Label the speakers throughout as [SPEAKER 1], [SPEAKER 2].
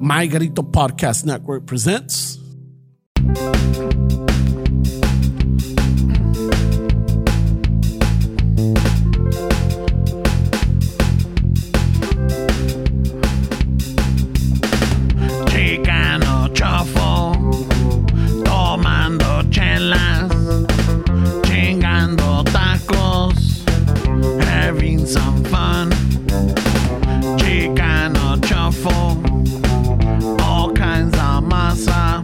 [SPEAKER 1] My Garito Podcast Network presents.
[SPEAKER 2] Chicano chofo, tomando chelas, chingando tacos, having some fun. Chicano chofo, all kinds of masa.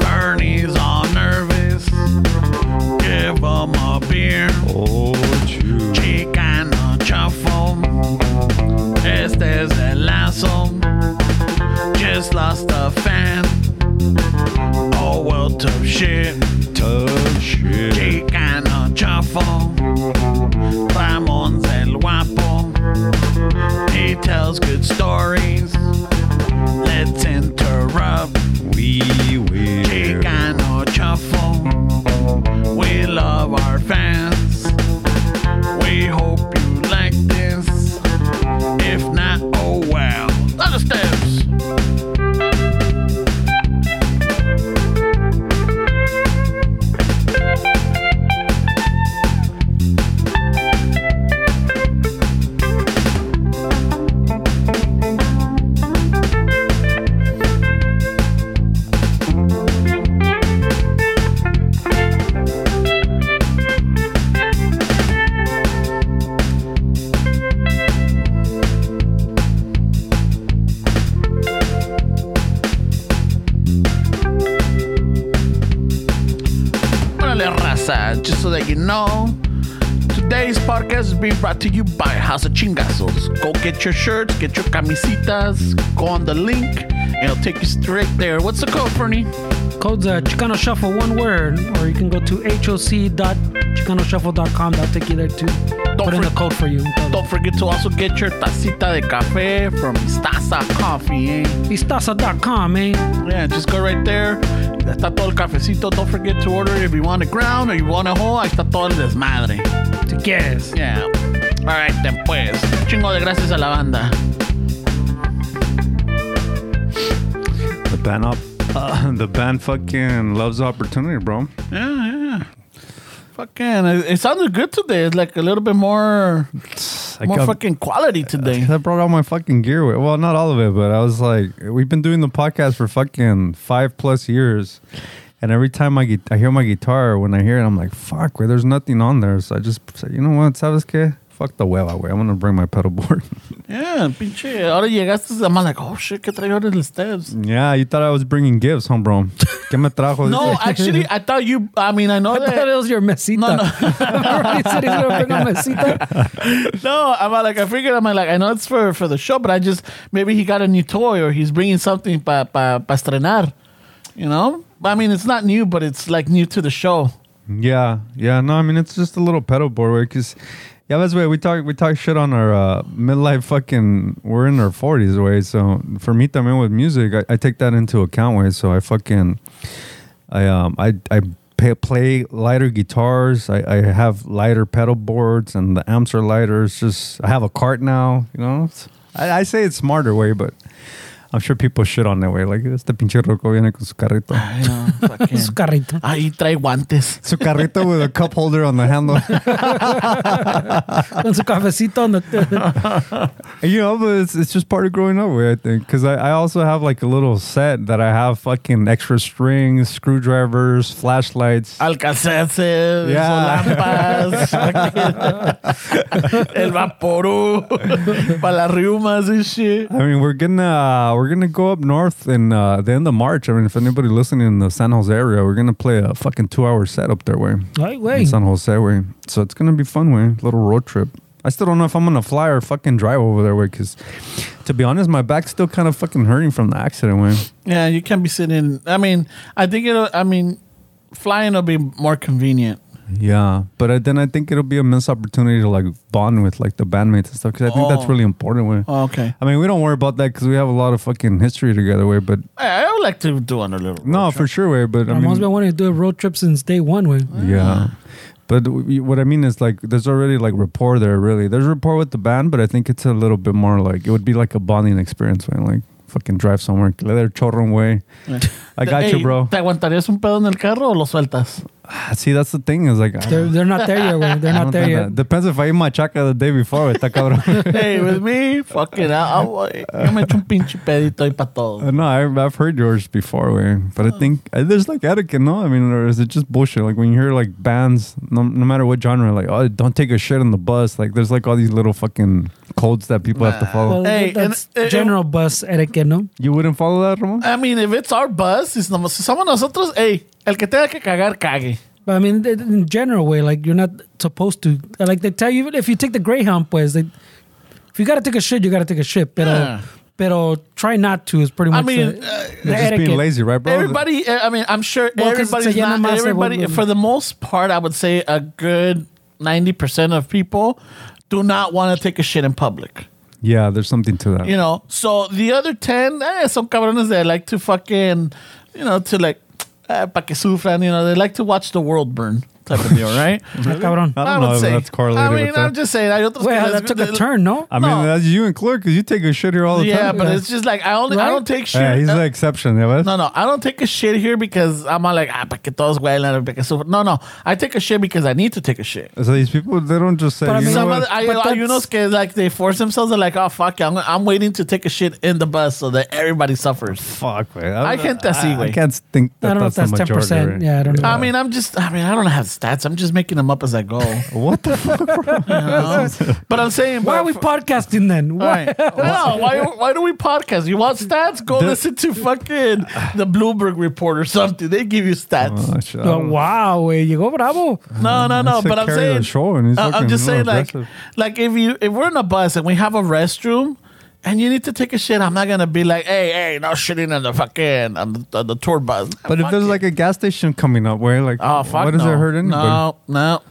[SPEAKER 2] Bernie's all nervous, give him a beer.
[SPEAKER 3] Oh, chew.
[SPEAKER 2] Chicano chofo, este es el lazo. Just lost a fan. Oh, well, tough shit.
[SPEAKER 3] Tough shit.
[SPEAKER 2] Chicano Chafo. Ramon's El Guapo. He tells good stories. Let's interrupt.
[SPEAKER 3] We will.
[SPEAKER 2] Chicano Chafo. We love our fans. We hope you like this. If not, oh well. Other steps. Órale, raza. Just so that you know, today's podcast is being brought to you by House of Chingazos. Go get your shirts, get your camisitas, go on the link, and it'll take you straight there. What's the code, Bernie?
[SPEAKER 4] Code's uh, Chicano Shuffle, one word, or you can go to hoc.chicanoshuffle.com. That'll take you there too. Put in the
[SPEAKER 2] forget-
[SPEAKER 4] code for you.
[SPEAKER 2] Don't forget to also get your tacita de café from Stasa Coffee, eh?
[SPEAKER 4] Vistasa.com, man.
[SPEAKER 2] Yeah, just go right there. Está todo el cafecito. Don't forget to order if you want a ground or you want a whole. Ahí está todo el desmadre.
[SPEAKER 4] To guess.
[SPEAKER 2] Yeah. All right, then pues. Un Chingo de gracias a la banda.
[SPEAKER 3] The band up. Uh, the band fucking loves opportunity, bro.
[SPEAKER 2] Yeah, yeah. Fucking, it, it sounded good today. It's like a little bit more,
[SPEAKER 3] I
[SPEAKER 2] more
[SPEAKER 3] got-
[SPEAKER 2] fucking quality today.
[SPEAKER 3] I brought all my fucking gear. With, well, not all of it, but I was like, we've been doing the podcast for fucking five plus years, and every time I get, I hear my guitar when I hear it, I'm like, fuck, where there's nothing on there. So I just said, you know what, sabes que? Fuck the hueva, way. I'm gonna bring my pedal board.
[SPEAKER 2] Yeah, pinche. Ahora llegaste, I'm like, oh shit, que traigo en el steps.
[SPEAKER 3] yeah, you thought I was bringing gifts, home, bro. ¿Qué me trajo?
[SPEAKER 2] No, actually, I thought you. I mean, I know
[SPEAKER 4] I thought
[SPEAKER 2] that.
[SPEAKER 4] it was your mesita.
[SPEAKER 2] No, no.
[SPEAKER 4] He said he's gonna bring a mesita.
[SPEAKER 2] No, I'm like, I figured, I'm like, I know it's for for the show, but I just maybe he got a new toy or he's bringing something pa pa pa estrenar, you know. But, I mean, it's not new, but it's like new to the show.
[SPEAKER 3] Yeah, yeah. No, I mean it's just a little pedal board because, yeah, that's why we talk we talk shit on our uh, midlife fucking. We're in our forties, way. So for me, I mean, with music, I, I take that into account, way. So I fucking, I um, I I pay, play lighter guitars. I, I have lighter pedal boards, and the amps are lighter. It's just I have a cart now. You know, It's- I, I say it's smarter way, but. I'm sure people shit on that way. Like, este pinche roco viene con su carrito.
[SPEAKER 2] You know, fucking.
[SPEAKER 4] Su carrito.
[SPEAKER 2] Ahí trae guantes.
[SPEAKER 3] Su carrito with a cup holder on the handle.
[SPEAKER 4] Con su cafecito on the.
[SPEAKER 3] You know, but it's, it's just part of growing up, way I think. Because I, I also have like a little set that I have fucking extra strings, screwdrivers, flashlights.
[SPEAKER 2] Alcacelser,
[SPEAKER 3] Yeah.
[SPEAKER 2] solampas, fucking- el vaporú, para las riumas and shit.
[SPEAKER 3] I mean, we're gonna uh, we're gonna go up north in uh, the end of March. I mean, if anybody listening in the San Jose area, we're gonna play a fucking two hour set up there, way
[SPEAKER 4] Right
[SPEAKER 3] in
[SPEAKER 4] way.
[SPEAKER 3] San Jose, way. So it's gonna be fun, way. Little road trip. I still don't know if I'm gonna fly or fucking drive over there, way. Because to be honest, my back's still kind of fucking hurting from the accident, way.
[SPEAKER 2] Yeah, you can be sitting. I mean, I think it'll, I mean, flying will be more convenient.
[SPEAKER 3] Yeah, but I, then I think it'll be a missed opportunity to like bond with like the bandmates and stuff because I think that's
[SPEAKER 2] Oh.
[SPEAKER 3] really important. Way.
[SPEAKER 2] Oh, okay.
[SPEAKER 3] I mean, we don't worry about that because we have a lot of fucking history together. Way, but
[SPEAKER 2] I, I would like to do on a little.
[SPEAKER 3] no, for sure. Way, but I
[SPEAKER 4] My mom's been
[SPEAKER 3] mean,
[SPEAKER 4] wanting to do a road trip since day one. Way.
[SPEAKER 3] yeah, But w- what I mean is like there's already like rapport there. Really, there's rapport with the band, but I think it's a little bit more like it would be like a bonding experience when like fucking drive somewhere, leather chorro way. I got you,
[SPEAKER 2] Ey,
[SPEAKER 3] bro.
[SPEAKER 2] ¿Te aguantarías un pedo en el carro o lo sueltas?
[SPEAKER 3] Ah, See, that's the thing is like. I
[SPEAKER 4] They're,
[SPEAKER 3] don't-
[SPEAKER 4] they're not there yet. güey. They're
[SPEAKER 3] I
[SPEAKER 4] not
[SPEAKER 3] don't
[SPEAKER 4] there
[SPEAKER 3] think
[SPEAKER 4] yet.
[SPEAKER 3] that- Depends if I eat machaca the day before. Está cabrón.
[SPEAKER 2] Hey, with me, fucking, I, I, voy- yo me echo un pinche pedito ahí para todo.
[SPEAKER 3] Uh, no, I've, I've heard yours before, güey.
[SPEAKER 4] Oh.
[SPEAKER 3] But I think uh, there's like etiquette, no? I mean, or is it just bullshit? Like when you hear like bands, no, no matter what genre, like, oh, don't take a shit on the bus. Like there's like all these little fucking codes that people have to follow.
[SPEAKER 4] Well,
[SPEAKER 2] Hey,
[SPEAKER 4] that's
[SPEAKER 2] and- eh,
[SPEAKER 4] general bus etiquette, ¿no?
[SPEAKER 3] you wouldn't follow that,
[SPEAKER 4] Uh,
[SPEAKER 3] Ramon?
[SPEAKER 2] I mean, if it's our bus, it's nomás- si somos nosotros, hey, el que tenga que cagar, cague.
[SPEAKER 4] But I mean, th- in general way, like you're not supposed to. Like they tell you, even if you take the Greyhound, pues, they, if you gotta take a shit, you gotta take a shit. Pero,
[SPEAKER 2] Yeah.
[SPEAKER 4] pero try not to is pretty
[SPEAKER 2] I
[SPEAKER 4] much.
[SPEAKER 2] mean, uh,
[SPEAKER 4] the, the
[SPEAKER 3] You're just being
[SPEAKER 4] etiquette.
[SPEAKER 3] lazy, right, bro?
[SPEAKER 2] Everybody, uh, I mean, I'm sure
[SPEAKER 4] 'cause
[SPEAKER 2] everybody's
[SPEAKER 4] se
[SPEAKER 2] not.
[SPEAKER 4] llena más de
[SPEAKER 2] Everybody,
[SPEAKER 4] volumen.
[SPEAKER 2] for the most part, I would say a good ninety percent of people do not want to take a shit in public.
[SPEAKER 3] Yeah, there's something to that.
[SPEAKER 2] You know, so the other ten, eh, some cabrones that like to fucking, you know, to like, eh, pa que sufran. You know, they like to watch the world burn type of deal, right?
[SPEAKER 4] Ah, cabrón.
[SPEAKER 2] Uh,
[SPEAKER 3] I don't know if that's correlated
[SPEAKER 2] I mean,
[SPEAKER 3] with
[SPEAKER 2] I'm
[SPEAKER 3] that.
[SPEAKER 2] just saying. I don't
[SPEAKER 4] Well, that took a turn, no?
[SPEAKER 3] I mean,
[SPEAKER 2] no.
[SPEAKER 3] that's you and Clark, because you take a shit here all the
[SPEAKER 2] yeah,
[SPEAKER 3] time.
[SPEAKER 2] but it's just like I only I
[SPEAKER 4] Right?
[SPEAKER 2] don't take shit.
[SPEAKER 3] Yeah, he's
[SPEAKER 2] uh,
[SPEAKER 3] the exception. Yeah, but
[SPEAKER 2] No, no, I don't take a shit here because I'm not like, ah, para que todos huelan, or para que sufran. No, no, I take a shit because I need to take a shit.
[SPEAKER 3] so these people, they don't just say.
[SPEAKER 4] But I
[SPEAKER 3] you
[SPEAKER 4] mean,
[SPEAKER 3] know
[SPEAKER 2] Some
[SPEAKER 3] what?
[SPEAKER 2] other, I,
[SPEAKER 4] But
[SPEAKER 2] I, you know,
[SPEAKER 4] that's-
[SPEAKER 2] scared, like they force themselves. They're like, oh fuck, it, I'm, I'm waiting to take a shit in the bus so that everybody suffers.
[SPEAKER 3] Fuck, man.
[SPEAKER 2] I can't that's
[SPEAKER 3] I,
[SPEAKER 2] the way.
[SPEAKER 3] I can't think that
[SPEAKER 4] I don't know if
[SPEAKER 3] that's,
[SPEAKER 4] that's
[SPEAKER 3] the
[SPEAKER 4] ten
[SPEAKER 3] majority. right?
[SPEAKER 4] percent. Yeah, I don't know.
[SPEAKER 2] I mean, I'm just, I mean, I don't have stats. I'm just making them up as I go.
[SPEAKER 3] What the fuck?
[SPEAKER 2] but I'm saying,
[SPEAKER 4] why
[SPEAKER 2] but-
[SPEAKER 4] are we podcasting then?
[SPEAKER 2] All
[SPEAKER 4] Why?
[SPEAKER 2] right. no, why, why do we podcast? You want stats? Go
[SPEAKER 3] The-
[SPEAKER 2] listen to fucking the Bloomberg report or something. They give you stats.
[SPEAKER 3] Oh, shit, I
[SPEAKER 4] Oh,
[SPEAKER 2] Um,
[SPEAKER 3] don't-
[SPEAKER 4] wow, güey, llegó bravo.
[SPEAKER 2] no, no, no.
[SPEAKER 3] That's a
[SPEAKER 2] But I'm
[SPEAKER 3] carry
[SPEAKER 2] saying,
[SPEAKER 3] the show and he's
[SPEAKER 2] I- I'm
[SPEAKER 3] looking
[SPEAKER 2] just
[SPEAKER 3] real
[SPEAKER 2] saying, like,
[SPEAKER 3] aggressive.
[SPEAKER 2] like if you if we're in a bus and we have a restroom and you need to take a shit, I'm not gonna be like, hey, hey, no shitting on the fucking on the, on the tour bus.
[SPEAKER 3] But if
[SPEAKER 2] Fuck
[SPEAKER 3] there's
[SPEAKER 2] it.
[SPEAKER 3] like a gas station coming up, where like,
[SPEAKER 2] oh fuck,
[SPEAKER 3] what does
[SPEAKER 2] no.
[SPEAKER 3] it hurt anybody?
[SPEAKER 2] No, no.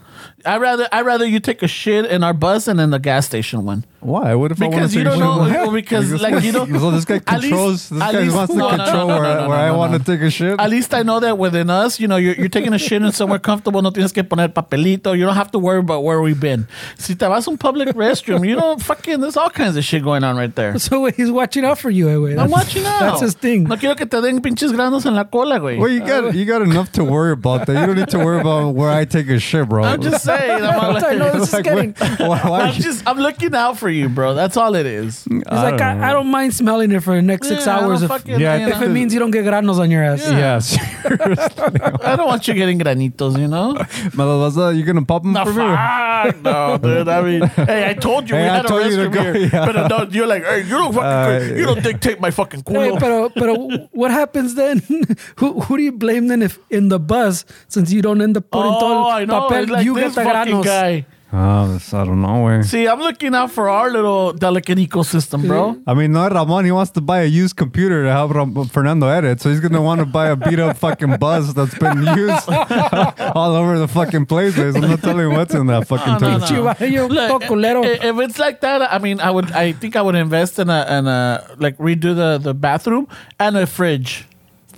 [SPEAKER 2] I rather I rather you take a shit in our bus and in the gas station one.
[SPEAKER 3] Why? What if I want
[SPEAKER 2] Because
[SPEAKER 3] to
[SPEAKER 2] you don't know, well, because like you don't.
[SPEAKER 3] So this guy
[SPEAKER 2] at least-
[SPEAKER 3] controls. this
[SPEAKER 2] at
[SPEAKER 3] guy
[SPEAKER 2] least-
[SPEAKER 3] wants to
[SPEAKER 2] no, no, no, no,
[SPEAKER 3] control
[SPEAKER 2] no,
[SPEAKER 3] where,
[SPEAKER 2] no,
[SPEAKER 3] where I
[SPEAKER 2] no,
[SPEAKER 3] want
[SPEAKER 2] no.
[SPEAKER 3] to take a shit.
[SPEAKER 2] At least I know that within us, you know, you're, you're taking a shit in somewhere comfortable. No tienes que poner papelito. You don't have to worry about where we've been. Si te vas a un public restroom, you don't fucking. There's all kinds of shit going on right there.
[SPEAKER 4] So güey, he's watching out for you, eh, güey.
[SPEAKER 2] I'm
[SPEAKER 4] That's-
[SPEAKER 2] watching out.
[SPEAKER 4] That's his thing.
[SPEAKER 2] No quiero que te den pinches granos en la cola, güey.
[SPEAKER 3] Well, you got you got enough to worry about. That you don't need to worry about where I take a shit, bro.
[SPEAKER 2] I'm just saying. I'm,
[SPEAKER 4] I know
[SPEAKER 2] like,
[SPEAKER 4] this is
[SPEAKER 3] Like,
[SPEAKER 4] getting.
[SPEAKER 3] why- why are
[SPEAKER 2] I'm
[SPEAKER 3] you-
[SPEAKER 2] just. I'm looking out for you, bro. That's all it is. Six
[SPEAKER 4] He's like,
[SPEAKER 3] know.
[SPEAKER 4] I, I don't mind smelling it for the next six hours
[SPEAKER 2] I
[SPEAKER 4] if,
[SPEAKER 2] don't fucking,
[SPEAKER 3] Yeah, I
[SPEAKER 2] you
[SPEAKER 3] think
[SPEAKER 4] if
[SPEAKER 2] know,
[SPEAKER 4] it means you don't get granos on your ass.
[SPEAKER 2] Yeah.
[SPEAKER 3] Yeah, seriously.
[SPEAKER 2] I don't want you getting granitos. You know.
[SPEAKER 3] Malavaza, you gonna pop them
[SPEAKER 2] No,
[SPEAKER 3] for me?
[SPEAKER 2] fuck, no, dude. I mean, hey, I told you
[SPEAKER 3] Hey,
[SPEAKER 2] we
[SPEAKER 3] I
[SPEAKER 2] had a
[SPEAKER 3] told you to
[SPEAKER 2] restroom
[SPEAKER 3] go,
[SPEAKER 2] here,
[SPEAKER 3] yeah.
[SPEAKER 2] but no, you're like, hey, you don't fucking,
[SPEAKER 3] Uh,
[SPEAKER 2] you don't dictate my fucking
[SPEAKER 4] Hey,
[SPEAKER 2] culo.
[SPEAKER 4] pero, pero what happens then? who who do you blame then if in the bus since you don't end up putting
[SPEAKER 2] oh,
[SPEAKER 4] todo
[SPEAKER 2] I
[SPEAKER 4] el
[SPEAKER 2] know.
[SPEAKER 4] papel
[SPEAKER 2] it's like
[SPEAKER 4] you
[SPEAKER 2] this
[SPEAKER 4] get the
[SPEAKER 2] fucking
[SPEAKER 4] granos?
[SPEAKER 2] guy.
[SPEAKER 3] Ah, that's- I don't know where.
[SPEAKER 2] See, I'm looking out for our little delicate ecosystem, bro.
[SPEAKER 3] I mean, no, Ramon, he wants to buy a used computer to help Ram- Fernando edit. So he's going to want to buy a beat up fucking bus that's been used all over the fucking place. guys. I'm not telling you what's in that
[SPEAKER 2] No,
[SPEAKER 3] fucking
[SPEAKER 2] no,
[SPEAKER 3] thing.
[SPEAKER 4] Chihuahua, you're
[SPEAKER 2] Look,
[SPEAKER 4] todo culero.
[SPEAKER 2] i- if it's like that, I mean, I would, I think I would invest in a, in a like redo the the bathroom and a fridge.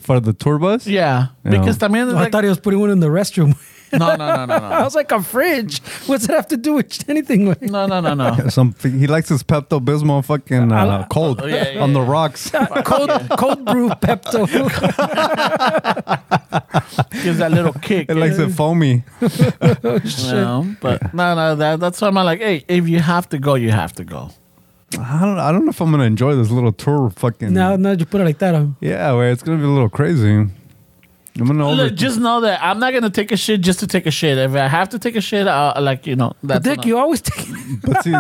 [SPEAKER 3] For the tour bus?
[SPEAKER 2] Yeah,
[SPEAKER 3] Yeah.
[SPEAKER 2] because I mean,
[SPEAKER 4] Oh, I
[SPEAKER 2] like,
[SPEAKER 4] thought he was putting one in the restroom.
[SPEAKER 2] no, no, no, no,
[SPEAKER 4] I
[SPEAKER 2] no,
[SPEAKER 4] was like a fridge. What's that have to do with anything? Like,
[SPEAKER 2] no, no, no, no.
[SPEAKER 3] Some, he likes his Pepto Bismol fucking uh,
[SPEAKER 4] I'll-
[SPEAKER 3] cold
[SPEAKER 2] Oh, yeah, yeah,
[SPEAKER 3] on the rocks.
[SPEAKER 4] cold, cold brew Pepto.
[SPEAKER 2] Gives that little kick.
[SPEAKER 3] He likes it foamy.
[SPEAKER 2] you know, but no, no, that, that's why I'm like, hey, if you have to go, you have to go.
[SPEAKER 3] I don't, I don't know if I'm going to enjoy this little tour fucking.
[SPEAKER 4] no, no, you put it like that. huh?
[SPEAKER 3] Yeah, wait, it's going to be a little crazy. I'm going to over.
[SPEAKER 2] Look, just know that I'm not gonna take a shit just to take a shit. If I have to take a shit, I'll, like you know, that's
[SPEAKER 4] But Dick,
[SPEAKER 2] enough.
[SPEAKER 4] you always take.
[SPEAKER 3] But see,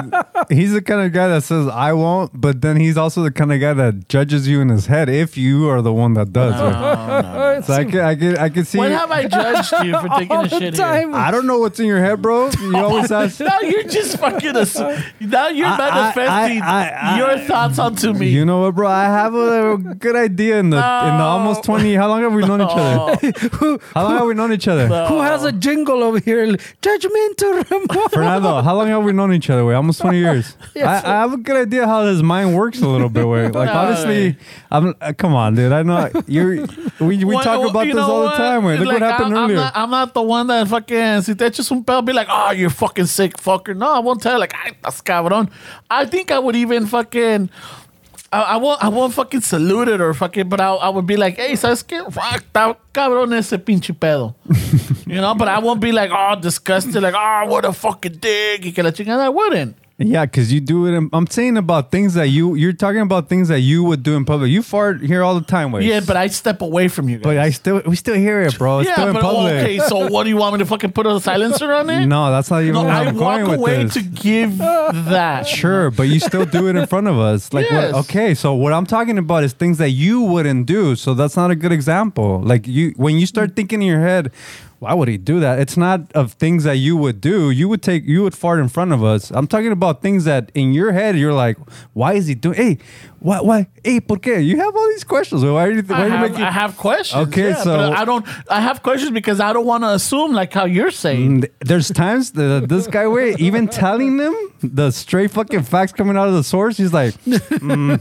[SPEAKER 3] he's the kind of guy that says I won't, but then he's also the kind of guy that judges you in his head if you are the one that does. it. So I can, I can, I can see.
[SPEAKER 2] When have I judged you for taking
[SPEAKER 4] all
[SPEAKER 2] a
[SPEAKER 4] the
[SPEAKER 2] shit? Here?
[SPEAKER 4] time.
[SPEAKER 3] I don't know what's in your head, bro. You
[SPEAKER 2] Oh,
[SPEAKER 3] always ask.
[SPEAKER 2] Now you're just fucking. Ass- now you're
[SPEAKER 3] I- I-
[SPEAKER 2] manifesting
[SPEAKER 3] I- I- I-
[SPEAKER 2] your thoughts onto me.
[SPEAKER 3] You know what, bro? I have a good idea in the in the almost twenty. How long have we known each other?
[SPEAKER 4] who,
[SPEAKER 3] How long have we known each other?
[SPEAKER 4] who has a jingle over here? Judgmental Ramon.
[SPEAKER 3] Fernando, how long have we known each other? Way almost twenty years. I, I have a good idea how his mind works a little bit. Way like
[SPEAKER 2] No,
[SPEAKER 3] honestly, I'm uh, come on, dude. I know you're. We, we
[SPEAKER 2] Well,
[SPEAKER 3] talk
[SPEAKER 2] well,
[SPEAKER 3] about
[SPEAKER 2] oh, you
[SPEAKER 3] this
[SPEAKER 2] know
[SPEAKER 3] all the
[SPEAKER 2] what?
[SPEAKER 3] time. Way look
[SPEAKER 2] Like,
[SPEAKER 3] what happened
[SPEAKER 2] I'm, I'm
[SPEAKER 3] earlier.
[SPEAKER 2] not, I'm not the one that fucking si te echas un pedo, be like, oh, you're fucking sick, fucker. No, I won't tell. Like, I, that's cabrón. I think I would even fucking. I, I won't. I won't fucking salute it or fucking. But I, I would be like, hey, sabes qué? Fuck, está cabrón ese pinche pedo. you know. But I won't be like, oh, disgusted. Like, oh, what a fucking dick. Y que la chingada. I wouldn't.
[SPEAKER 3] Yeah, because you do it. In, I'm saying about things that you you're talking about things that you would do in public. You fart here all the time, Way.
[SPEAKER 2] Yeah, but I step away from you guys.
[SPEAKER 3] but I still we still hear it, bro. It's still
[SPEAKER 2] yeah,
[SPEAKER 3] in
[SPEAKER 2] but
[SPEAKER 3] public.
[SPEAKER 2] okay. So what do you want me to fucking put a silencer on it?
[SPEAKER 3] No, that's not even
[SPEAKER 2] No,
[SPEAKER 3] where
[SPEAKER 2] I
[SPEAKER 3] I'm
[SPEAKER 2] walk
[SPEAKER 3] going with
[SPEAKER 2] away
[SPEAKER 3] this.
[SPEAKER 2] to give that.
[SPEAKER 3] Sure, but you still do it in front of us. Like,
[SPEAKER 2] Yes.
[SPEAKER 3] what, okay, so what I'm talking about is things that you wouldn't do. So that's not a good example. Like you, when you start thinking in your head, why would he do that? It's not of things that you would do. You would take, you would fart in front of us. I'm talking about things that in your head you're like, why is he doing? Hey, why, why? Hey, por qué? You have all these questions. Why are you? Why
[SPEAKER 2] I
[SPEAKER 3] are you
[SPEAKER 2] have,
[SPEAKER 3] making?
[SPEAKER 2] I have questions.
[SPEAKER 3] Okay,
[SPEAKER 2] yeah,
[SPEAKER 3] so-
[SPEAKER 2] but I don't. I have questions because I don't want to assume like how you're saying.
[SPEAKER 3] And There's times that this guy, wait, even telling them the straight fucking facts coming out of the source, he's like, "Mm,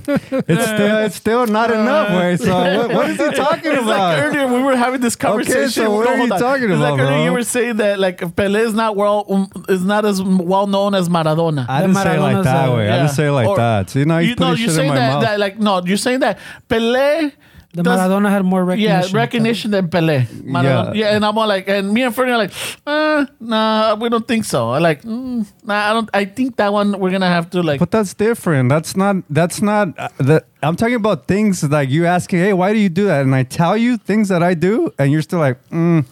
[SPEAKER 3] it's still, it's still not enough. Wait, so what, what is he talking
[SPEAKER 2] Uh, It's like
[SPEAKER 3] about?
[SPEAKER 2] earlier we were having this conversation.
[SPEAKER 3] what
[SPEAKER 2] No,
[SPEAKER 3] are
[SPEAKER 2] hold
[SPEAKER 3] you
[SPEAKER 2] on.
[SPEAKER 3] talking
[SPEAKER 2] It's
[SPEAKER 3] about,
[SPEAKER 2] Like earlier
[SPEAKER 3] bro?
[SPEAKER 2] you were saying that like Pele is not well um, is not as well known as Maradona.
[SPEAKER 3] I didn't say it like
[SPEAKER 4] Maradona's,
[SPEAKER 3] that
[SPEAKER 4] uh,
[SPEAKER 3] way. I
[SPEAKER 2] Yeah.
[SPEAKER 3] didn't say it like
[SPEAKER 2] Or-
[SPEAKER 3] that. See, now you
[SPEAKER 2] no,
[SPEAKER 3] put shit
[SPEAKER 2] saying
[SPEAKER 3] in my
[SPEAKER 2] that,
[SPEAKER 3] mouth.
[SPEAKER 2] that, like no, you're saying that Pele.
[SPEAKER 4] The
[SPEAKER 2] does-
[SPEAKER 4] Maradona had more recognition.
[SPEAKER 2] Yeah, recognition than Pele. Maradona.
[SPEAKER 3] Yeah.
[SPEAKER 2] Yeah. and I'm all like, and me and Fernie are like, uh, nah, we don't think so. I'm like, mm, nah, I don't. I think that one we're gonna have to like.
[SPEAKER 3] But that's different. That's not. That's not. Uh, that I'm talking about things like you asking, "Hey, why do you do that?" And I tell you things that I do, and you're still like, mm.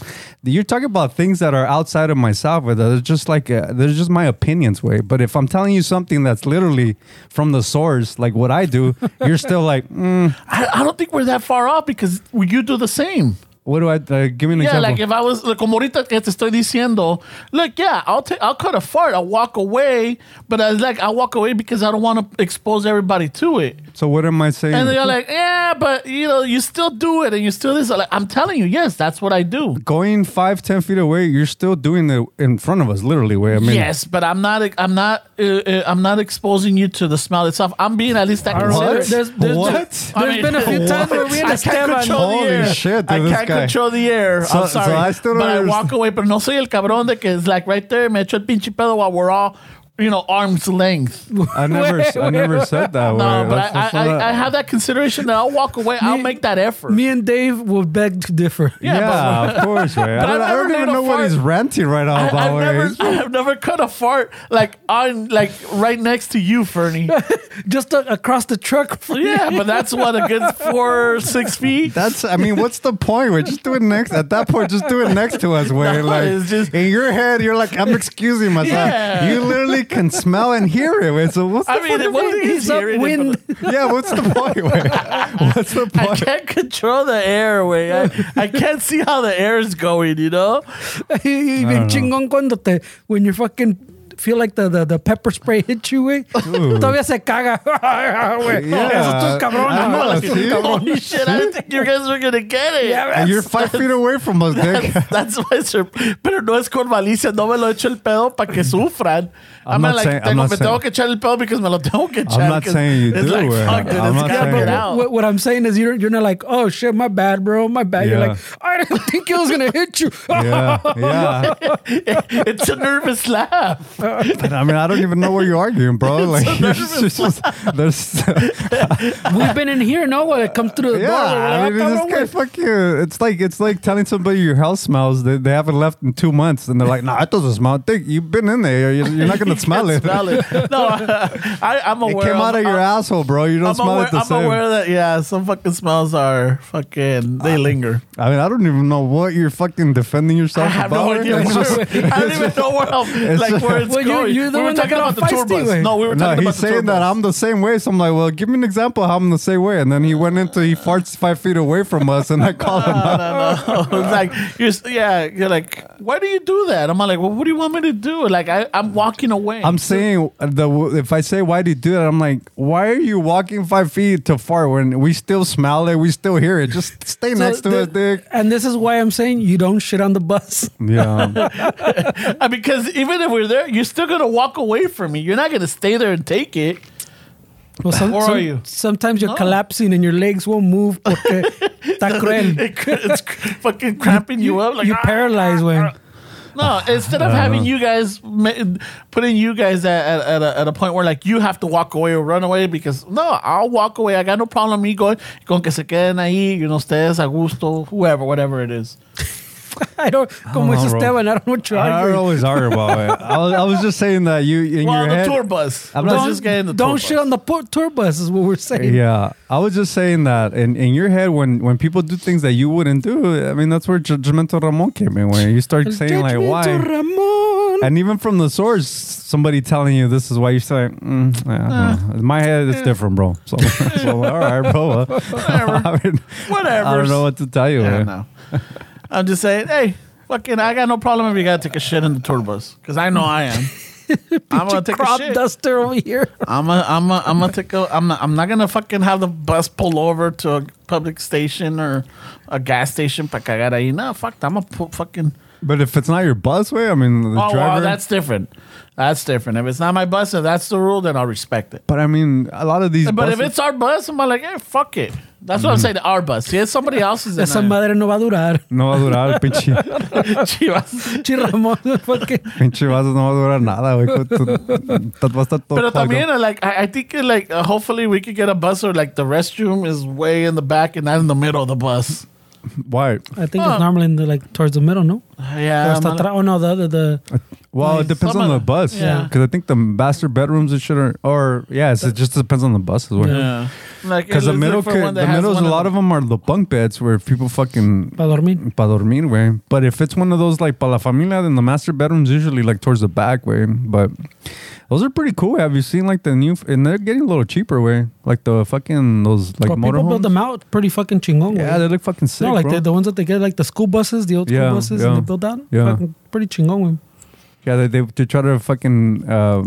[SPEAKER 3] "You're talking about things that are outside of myself." But they're just like uh, they're just my opinions way. But if I'm telling you something that's literally from the source, like what I do, you're still like, mm,
[SPEAKER 2] I, I don't think we're that far off because you do the same.
[SPEAKER 3] "What do I uh, give me an
[SPEAKER 2] Yeah,
[SPEAKER 3] example?"
[SPEAKER 2] like if I was like, como ahorita que te estoy diciendo, look, yeah, I'll take, I'll cut a fart, I'll walk away, but I like I walk away because I don't want to expose everybody to it.
[SPEAKER 3] so what am I saying?
[SPEAKER 2] And they're like, yeah, but you know, you still do it, and you still this. I'm Like, I'm telling you, yes, that's what I do.
[SPEAKER 3] Going five, ten feet away, you're still doing it in front of us, literally. Way I mean,
[SPEAKER 2] yes, but I'm not. I'm not. Uh, uh, I'm not exposing you to the smell itself. I'm being at least that
[SPEAKER 4] There's,
[SPEAKER 2] considerate.
[SPEAKER 4] there's, there's,
[SPEAKER 3] What?
[SPEAKER 4] There's been a few times where we had
[SPEAKER 2] I
[SPEAKER 4] to
[SPEAKER 2] can't
[SPEAKER 4] step
[SPEAKER 2] control
[SPEAKER 4] on.
[SPEAKER 3] Holy
[SPEAKER 2] the air.
[SPEAKER 3] shit, dude,
[SPEAKER 2] I
[SPEAKER 3] this
[SPEAKER 2] can't
[SPEAKER 3] guy.
[SPEAKER 2] control the air.
[SPEAKER 3] So-
[SPEAKER 2] I'm
[SPEAKER 3] so
[SPEAKER 2] sorry,
[SPEAKER 3] I still don't
[SPEAKER 2] but I
[SPEAKER 3] understand.
[SPEAKER 2] walk away. But no soy el cabrón de que is like right there. Me echo el pinche pedo while we're all, you know, arms length. No,
[SPEAKER 3] I never, I never said that. way.
[SPEAKER 2] but
[SPEAKER 3] That's-
[SPEAKER 2] I,
[SPEAKER 3] that's
[SPEAKER 2] I,
[SPEAKER 3] not-
[SPEAKER 2] I, I have that consideration that I'll walk away. I'll make that effort.
[SPEAKER 4] Me and Dave will beg to differ.
[SPEAKER 2] Yeah,
[SPEAKER 3] Yeah, of course, man. I
[SPEAKER 2] I've
[SPEAKER 3] don't, I
[SPEAKER 2] never
[SPEAKER 3] don't even
[SPEAKER 2] made a
[SPEAKER 3] know what
[SPEAKER 2] fart.
[SPEAKER 3] he's ranting right now
[SPEAKER 2] I,
[SPEAKER 3] about.
[SPEAKER 2] I've
[SPEAKER 3] where
[SPEAKER 2] never,
[SPEAKER 3] he's-
[SPEAKER 2] I have never cut a fart like on, like right next to you, Fernie.
[SPEAKER 4] Just uh, across the truck. from
[SPEAKER 2] yeah, but that's what a good four, six feet.
[SPEAKER 3] That's. I mean, what's the point? We're just doing next. At that point, just do it next to us. Where
[SPEAKER 2] No,
[SPEAKER 3] like
[SPEAKER 2] it's just-
[SPEAKER 3] in your head, you're like, I'm excusing myself.
[SPEAKER 2] Yeah.
[SPEAKER 3] You literally can smell and hear it. Wait, so what's the
[SPEAKER 2] I mean, it
[SPEAKER 3] point?
[SPEAKER 2] wasn't
[SPEAKER 4] He's
[SPEAKER 2] easy. or anything,
[SPEAKER 4] upwind.
[SPEAKER 2] but-
[SPEAKER 3] yeah, what's the point? Wait, what's the
[SPEAKER 2] I
[SPEAKER 3] point?
[SPEAKER 2] can't control the airway. I, I can't see how the air is going, you know?
[SPEAKER 4] Y
[SPEAKER 3] Oh.
[SPEAKER 4] bien chingón cuando te when you fucking feel like the the, the pepper spray hit you, güey. Todavía se caga. güey. Eso tú, cabrón.
[SPEAKER 3] I know,
[SPEAKER 4] Like,
[SPEAKER 3] see?
[SPEAKER 2] Holy shit, I didn't think you guys were going to get it.
[SPEAKER 4] Yeah,
[SPEAKER 3] And you're five feet away from us, Dick.
[SPEAKER 2] That's my sur- Pero no es con malicia, no me lo echo el pedo para que sufran.
[SPEAKER 3] Mm-hmm. I'm
[SPEAKER 2] mean,
[SPEAKER 3] not saying- I'm
[SPEAKER 2] tengo,
[SPEAKER 3] not
[SPEAKER 2] me
[SPEAKER 3] saying-
[SPEAKER 2] tengo que echar el pedo because me lo tengo que echar.
[SPEAKER 3] not
[SPEAKER 2] 'cause
[SPEAKER 3] saying you
[SPEAKER 2] it's
[SPEAKER 3] do,
[SPEAKER 2] Like,
[SPEAKER 3] eh.
[SPEAKER 2] fuck, dude,
[SPEAKER 3] I'm
[SPEAKER 2] it's
[SPEAKER 3] not
[SPEAKER 2] gotta
[SPEAKER 3] saying
[SPEAKER 2] get
[SPEAKER 3] it.
[SPEAKER 2] out.
[SPEAKER 4] What, what I'm saying is you're you're not like, oh shit, my bad, bro, my bad. You're
[SPEAKER 3] Yeah.
[SPEAKER 4] like, I didn't think it was gonna hit you.
[SPEAKER 3] Yeah, yeah.
[SPEAKER 2] it's a nervous laugh.
[SPEAKER 3] And I mean, I don't even know what you're arguing, bro. Like, you're just, you're just- there's.
[SPEAKER 4] We've been in here, no? When it comes through the
[SPEAKER 3] Yeah,
[SPEAKER 4] door,
[SPEAKER 3] I mean,
[SPEAKER 4] cabrón,
[SPEAKER 3] this guy,
[SPEAKER 4] güey.
[SPEAKER 3] fuck you. It's like it's like telling somebody your house smells. They, they haven't left in two months, and they're like, "No, nah, it doesn't smell. Dick, you've been in there. You're, you're not gonna smell it.
[SPEAKER 2] Smell it. No, I, I'm
[SPEAKER 3] It
[SPEAKER 2] aware.
[SPEAKER 3] came out
[SPEAKER 2] I'm-
[SPEAKER 3] of your
[SPEAKER 2] I'm-
[SPEAKER 3] asshole, bro. You don't
[SPEAKER 2] I'm
[SPEAKER 3] smell
[SPEAKER 2] aware,
[SPEAKER 3] it the
[SPEAKER 2] I'm
[SPEAKER 3] same.
[SPEAKER 2] aware that yeah, some fucking smells are fucking they linger.
[SPEAKER 3] I mean, I don't even know what you're fucking defending
[SPEAKER 2] I
[SPEAKER 3] yourself
[SPEAKER 2] have
[SPEAKER 3] about.
[SPEAKER 2] no idea.
[SPEAKER 3] It's
[SPEAKER 2] Where,
[SPEAKER 3] just-
[SPEAKER 2] I don't even know where I'm, like where it's
[SPEAKER 4] Well, you- you're the
[SPEAKER 2] we were
[SPEAKER 4] one that
[SPEAKER 2] talking
[SPEAKER 4] got
[SPEAKER 2] about the tour
[SPEAKER 4] feisty
[SPEAKER 2] bus.
[SPEAKER 4] with.
[SPEAKER 2] No, we were
[SPEAKER 3] No,
[SPEAKER 2] talking about
[SPEAKER 3] he's
[SPEAKER 2] the tour
[SPEAKER 3] saying that
[SPEAKER 2] bus.
[SPEAKER 3] I'm the same way. So I'm like, well, give me an example how I'm the same way. And then he went into, he farts five feet away from us, and I called him out.
[SPEAKER 2] I was like, you're, s- yeah, you're like, why do you do that? I'm like, well, what do you want me to do? Like, I, I'm walking away.
[SPEAKER 3] I'm saying the if I say why do you do that, I'm like, why are you walking five feet to fart when we still smell it, we still hear it? Just stay
[SPEAKER 4] So
[SPEAKER 3] next to
[SPEAKER 4] the-
[SPEAKER 3] us, dick.
[SPEAKER 4] And this is why I'm saying you don't shit on the bus.
[SPEAKER 3] Yeah,
[SPEAKER 2] Uh, because even if we're there, you're still gonna walk away from me. You're not gonna stay there and take it.
[SPEAKER 4] Well, some,
[SPEAKER 2] Or are
[SPEAKER 4] some-
[SPEAKER 2] you?
[SPEAKER 4] Sometimes you're collapsing and your legs won't move. Porque está cruel.
[SPEAKER 2] It cr- it's cr- fucking cramping you, up. Like
[SPEAKER 4] you
[SPEAKER 2] "Ah,
[SPEAKER 4] paralyzed
[SPEAKER 2] ah,
[SPEAKER 4] when-
[SPEAKER 2] ah." No, instead of having you guys ma- putting you guys at, at, at, a, at a point where like you have to walk away or run away because no, I'll walk away. I got no problem me going con que se queden ahí, you know, ustedes a gusto, whoever, whatever it is.
[SPEAKER 4] I don't. Como
[SPEAKER 3] know,
[SPEAKER 4] dice
[SPEAKER 3] bro.
[SPEAKER 4] Esteban, I don't know what you're
[SPEAKER 3] I, I
[SPEAKER 4] arguing.
[SPEAKER 3] always argue about it. I was, I was just saying that you in
[SPEAKER 2] Well,
[SPEAKER 3] your
[SPEAKER 2] the
[SPEAKER 3] head.
[SPEAKER 2] tour bus.
[SPEAKER 3] I'm
[SPEAKER 2] Let's
[SPEAKER 3] not-
[SPEAKER 2] just get in the tour
[SPEAKER 4] Don't
[SPEAKER 2] bus.
[SPEAKER 4] shit on the po- tour bus is what we're saying.
[SPEAKER 3] Yeah, I was just saying that in, in your head when when people do things that you wouldn't do. I mean, that's where Judgmental Ramon came in, where you start saying like,
[SPEAKER 4] Judgmental
[SPEAKER 3] why?
[SPEAKER 4] Ramon.
[SPEAKER 3] And even from the source, somebody telling you this is why you're saying, mm, yeah, I don't know. in my head, it's different, bro. So, so, all right, bro. I, mean,
[SPEAKER 2] Whatever.
[SPEAKER 3] I don't know what to tell you.
[SPEAKER 2] Yeah,
[SPEAKER 3] man.
[SPEAKER 2] no. I'm just saying, hey, fucking, I got no problem if you gotta take a shit in the tour bus because I know I am. I'm gonna take a
[SPEAKER 4] Crop
[SPEAKER 2] shit.
[SPEAKER 4] duster over here.
[SPEAKER 2] I'm a, I'm a, I'm gonna take a. I'm not, I'm not gonna fucking have the bus pull over to a public station or a gas station para cagar ahí. No, fuck. I'm gonna pu- fucking.
[SPEAKER 3] But if it's not your busway, I mean, the
[SPEAKER 2] Oh,
[SPEAKER 3] driver.
[SPEAKER 2] wow, that's different. That's different. If it's not my bus, if that's the rule, then I'll respect it.
[SPEAKER 3] but I mean, a lot of these.
[SPEAKER 2] But
[SPEAKER 3] buses,
[SPEAKER 2] if it's our bus, I'm like, hey, fuck it. That's what I'm
[SPEAKER 3] Mm-hmm.
[SPEAKER 2] saying. Our bus. Yeah, somebody else's. then
[SPEAKER 4] Esa
[SPEAKER 2] I-
[SPEAKER 4] madre no va a durar.
[SPEAKER 3] no va a durar, pinche,
[SPEAKER 2] Chivas.
[SPEAKER 4] Chi Ramon, fucking.
[SPEAKER 3] pinche vaso no va a durar nada, güey. Tú- tú- Va a estar todo
[SPEAKER 2] Pero
[SPEAKER 3] clogged up.
[SPEAKER 2] también, uh, like, I, I think, uh, like, uh, hopefully we could get a bus or, like, the restroom is way in the back and not in the middle of the bus.
[SPEAKER 3] Why?
[SPEAKER 4] I think
[SPEAKER 3] Ah.
[SPEAKER 2] Huh.
[SPEAKER 4] it's normally in the, like towards the middle, no?
[SPEAKER 2] Yeah.
[SPEAKER 4] Hasta
[SPEAKER 2] I'm
[SPEAKER 4] atrás.
[SPEAKER 2] not-
[SPEAKER 4] Oh no, the the, the
[SPEAKER 3] Uh, Well, it depends
[SPEAKER 2] some
[SPEAKER 3] on
[SPEAKER 2] of
[SPEAKER 3] the
[SPEAKER 2] the-
[SPEAKER 3] bus.
[SPEAKER 2] yeah.
[SPEAKER 3] Because I think the master bedrooms and shit are, or yeah, it's, it just depends on the buses. Because
[SPEAKER 2] Yeah. Like,
[SPEAKER 3] the middle, could, the middles, a lot of them are the bunk beds where people fucking
[SPEAKER 4] para dormir.
[SPEAKER 3] pa dormir, way. But if it's one of those like pa la familia, then the master bedroom's usually like towards the back, way. But those are pretty cool. Have you seen like the new? And they're getting a little cheaper, way. Like the fucking those like
[SPEAKER 4] But people build
[SPEAKER 3] motorhomes.
[SPEAKER 4] them out pretty fucking chingon.
[SPEAKER 3] Yeah,
[SPEAKER 4] güey.
[SPEAKER 3] they look fucking sick,
[SPEAKER 4] no, like
[SPEAKER 3] bro.
[SPEAKER 4] the, the ones that they get, like the school buses, the old school
[SPEAKER 3] Yeah,
[SPEAKER 4] buses,
[SPEAKER 3] yeah.
[SPEAKER 4] and they build out.
[SPEAKER 3] Yeah.
[SPEAKER 4] Fucking pretty chingon. güey.
[SPEAKER 3] Yeah, they, they, they try to fucking uh,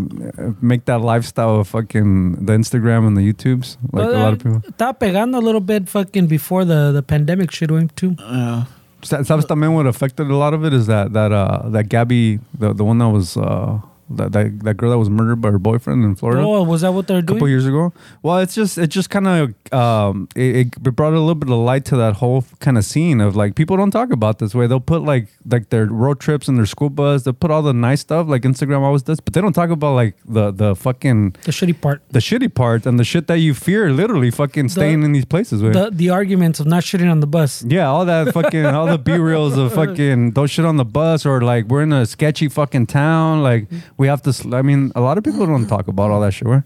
[SPEAKER 3] make that lifestyle of fucking the Instagram and the YouTubes, like
[SPEAKER 4] But,
[SPEAKER 3] a
[SPEAKER 4] uh,
[SPEAKER 3] lot of people.
[SPEAKER 4] Estaba pegando a little bit fucking before the, the pandemic shit went too.
[SPEAKER 2] Yeah.
[SPEAKER 3] Sa- Sabes también what affected a lot of it is that that uh, that Gabby, the the one that was uh, that, that that girl that was murdered by her boyfriend in Florida.
[SPEAKER 4] Oh, was that what they're
[SPEAKER 3] a couple
[SPEAKER 4] doing?
[SPEAKER 3] years ago. Well, it's just it just kind of um, it, it brought a little bit of light to that whole kind of scene of like people don't talk about this way. They'll put like like their road trips and their school bus. They'll put all the nice stuff like Instagram always does, but they don't talk about like the the fucking
[SPEAKER 4] The shitty part.
[SPEAKER 3] the shitty part and the shit that you fear literally fucking staying in these places with.
[SPEAKER 4] The the arguments of not shitting on the bus.
[SPEAKER 3] yeah, all that fucking all the B reels of fucking don't shit on the bus or like we're in a sketchy fucking town. Like we have to. Sl- I mean, a lot of people don't talk about all that shit. right?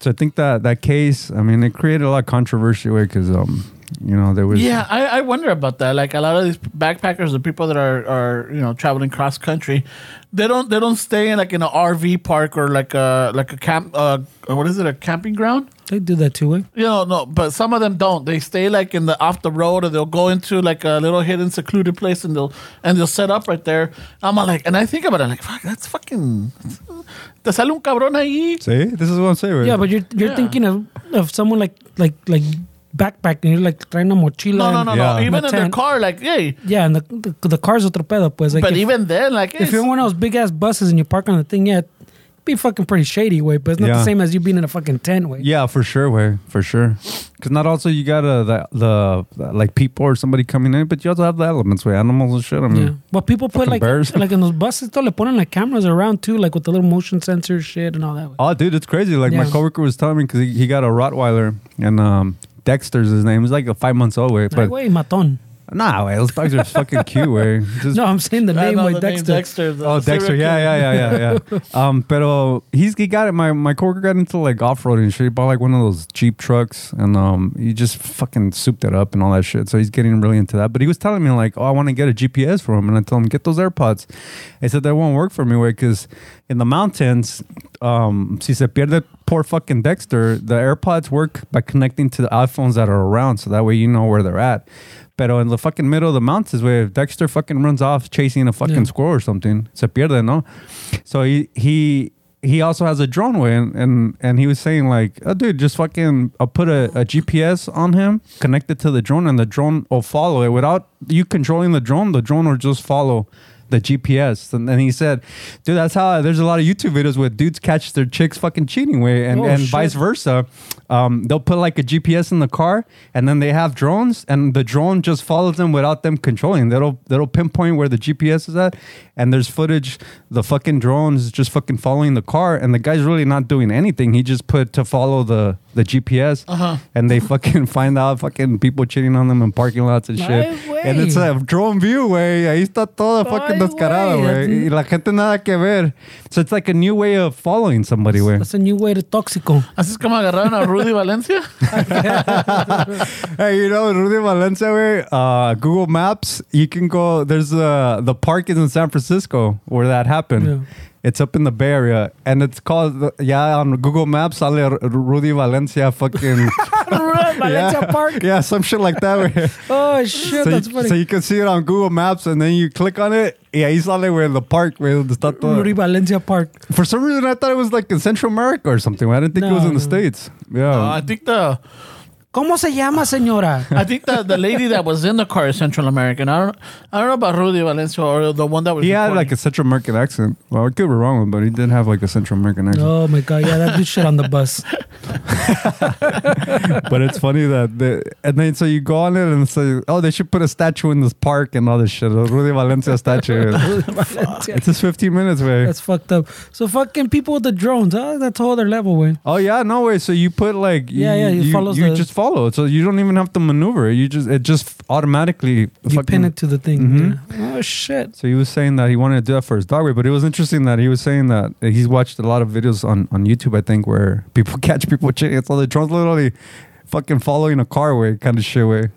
[SPEAKER 3] So I think that that case. I mean, it created a lot of controversy way because um, you know there was
[SPEAKER 2] Yeah, I, I wonder about that. Like a lot of these backpackers, the people that are, are you know traveling cross country, they don't they don't stay in like in an RV park or like a like a camp uh what is it a camping ground?
[SPEAKER 4] They do that too, eh? way.
[SPEAKER 2] You know, no, but some of them don't. They stay like in the off the road, or they'll go into like a little hidden, secluded place, and they'll and they'll set up right there. I'm like, and I think about it, like, fuck, that's fucking. Te sale un cabrón ahí.
[SPEAKER 3] See, this is what I'm saying. right?
[SPEAKER 4] Yeah, but you're you're
[SPEAKER 2] Yeah.
[SPEAKER 4] thinking of, of someone like like like backpacking. You're like trying a mochila.
[SPEAKER 2] No, no,
[SPEAKER 4] and-
[SPEAKER 2] no,
[SPEAKER 3] Yeah.
[SPEAKER 2] no. Even
[SPEAKER 4] The
[SPEAKER 2] in their
[SPEAKER 4] tent.
[SPEAKER 2] car, like, hey.
[SPEAKER 4] Yeah, and the the, the car's otro pedo, pues. Like
[SPEAKER 2] But
[SPEAKER 4] if,
[SPEAKER 2] even then, like,
[SPEAKER 4] if
[SPEAKER 2] hey,
[SPEAKER 4] you're in one of those big ass buses and you park on the thing, yeah, it'd be fucking pretty shady, way. But it's not
[SPEAKER 3] Yeah.
[SPEAKER 4] the same as you being in a fucking tent, way.
[SPEAKER 3] Yeah, for sure, way for sure. Because not also you got uh, the, the the like people or somebody coming in, but you also have the elements, way animals and shit. I mean,
[SPEAKER 4] Yeah. But people put
[SPEAKER 3] mm. Fucking
[SPEAKER 4] like
[SPEAKER 3] bears.
[SPEAKER 4] like in those buses, though, le ponen like cameras around too, like with the little motion sensor shit and all that.
[SPEAKER 3] Oh, dude, it's crazy. Like my
[SPEAKER 4] Yeah.
[SPEAKER 3] coworker was telling me because he, he got a Rottweiler and um, Dexter's his name. He's like a five months old, way,
[SPEAKER 4] Like,
[SPEAKER 3] but
[SPEAKER 4] wait, maton.
[SPEAKER 3] Nah, way. Those dogs are fucking cute, way. Just-
[SPEAKER 4] No, I'm saying the
[SPEAKER 2] Ah,
[SPEAKER 5] I
[SPEAKER 4] name
[SPEAKER 5] know
[SPEAKER 4] with
[SPEAKER 5] the name
[SPEAKER 4] Dexter.
[SPEAKER 5] Dexter the
[SPEAKER 3] Oh,
[SPEAKER 5] serial
[SPEAKER 3] Dexter.
[SPEAKER 5] killer.
[SPEAKER 3] Yeah, yeah, yeah, yeah, yeah. um, pero he's he got it. My my coworker got into like off roading and shit. He bought like one of those Jeep trucks, and um, he just fucking souped it up and all that shit. So he's getting really into that. But he was telling me like, oh, I want to get a GPS for him, and I told him get those AirPods. He said that won't work for me, way, because in the mountains, um, si se pierde poor fucking Dexter, the AirPods work by connecting to the iPhones that are around, so that way you know where they're at. Pero in the fucking middle of the mountains, where if Dexter fucking runs off chasing a fucking
[SPEAKER 4] Yeah.
[SPEAKER 3] squirrel or something, se pierde, no? So he he he also has a drone way, and and, and he was saying like, oh, dude, just fucking, I'll put a, a GPS on him, connect it to the drone, and the drone will follow it without you controlling the drone. The drone will just follow the GPS. And then he said, dude, that's how there's a lot of YouTube videos where dudes catch their chicks fucking cheating way and,
[SPEAKER 4] Oh,
[SPEAKER 3] and
[SPEAKER 4] shit.
[SPEAKER 3] vice versa. Um, they'll put like a GPS in the car and then they have drones and the drone just follows them without them controlling. That'll that'll pinpoint where the GPS is at. And there's footage, the fucking drones just fucking following the car and the guy's really not doing anything. He just put to follow the the GPS and they fucking find out fucking people cheating on them in parking lots and shit.
[SPEAKER 4] Ay,
[SPEAKER 3] And it's
[SPEAKER 4] güey.
[SPEAKER 3] a drone view, güey. Ahí está toda fucking
[SPEAKER 4] Ay,
[SPEAKER 3] descarada,
[SPEAKER 4] güey.
[SPEAKER 3] güey. Y la gente nada que ver. So it's like a new way of following somebody, güey.
[SPEAKER 4] That's a new way to toxico.
[SPEAKER 2] Así es como agarraron a Rudy Valencia.
[SPEAKER 3] Hey, you know, Rudy Valencia, güey, uh, Google Maps, you can go, there's uh, the park is in San Francisco where that happened.
[SPEAKER 4] Yeah.
[SPEAKER 3] It's up in the Bay Area, and it's called, yeah, on Google Maps, sale R- Rudy Valencia fucking,
[SPEAKER 4] Valencia Park.
[SPEAKER 3] yeah, some shit like that, güey.
[SPEAKER 4] Oh shit,
[SPEAKER 3] so,
[SPEAKER 4] that's
[SPEAKER 3] you,
[SPEAKER 4] funny.
[SPEAKER 3] so you can see it on Google Maps, and then you click on it, y ahí sale, güey, the park, güey, donde está todo.
[SPEAKER 4] Rudy Valencia Park.
[SPEAKER 3] For some reason, I thought it was like in Central America or something. I didn't think it was
[SPEAKER 4] No.
[SPEAKER 3] in the states. Yeah.
[SPEAKER 2] Uh, I think the
[SPEAKER 4] ¿Cómo se llama, señora?
[SPEAKER 2] I think the, the lady that was in the car is Central American. I don't I don't know about Rudy Valencia or the one that was.
[SPEAKER 3] he had
[SPEAKER 2] recording.
[SPEAKER 3] like a Central American accent. Well, I could be wrong, with, but he did have like a Central American accent.
[SPEAKER 4] Oh my god, yeah, that dude shit on the bus.
[SPEAKER 3] But it's funny that the and then so you go on it and say, oh, they should put a statue in this park and all this shit. A Rudy Valencia statue.
[SPEAKER 4] Rudy Valencia.
[SPEAKER 3] it's just 15 minutes, way.
[SPEAKER 4] That's fucked up. So fucking people with the drones, huh? That's a whole other level, way.
[SPEAKER 3] Oh yeah, no way. So you put like you,
[SPEAKER 4] Yeah, yeah, it
[SPEAKER 3] you,
[SPEAKER 4] follows
[SPEAKER 3] you
[SPEAKER 4] the-
[SPEAKER 3] just follow. So you don't even have to maneuver. You just it just automatically
[SPEAKER 4] You
[SPEAKER 3] fucking-
[SPEAKER 4] pin it to the thing.
[SPEAKER 3] Mhm.
[SPEAKER 4] yeah. Oh shit.
[SPEAKER 3] So he was saying that he wanted to do that for his dog, way, but it was interesting that he was saying that he's watched a lot of videos on, on YouTube, I think, where people catch people cheating. So the drone's literally fucking following a car way, kind of shit way.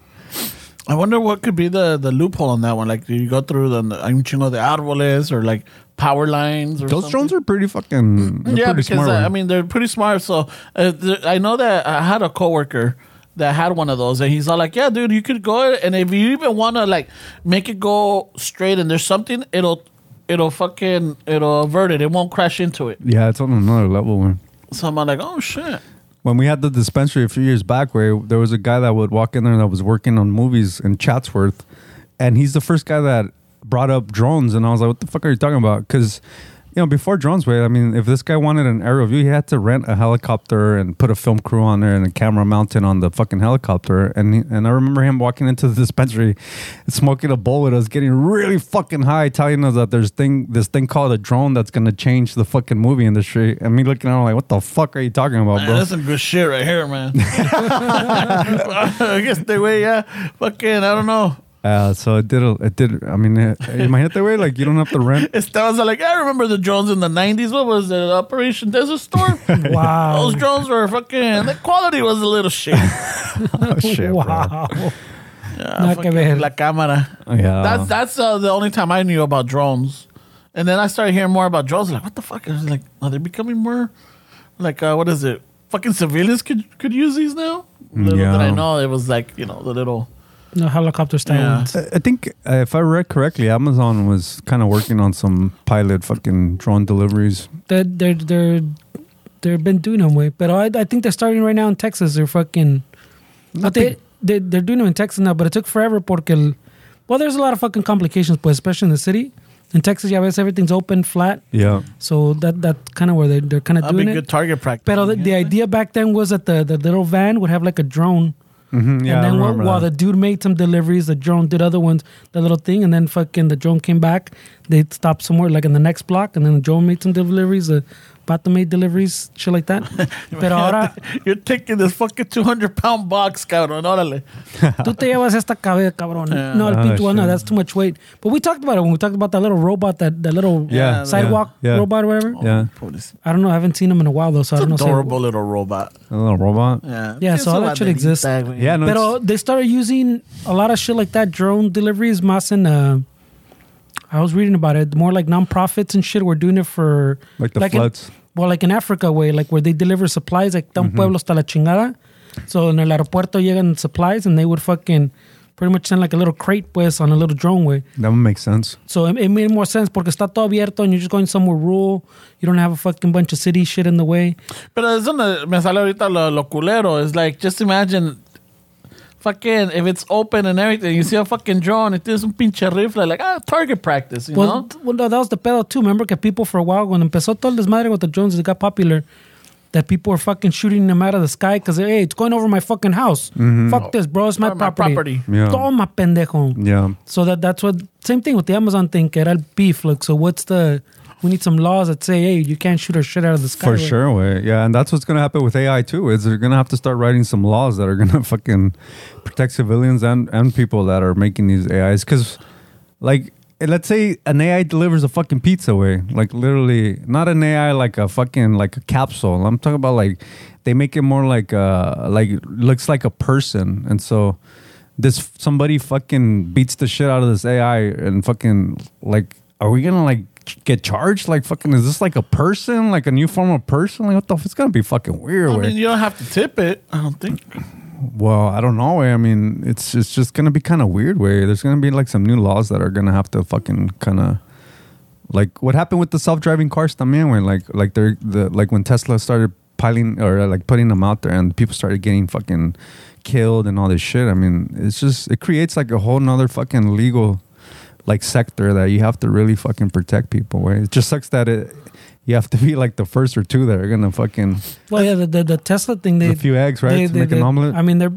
[SPEAKER 2] I wonder what could be the, the loophole on that one. Like, do you go through the hay un chingo de árboles or like power lines or
[SPEAKER 3] Those
[SPEAKER 2] something?
[SPEAKER 3] drones are pretty fucking they're
[SPEAKER 2] yeah,
[SPEAKER 3] pretty
[SPEAKER 2] because
[SPEAKER 3] smart.
[SPEAKER 2] uh,
[SPEAKER 3] way.
[SPEAKER 2] I mean they're pretty smart. So uh, th- I know that I had a coworker that had one of those, and he's all like, "Yeah, dude, you could go, and if you even want to like make it go straight, and there's something, it'll it'll fucking it'll avert it. It won't crash into it."
[SPEAKER 3] yeah, it's on another level. Man.
[SPEAKER 2] So I'm like, "Oh shit."
[SPEAKER 3] When we had the dispensary a few years back, where there was a guy that would walk in there that was working on movies in Chatsworth, and he's the first guy that brought up drones, and I was like, "What the fuck are you talking about?" Because you know, before drones, way, I mean, if this guy wanted an aerial view, he had to rent a helicopter and put a film crew on there and a camera mounted on the fucking helicopter. And he, and I remember him walking into the dispensary, smoking a bowl with us, getting really fucking high, telling us that there's thing this thing called a drone that's gonna change the fucking movie industry. And me looking at him like, "What the fuck are you talking about,
[SPEAKER 2] Man,
[SPEAKER 3] bro?"
[SPEAKER 2] that's some good shit right here, man. I guess they way, yeah. Fucking, I don't know.
[SPEAKER 3] Uh, so it did. It did. I mean, it, imagínate, güey, like you don't have to rent.
[SPEAKER 2] Esteban's like, I remember the drones in the 90s. What was it? Operation Desert Storm?
[SPEAKER 4] Wow.
[SPEAKER 2] Those drones were fucking, the quality was a little shit. Yeah,
[SPEAKER 3] Oh, shit, wow.
[SPEAKER 4] wow. Nada que
[SPEAKER 2] fucking
[SPEAKER 4] ver.
[SPEAKER 2] La cámara.
[SPEAKER 3] Yeah.
[SPEAKER 4] Oh.
[SPEAKER 2] That's that's uh, the only time I knew about drones. And then I started hearing more about drones. Like, what the fuck? I was like, are they becoming more, like, uh, what is it? Fucking civilians could, could use these now? Little
[SPEAKER 3] Yeah.
[SPEAKER 2] did I know, it was like, you know, the little.
[SPEAKER 4] No helicopter style
[SPEAKER 2] Yeah.
[SPEAKER 4] ones.
[SPEAKER 3] I- I think uh, if I read correctly, Amazon was kind of working on some pilot fucking drone deliveries.
[SPEAKER 4] They're they're they're they've been doing them way, but I I think they're starting right now in Texas. They're fucking. I think they they're doing them in Texas now, but it took forever porque el- well, there's a lot of fucking complications, but especially in the city. In Texas, yeah, everything's open, flat.
[SPEAKER 3] Yeah.
[SPEAKER 4] So that that kind of where they they're kind of
[SPEAKER 2] That'd be
[SPEAKER 4] doing
[SPEAKER 2] good
[SPEAKER 4] it.
[SPEAKER 2] target practice.
[SPEAKER 4] But the, the idea back then was that the, the little van would have like a drone.
[SPEAKER 3] Mm-hmm, yeah.
[SPEAKER 4] and
[SPEAKER 3] I
[SPEAKER 4] then while,
[SPEAKER 3] remember
[SPEAKER 4] while the
[SPEAKER 3] that.
[SPEAKER 4] dude made some deliveries, the drone did other ones, the little thing, and then fucking the drone came back. They stopped somewhere like in the next block, and then the drone made some deliveries. The pato made deliveries, shit like that. Pero ahora
[SPEAKER 2] You're taking this fucking 200 pound box, cabrón. Órale.
[SPEAKER 4] tú te llevas esta cabeza, cabrón. No, el
[SPEAKER 3] Ah,
[SPEAKER 4] pinche one, no,
[SPEAKER 3] shit.
[SPEAKER 4] that's too much weight. But we talked about it when we talked about that little robot, that, that little
[SPEAKER 3] Yeah,
[SPEAKER 4] sidewalk
[SPEAKER 3] yeah, yeah.
[SPEAKER 4] robot or whatever.
[SPEAKER 3] Yeah.
[SPEAKER 2] It's
[SPEAKER 4] I don't know. I haven't seen him in a while though, so I
[SPEAKER 2] an
[SPEAKER 4] don't know. say-
[SPEAKER 2] adorable little robot.
[SPEAKER 3] A little robot.
[SPEAKER 2] Yeah.
[SPEAKER 4] Yeah,
[SPEAKER 2] It's
[SPEAKER 4] so
[SPEAKER 2] a
[SPEAKER 4] all that
[SPEAKER 2] lot
[SPEAKER 4] should
[SPEAKER 2] to
[SPEAKER 4] exist.
[SPEAKER 2] eat, güey.
[SPEAKER 3] Yeah, no,
[SPEAKER 4] Pero they started using a lot of shit like that, drone deliveries, mas and uh, I was reading about it. More like nonprofits and shit were doing it for
[SPEAKER 3] Like the
[SPEAKER 4] in-
[SPEAKER 3] floods. Mm-hmm.
[SPEAKER 4] well, like in Africa way, like where they deliver supplies, like down pueblo hasta la chingada. So in el aeropuerto llegan supplies, and they would fucking pretty much send like a little crate pues on a little drone way.
[SPEAKER 3] that would make sense.
[SPEAKER 4] So it, it made more sense porque está todo abierto, and you're just going somewhere rural. You don't have a fucking bunch of city shit in the way.
[SPEAKER 2] Pero es donde me sale ahorita lo, lo culero. It's like, just imagine, fucking, if it's open and everything, you see a fucking drone, it is un pinche rifle, like, ah, target practice, you
[SPEAKER 4] Well,
[SPEAKER 2] know?
[SPEAKER 4] th- well, no, that was the pedo too. Remember, que people for a while when empezó todo el desmadre with the drones, it got popular. That people were fucking shooting them out of the sky because hey, it's going over my fucking house. Fuck this, bro. It's my
[SPEAKER 2] Or my
[SPEAKER 4] property.
[SPEAKER 2] property.
[SPEAKER 3] Mm-hmm. Yeah.
[SPEAKER 4] Toma pendejo.
[SPEAKER 3] Yeah.
[SPEAKER 4] So that that's what same thing with the Amazon thing. Que era el beef. Like, so what's the? We need some laws that say hey, you can't shoot our shit out of the sky.
[SPEAKER 3] For
[SPEAKER 4] right?
[SPEAKER 3] sure, way. Yeah, and that's what's gonna happen with AI too. Is they're gonna have to start writing some laws that are gonna fucking protect civilians and and people that are making these AIs. Because, like, eh, let's say an AI delivers a fucking pizza way, like literally, not an AI like a fucking like a capsule. I'm talking about like they make it more like uh like looks like a person, and so. This somebody fucking beats the shit out of this AI and fucking like, are we gonna like ch- get charged? Like fucking, is this like a person? Like a new form of person? Like what the? F- it's gonna be fucking weird.
[SPEAKER 2] I
[SPEAKER 3] way.
[SPEAKER 2] mean, you don't have to tip it, I don't think.
[SPEAKER 3] well, I don't know. way. I mean, it's it's just gonna be kind of weird. Way there's gonna be like some new laws that are gonna have to fucking kind of like what happened with the self driving cars. También way like like they're the like when Tesla started piling or uh, like putting them out there and people started getting fucking killed and all this shit. I mean, it's just it creates like a whole nother fucking legal like sector that you have to really fucking protect people. Way it just sucks that it. You have to be like the first or two that are gonna fucking
[SPEAKER 4] Well, yeah, the, the, the Tesla thing. They
[SPEAKER 3] a few eggs, right?
[SPEAKER 4] they-
[SPEAKER 3] to
[SPEAKER 4] they-
[SPEAKER 3] make
[SPEAKER 4] they-
[SPEAKER 3] an omelet.
[SPEAKER 4] I mean, they're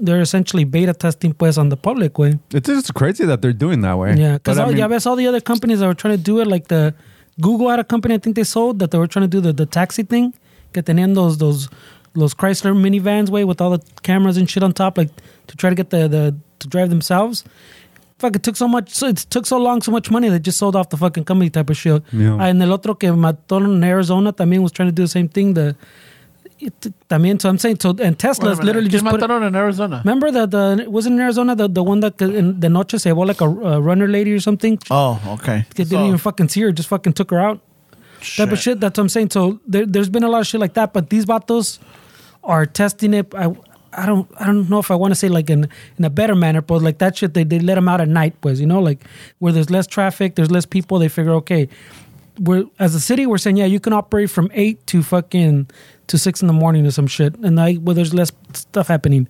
[SPEAKER 4] they're essentially beta testing pues on the public way.
[SPEAKER 3] It's just crazy that they're doing that way.
[SPEAKER 4] Yeah, oh, because
[SPEAKER 3] But I mean,
[SPEAKER 4] yeah, all the other companies that were trying to do it, like the Google had a company I think they sold that they were trying to do the, the taxi thing, que tenían those those those Chrysler minivans way with all the cameras and shit on top, like to try to get the the to drive themselves. Fuck, it took so much, so it took so long, so much money. They just sold off the fucking company type of shit.
[SPEAKER 3] Yeah.
[SPEAKER 4] Ah, and el otro que mataron in Arizona también was trying to do the same thing. The it, también, so I'm saying, so and
[SPEAKER 2] Wait a
[SPEAKER 4] Tesla's
[SPEAKER 2] minute.
[SPEAKER 4] literally
[SPEAKER 2] ¿Quién
[SPEAKER 4] just put.
[SPEAKER 2] mataron in Arizona?
[SPEAKER 4] Remember that the was in Arizona the, the one that in the noche se llevó like a, a runner lady or something.
[SPEAKER 2] Oh, okay.
[SPEAKER 4] They didn't
[SPEAKER 2] So-
[SPEAKER 4] even fucking see her, just fucking took her out. Type of shit. That's what I'm saying. So there, there's been a lot of shit like that, but these vatos are testing it. I I don't I don't know if I want to say like in in a better manner, but like that shit they, they let them out at night was you know like where there's less traffic, there's less people. They figure okay, we're as a city we're saying yeah you can operate from eight to fucking to six in the morning or some shit, and I where there's less stuff happening.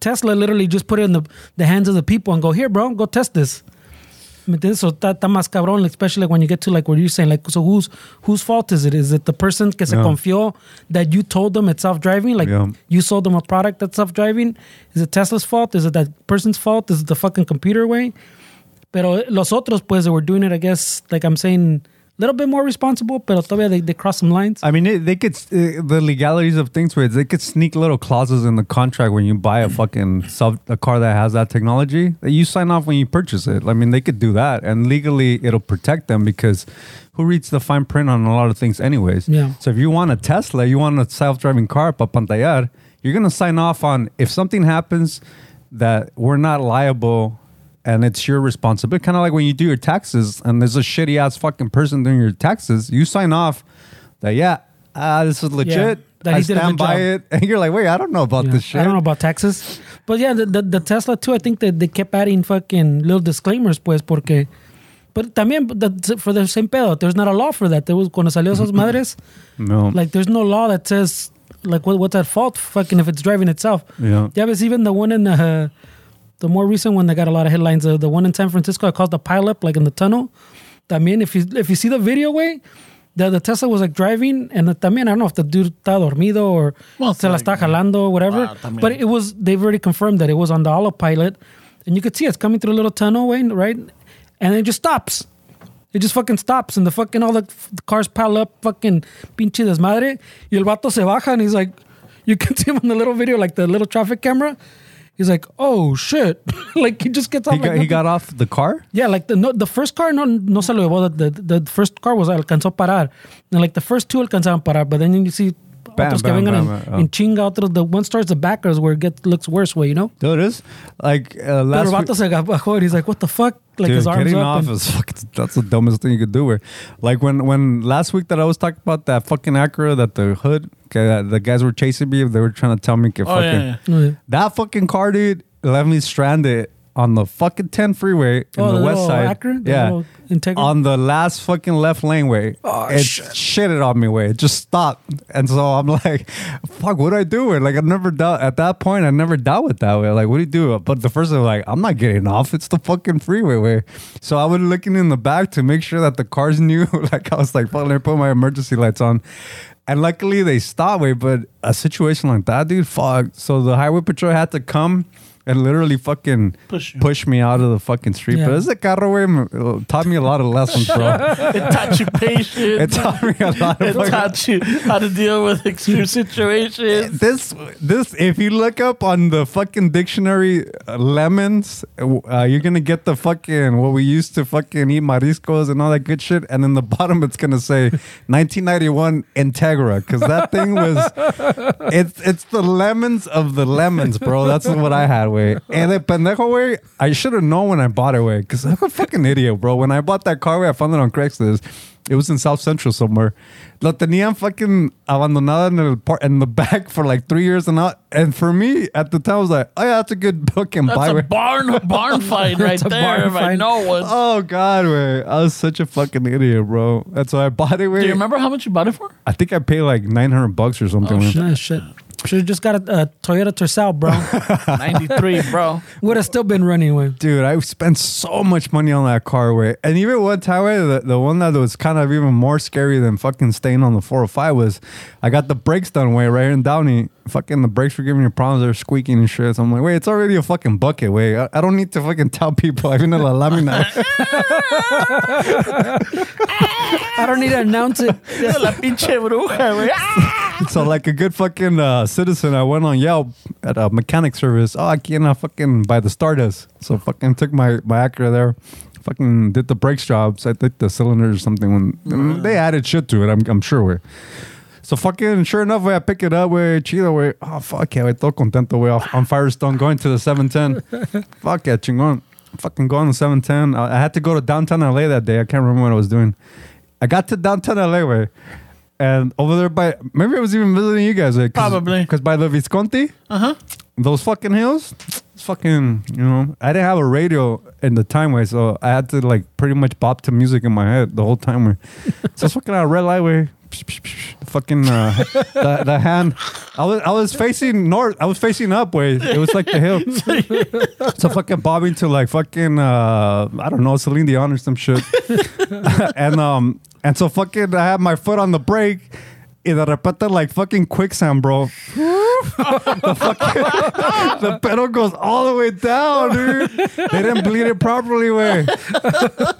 [SPEAKER 4] Tesla literally just put it in the the hands of the people and go here bro go test this. ¿Me entiendes? So está, está más cabrón, especially when you get to like what you're saying, like so whose whose fault is it? Is it the person que se
[SPEAKER 3] Yeah.
[SPEAKER 4] confió that you told them it's self driving? Like
[SPEAKER 3] Yeah.
[SPEAKER 4] you sold them a product that's self driving? Is it Tesla's fault? Is it that person's fault? Is it the fucking computer way? Pero los otros pues they were doing it, I guess, like I'm saying, a little bit more responsible, pero todavía they, they cross some lines.
[SPEAKER 3] I mean, it, they could s- uh, the legalities of things where they could sneak little clauses in the contract when you buy a fucking sub a car that has that technology that you sign off when you purchase it. I mean, they could do that, and legally it'll protect them because who reads the fine print on a lot of things, anyways.
[SPEAKER 4] Yeah.
[SPEAKER 3] So if you want a Tesla, you want a self-driving car, para pantallar, you're gonna sign off on if something happens that we're not liable. And it's your responsibility. Kind of like when you do your taxes, and there's a shitty ass fucking person doing your taxes. You sign off that yeah, ah, this is legit.
[SPEAKER 4] that
[SPEAKER 3] I
[SPEAKER 4] he did a
[SPEAKER 3] stand
[SPEAKER 4] good
[SPEAKER 3] by
[SPEAKER 4] job.
[SPEAKER 3] it, and you're like, wait, I don't know about
[SPEAKER 4] Yeah.
[SPEAKER 3] this shit.
[SPEAKER 4] I don't know about taxes. But yeah, the, the, the Tesla too, I think that they kept adding fucking little disclaimers, pues, porque. But también, but the, for the same pedo, there's not a law for that. There was, cuando salió esas madres,
[SPEAKER 3] no,
[SPEAKER 4] like, there's no law that says, like, what, what's at fault, fucking, if it's driving itself.
[SPEAKER 3] Yeah.
[SPEAKER 4] Yeah, but even the one in the. Uh, the more recent one that got a lot of headlines, uh, the one in San Francisco that caused a pileup, like in the tunnel. También, if you if you see the video way, the, the Tesla was like driving, and the, también I don't know if the dude está dormido or
[SPEAKER 2] Well,
[SPEAKER 4] se la está
[SPEAKER 2] like,
[SPEAKER 4] jalando or whatever.
[SPEAKER 2] Wow, también.
[SPEAKER 4] but it was they've already confirmed that it was on the autopilot, and you could see it's coming through a little tunnel way, right? And it just stops. It just fucking stops and the fucking all the, f- the cars pile up, fucking pinche desmadre. Y el vato se baja and he's like, you can see him on the little video, like the little traffic camera. He's like, oh shit. like he just gets off.
[SPEAKER 3] He
[SPEAKER 4] like
[SPEAKER 3] got, he
[SPEAKER 4] nothing.
[SPEAKER 3] got off the car.
[SPEAKER 4] Yeah, like the no, the first car no no se lo llevó. The, the, the first car was alcanzó a parar, and like the first two alcanzaron a parar, but then you see
[SPEAKER 3] Bam,
[SPEAKER 4] otros
[SPEAKER 3] bam,
[SPEAKER 4] que vengan
[SPEAKER 3] bam,
[SPEAKER 4] en,
[SPEAKER 3] bam, oh.
[SPEAKER 4] en chinga, otros the one starts the backers where it gets looks worse way, you know.
[SPEAKER 3] Dude, it's like uh,
[SPEAKER 4] Pero
[SPEAKER 3] last
[SPEAKER 4] el
[SPEAKER 3] week,
[SPEAKER 4] vato se bajó and he's like, what the fuck? Like
[SPEAKER 3] dude,
[SPEAKER 4] his arms
[SPEAKER 3] getting
[SPEAKER 4] up.
[SPEAKER 3] off
[SPEAKER 4] and-
[SPEAKER 3] is fucking, that's the dumbest thing you could do. Where, like when when last week that I was talking about that fucking Acura that the hood, okay, the guys were chasing me. They were trying to tell me, get
[SPEAKER 2] Oh,
[SPEAKER 3] fucking
[SPEAKER 2] yeah, yeah.
[SPEAKER 4] Yeah.
[SPEAKER 3] that fucking car, dude, left me stranded on the fucking 10 freeway in
[SPEAKER 4] Oh,
[SPEAKER 3] the,
[SPEAKER 4] the
[SPEAKER 3] west
[SPEAKER 4] little
[SPEAKER 3] side.
[SPEAKER 4] Acura? The
[SPEAKER 3] yeah,
[SPEAKER 4] little Integra?
[SPEAKER 3] on the last fucking left lane way. Oh, it shitted on me way. It just stopped, and so I'm like, "Fuck, what do I do?" With it? like I never dealt at that point. I never dealt with that way. Like, what do you do? But the first thing, like, I'm not getting off. It's the fucking freeway way. So I was looking in the back to make sure that the cars knew. like I was like, "Fuck," let me put my emergency lights on. And luckily they stopped way, but a situation like that, dude, fuck. So the highway patrol had to come and literally fucking
[SPEAKER 2] Push you.
[SPEAKER 3] push me out of the fucking street.
[SPEAKER 4] Yeah.
[SPEAKER 3] But this carro way m- taught me a lot of lessons, bro.
[SPEAKER 2] It taught you patience.
[SPEAKER 3] it taught me a lot
[SPEAKER 2] It
[SPEAKER 3] of fucking.
[SPEAKER 2] taught you how to deal with extreme situations.
[SPEAKER 3] This, this, if you look up on the fucking dictionary, uh, lemons, uh, you're gonna get the fucking what we used to fucking eat mariscos and all that good shit. And in the bottom, it's gonna say 1991 Integra because that thing was, it's it's the lemons of the lemons, bro. That's what I had, way. And the pendejo way, I should have known when I bought it, way, because I'm a fucking idiot, bro. When I bought that car, way, I found it on Craigslist. It was in South Central somewhere. Lo tenían fucking abandonada en el par- in the back for like three years and out. And for me at the time, I was like, oh yeah, that's a good fucking
[SPEAKER 2] That's
[SPEAKER 3] buy.
[SPEAKER 2] a
[SPEAKER 3] way.
[SPEAKER 2] barn barn fight right
[SPEAKER 4] It's a
[SPEAKER 2] there.
[SPEAKER 4] barn
[SPEAKER 2] If I
[SPEAKER 4] fight.
[SPEAKER 2] know one.
[SPEAKER 3] oh god, way, I was such a fucking idiot, bro. That's why I bought it. Way.
[SPEAKER 2] Do you remember Oh, how much you bought it for?
[SPEAKER 3] I think I paid like nine hundred bucks or something. way.
[SPEAKER 4] Nah, shit. Should have just got a, a Toyota Tercel, bro.
[SPEAKER 2] 93, bro.
[SPEAKER 4] Would have still been running away.
[SPEAKER 3] dude, I spent so much money on that car way. And even one time, way, the, the one that was kind of even more scary than fucking staying on the 405 was I got the brakes done way right here in Downey. Fucking the brakes were giving me problems. They're squeaking and shit. So I'm like, wait, it's already a fucking bucket. Wait, I, I don't need to fucking tell people. I'm in la lamina.
[SPEAKER 4] I don't need to announce it.
[SPEAKER 2] La pinche bruja, güey. Ah!
[SPEAKER 3] so like a good fucking uh, citizen, I went on Yelp at a mechanic service. Oh, I can't uh, fucking buy the Stardust. So fucking took my my Acura there. Fucking did the brakes jobs. I think the cylinders or something. When they added shit to it, I'm I'm sure. Way. So fucking sure enough, way I pick it up, way chido, way. Oh fuck yeah, way todo contento, way off on Firestone going to the 710. fuck yeah, chingon. Fucking going to 710. I, I had to go to downtown LA that day. I can't remember what I was doing. I got to downtown LA, way. And over there by maybe I was even visiting you guys, way,
[SPEAKER 2] Probably.
[SPEAKER 3] because by the Visconti, uh huh, those fucking hills, it's fucking you know. I didn't have a radio in the time way, so I had to like pretty much bop to music in my head the whole time. Way. so it's fucking a red light way. Psh, psh, psh, the fucking uh, the, the hand. I was I was facing north. I was facing up way. It was like the hill. so fucking bobbing to like fucking uh, I don't know Celine Dion or some shit. and um and so fucking I had my foot on the brake. And I repete like fucking quicksand, bro. the pedal goes all the way down, dude. They didn't bleed it properly, way.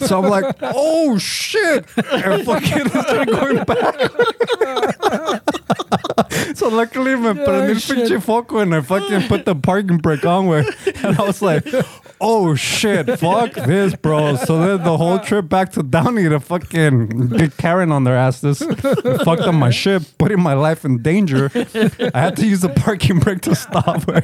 [SPEAKER 3] So I'm like, oh shit, and fucking it started going back. so luckily, me prendí el
[SPEAKER 4] shit.
[SPEAKER 3] pinche foco and I fucking put the parking brake on, way. And I was like, oh shit, fuck this, bro. So then the whole trip back to Downey to fucking get Karen on their asses, fucked up my ship, putting my life in danger. I had to use the parking brake to stop. Way.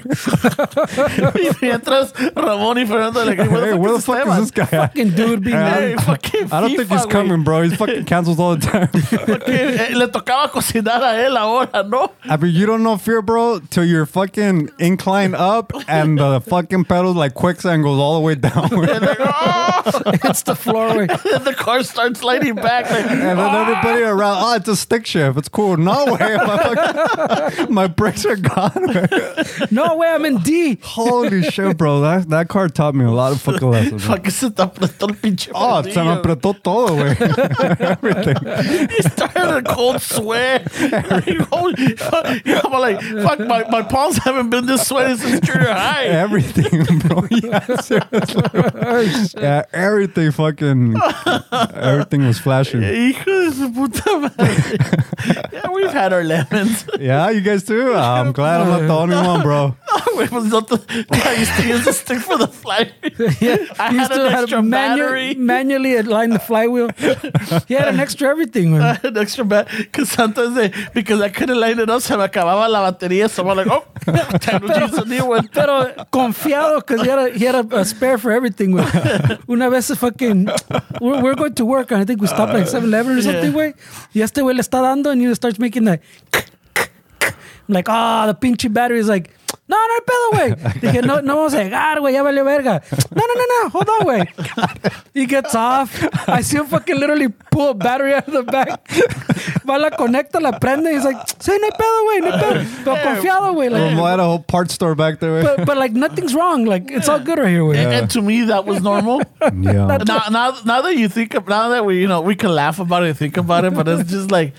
[SPEAKER 2] Y mientras Ramón y Fernando le dijeron,
[SPEAKER 3] Hey, where the fuck is this guy at?
[SPEAKER 4] Fucking dude, be
[SPEAKER 2] Hey,
[SPEAKER 4] nice.
[SPEAKER 2] fucking
[SPEAKER 3] I don't think he's
[SPEAKER 2] FIFA,
[SPEAKER 3] coming, bro. He's fucking cancels all the time.
[SPEAKER 2] güey. Porque, eh, le tocaba cocinar a él ahora, ¿no?
[SPEAKER 3] I mean, you don't know fear, bro, till you're fucking incline up and the fucking pedals like quicksand goes all the way down.
[SPEAKER 2] Like, oh!
[SPEAKER 4] It's the floor. Way.
[SPEAKER 2] Then the car starts sliding back. Like,
[SPEAKER 3] And then everybody around, oh, it's a stick shift. It's cool. No way. My, fucking, my brakes are gone.
[SPEAKER 4] No way, I'm in D.
[SPEAKER 3] Holy shit, bro. That, that car taught me a lot of fucking lessons. man.
[SPEAKER 2] fucking se te apretó el pinche.
[SPEAKER 3] Oh, se me
[SPEAKER 2] perdillo.
[SPEAKER 3] apretó todo, güey.
[SPEAKER 2] He started a cold sweat. Like, holy fuck. I'm like, fuck, my, my palms haven't been this sweaty since junior high.
[SPEAKER 3] Everything, bro. Yeah.
[SPEAKER 2] Oh,
[SPEAKER 3] yeah, everything fucking, everything was flashing.
[SPEAKER 2] Hijo de su puta madre. yeah, we've had our lemons.
[SPEAKER 3] Yeah, you guys too. Ah, I'm glad I'm not the only one, bro.
[SPEAKER 2] we was not the, I used to use the stick for the fly.
[SPEAKER 4] Yeah,
[SPEAKER 2] I had
[SPEAKER 4] he used to
[SPEAKER 2] an
[SPEAKER 4] have
[SPEAKER 2] extra battery.
[SPEAKER 4] manually align the flywheel. he had an extra everything. Man.
[SPEAKER 2] an extra bat because sometimes they, because I couldn't line it up, se me acababa la batería. So I'm like, oh, time to use a new one.
[SPEAKER 4] Pero confiado because he had, a, he had a, a spare for everything. Way. Una vez se fucking, we're, we're going to work and I think we stopped like 7-Eleven or something, way. Y este güey le está dando and he starts making that. I'm like, ah, the pinche battery is like, no, no hay pedo, güey. Dije, no, no vamos a llegar, güey, ya valió verga. No, no, no, no, hold on, güey. He gets off. I see him fucking literally pull a battery out of the back. Va, la conecta, la prende. He's like, sí, no hay pedo, güey, no hay pedo. Pero confiado, güey. Like,
[SPEAKER 3] Well, I had a whole part store back there.
[SPEAKER 4] but but like nothing's wrong. Like it's all good right here. With
[SPEAKER 2] And, and to me, that was normal.
[SPEAKER 3] yeah.
[SPEAKER 2] now, now, now that you think, of, now that we, you know, we can laugh about it and think about it, but it's just like,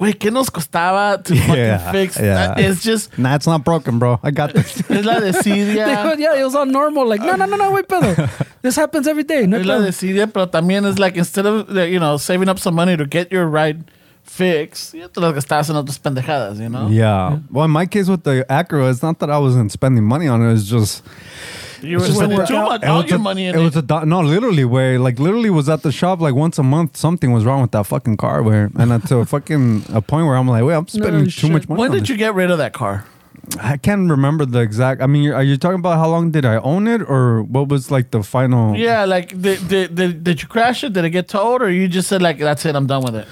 [SPEAKER 2] wait, ¿qué nos costaba to
[SPEAKER 3] Yeah,
[SPEAKER 2] fucking fix?
[SPEAKER 3] yeah.
[SPEAKER 2] That, it's just,
[SPEAKER 3] Nah, it's not broken, bro. I got this.
[SPEAKER 2] es la
[SPEAKER 4] They go,
[SPEAKER 2] desidia.
[SPEAKER 4] yeah, it was all normal. Like no, no, no, no, wait, brother. this happens every day. No
[SPEAKER 2] Es la
[SPEAKER 4] problem.
[SPEAKER 2] desidia, pero también es like, instead of, like, you know, saving up some money to get your ride fixed, ya te las gastabas en otras pendejadas, you know?
[SPEAKER 3] Yeah. Well, in my case with the Acura, it's not that I wasn't spending money on it. It's just
[SPEAKER 2] You were
[SPEAKER 3] just
[SPEAKER 2] spending
[SPEAKER 3] like-
[SPEAKER 2] too much,
[SPEAKER 3] it
[SPEAKER 2] all
[SPEAKER 3] was
[SPEAKER 2] your
[SPEAKER 3] a-
[SPEAKER 2] money in
[SPEAKER 3] it
[SPEAKER 2] it.
[SPEAKER 3] was a do- no, literally, where like literally was at the shop like once a month. Something was wrong with that fucking car, where and at to a fucking a point where I'm like, wait, I'm spending too
[SPEAKER 4] shit.
[SPEAKER 3] much money.
[SPEAKER 2] when
[SPEAKER 3] on
[SPEAKER 2] did
[SPEAKER 3] this.
[SPEAKER 2] you get rid of that car?
[SPEAKER 3] I can't remember the exact. I mean, you're, are you talking about how long did I own it, or what was like the final?
[SPEAKER 2] Yeah, like did, did, did, did you crash it? Did it get towed, or you just said like that's it, I'm done with it?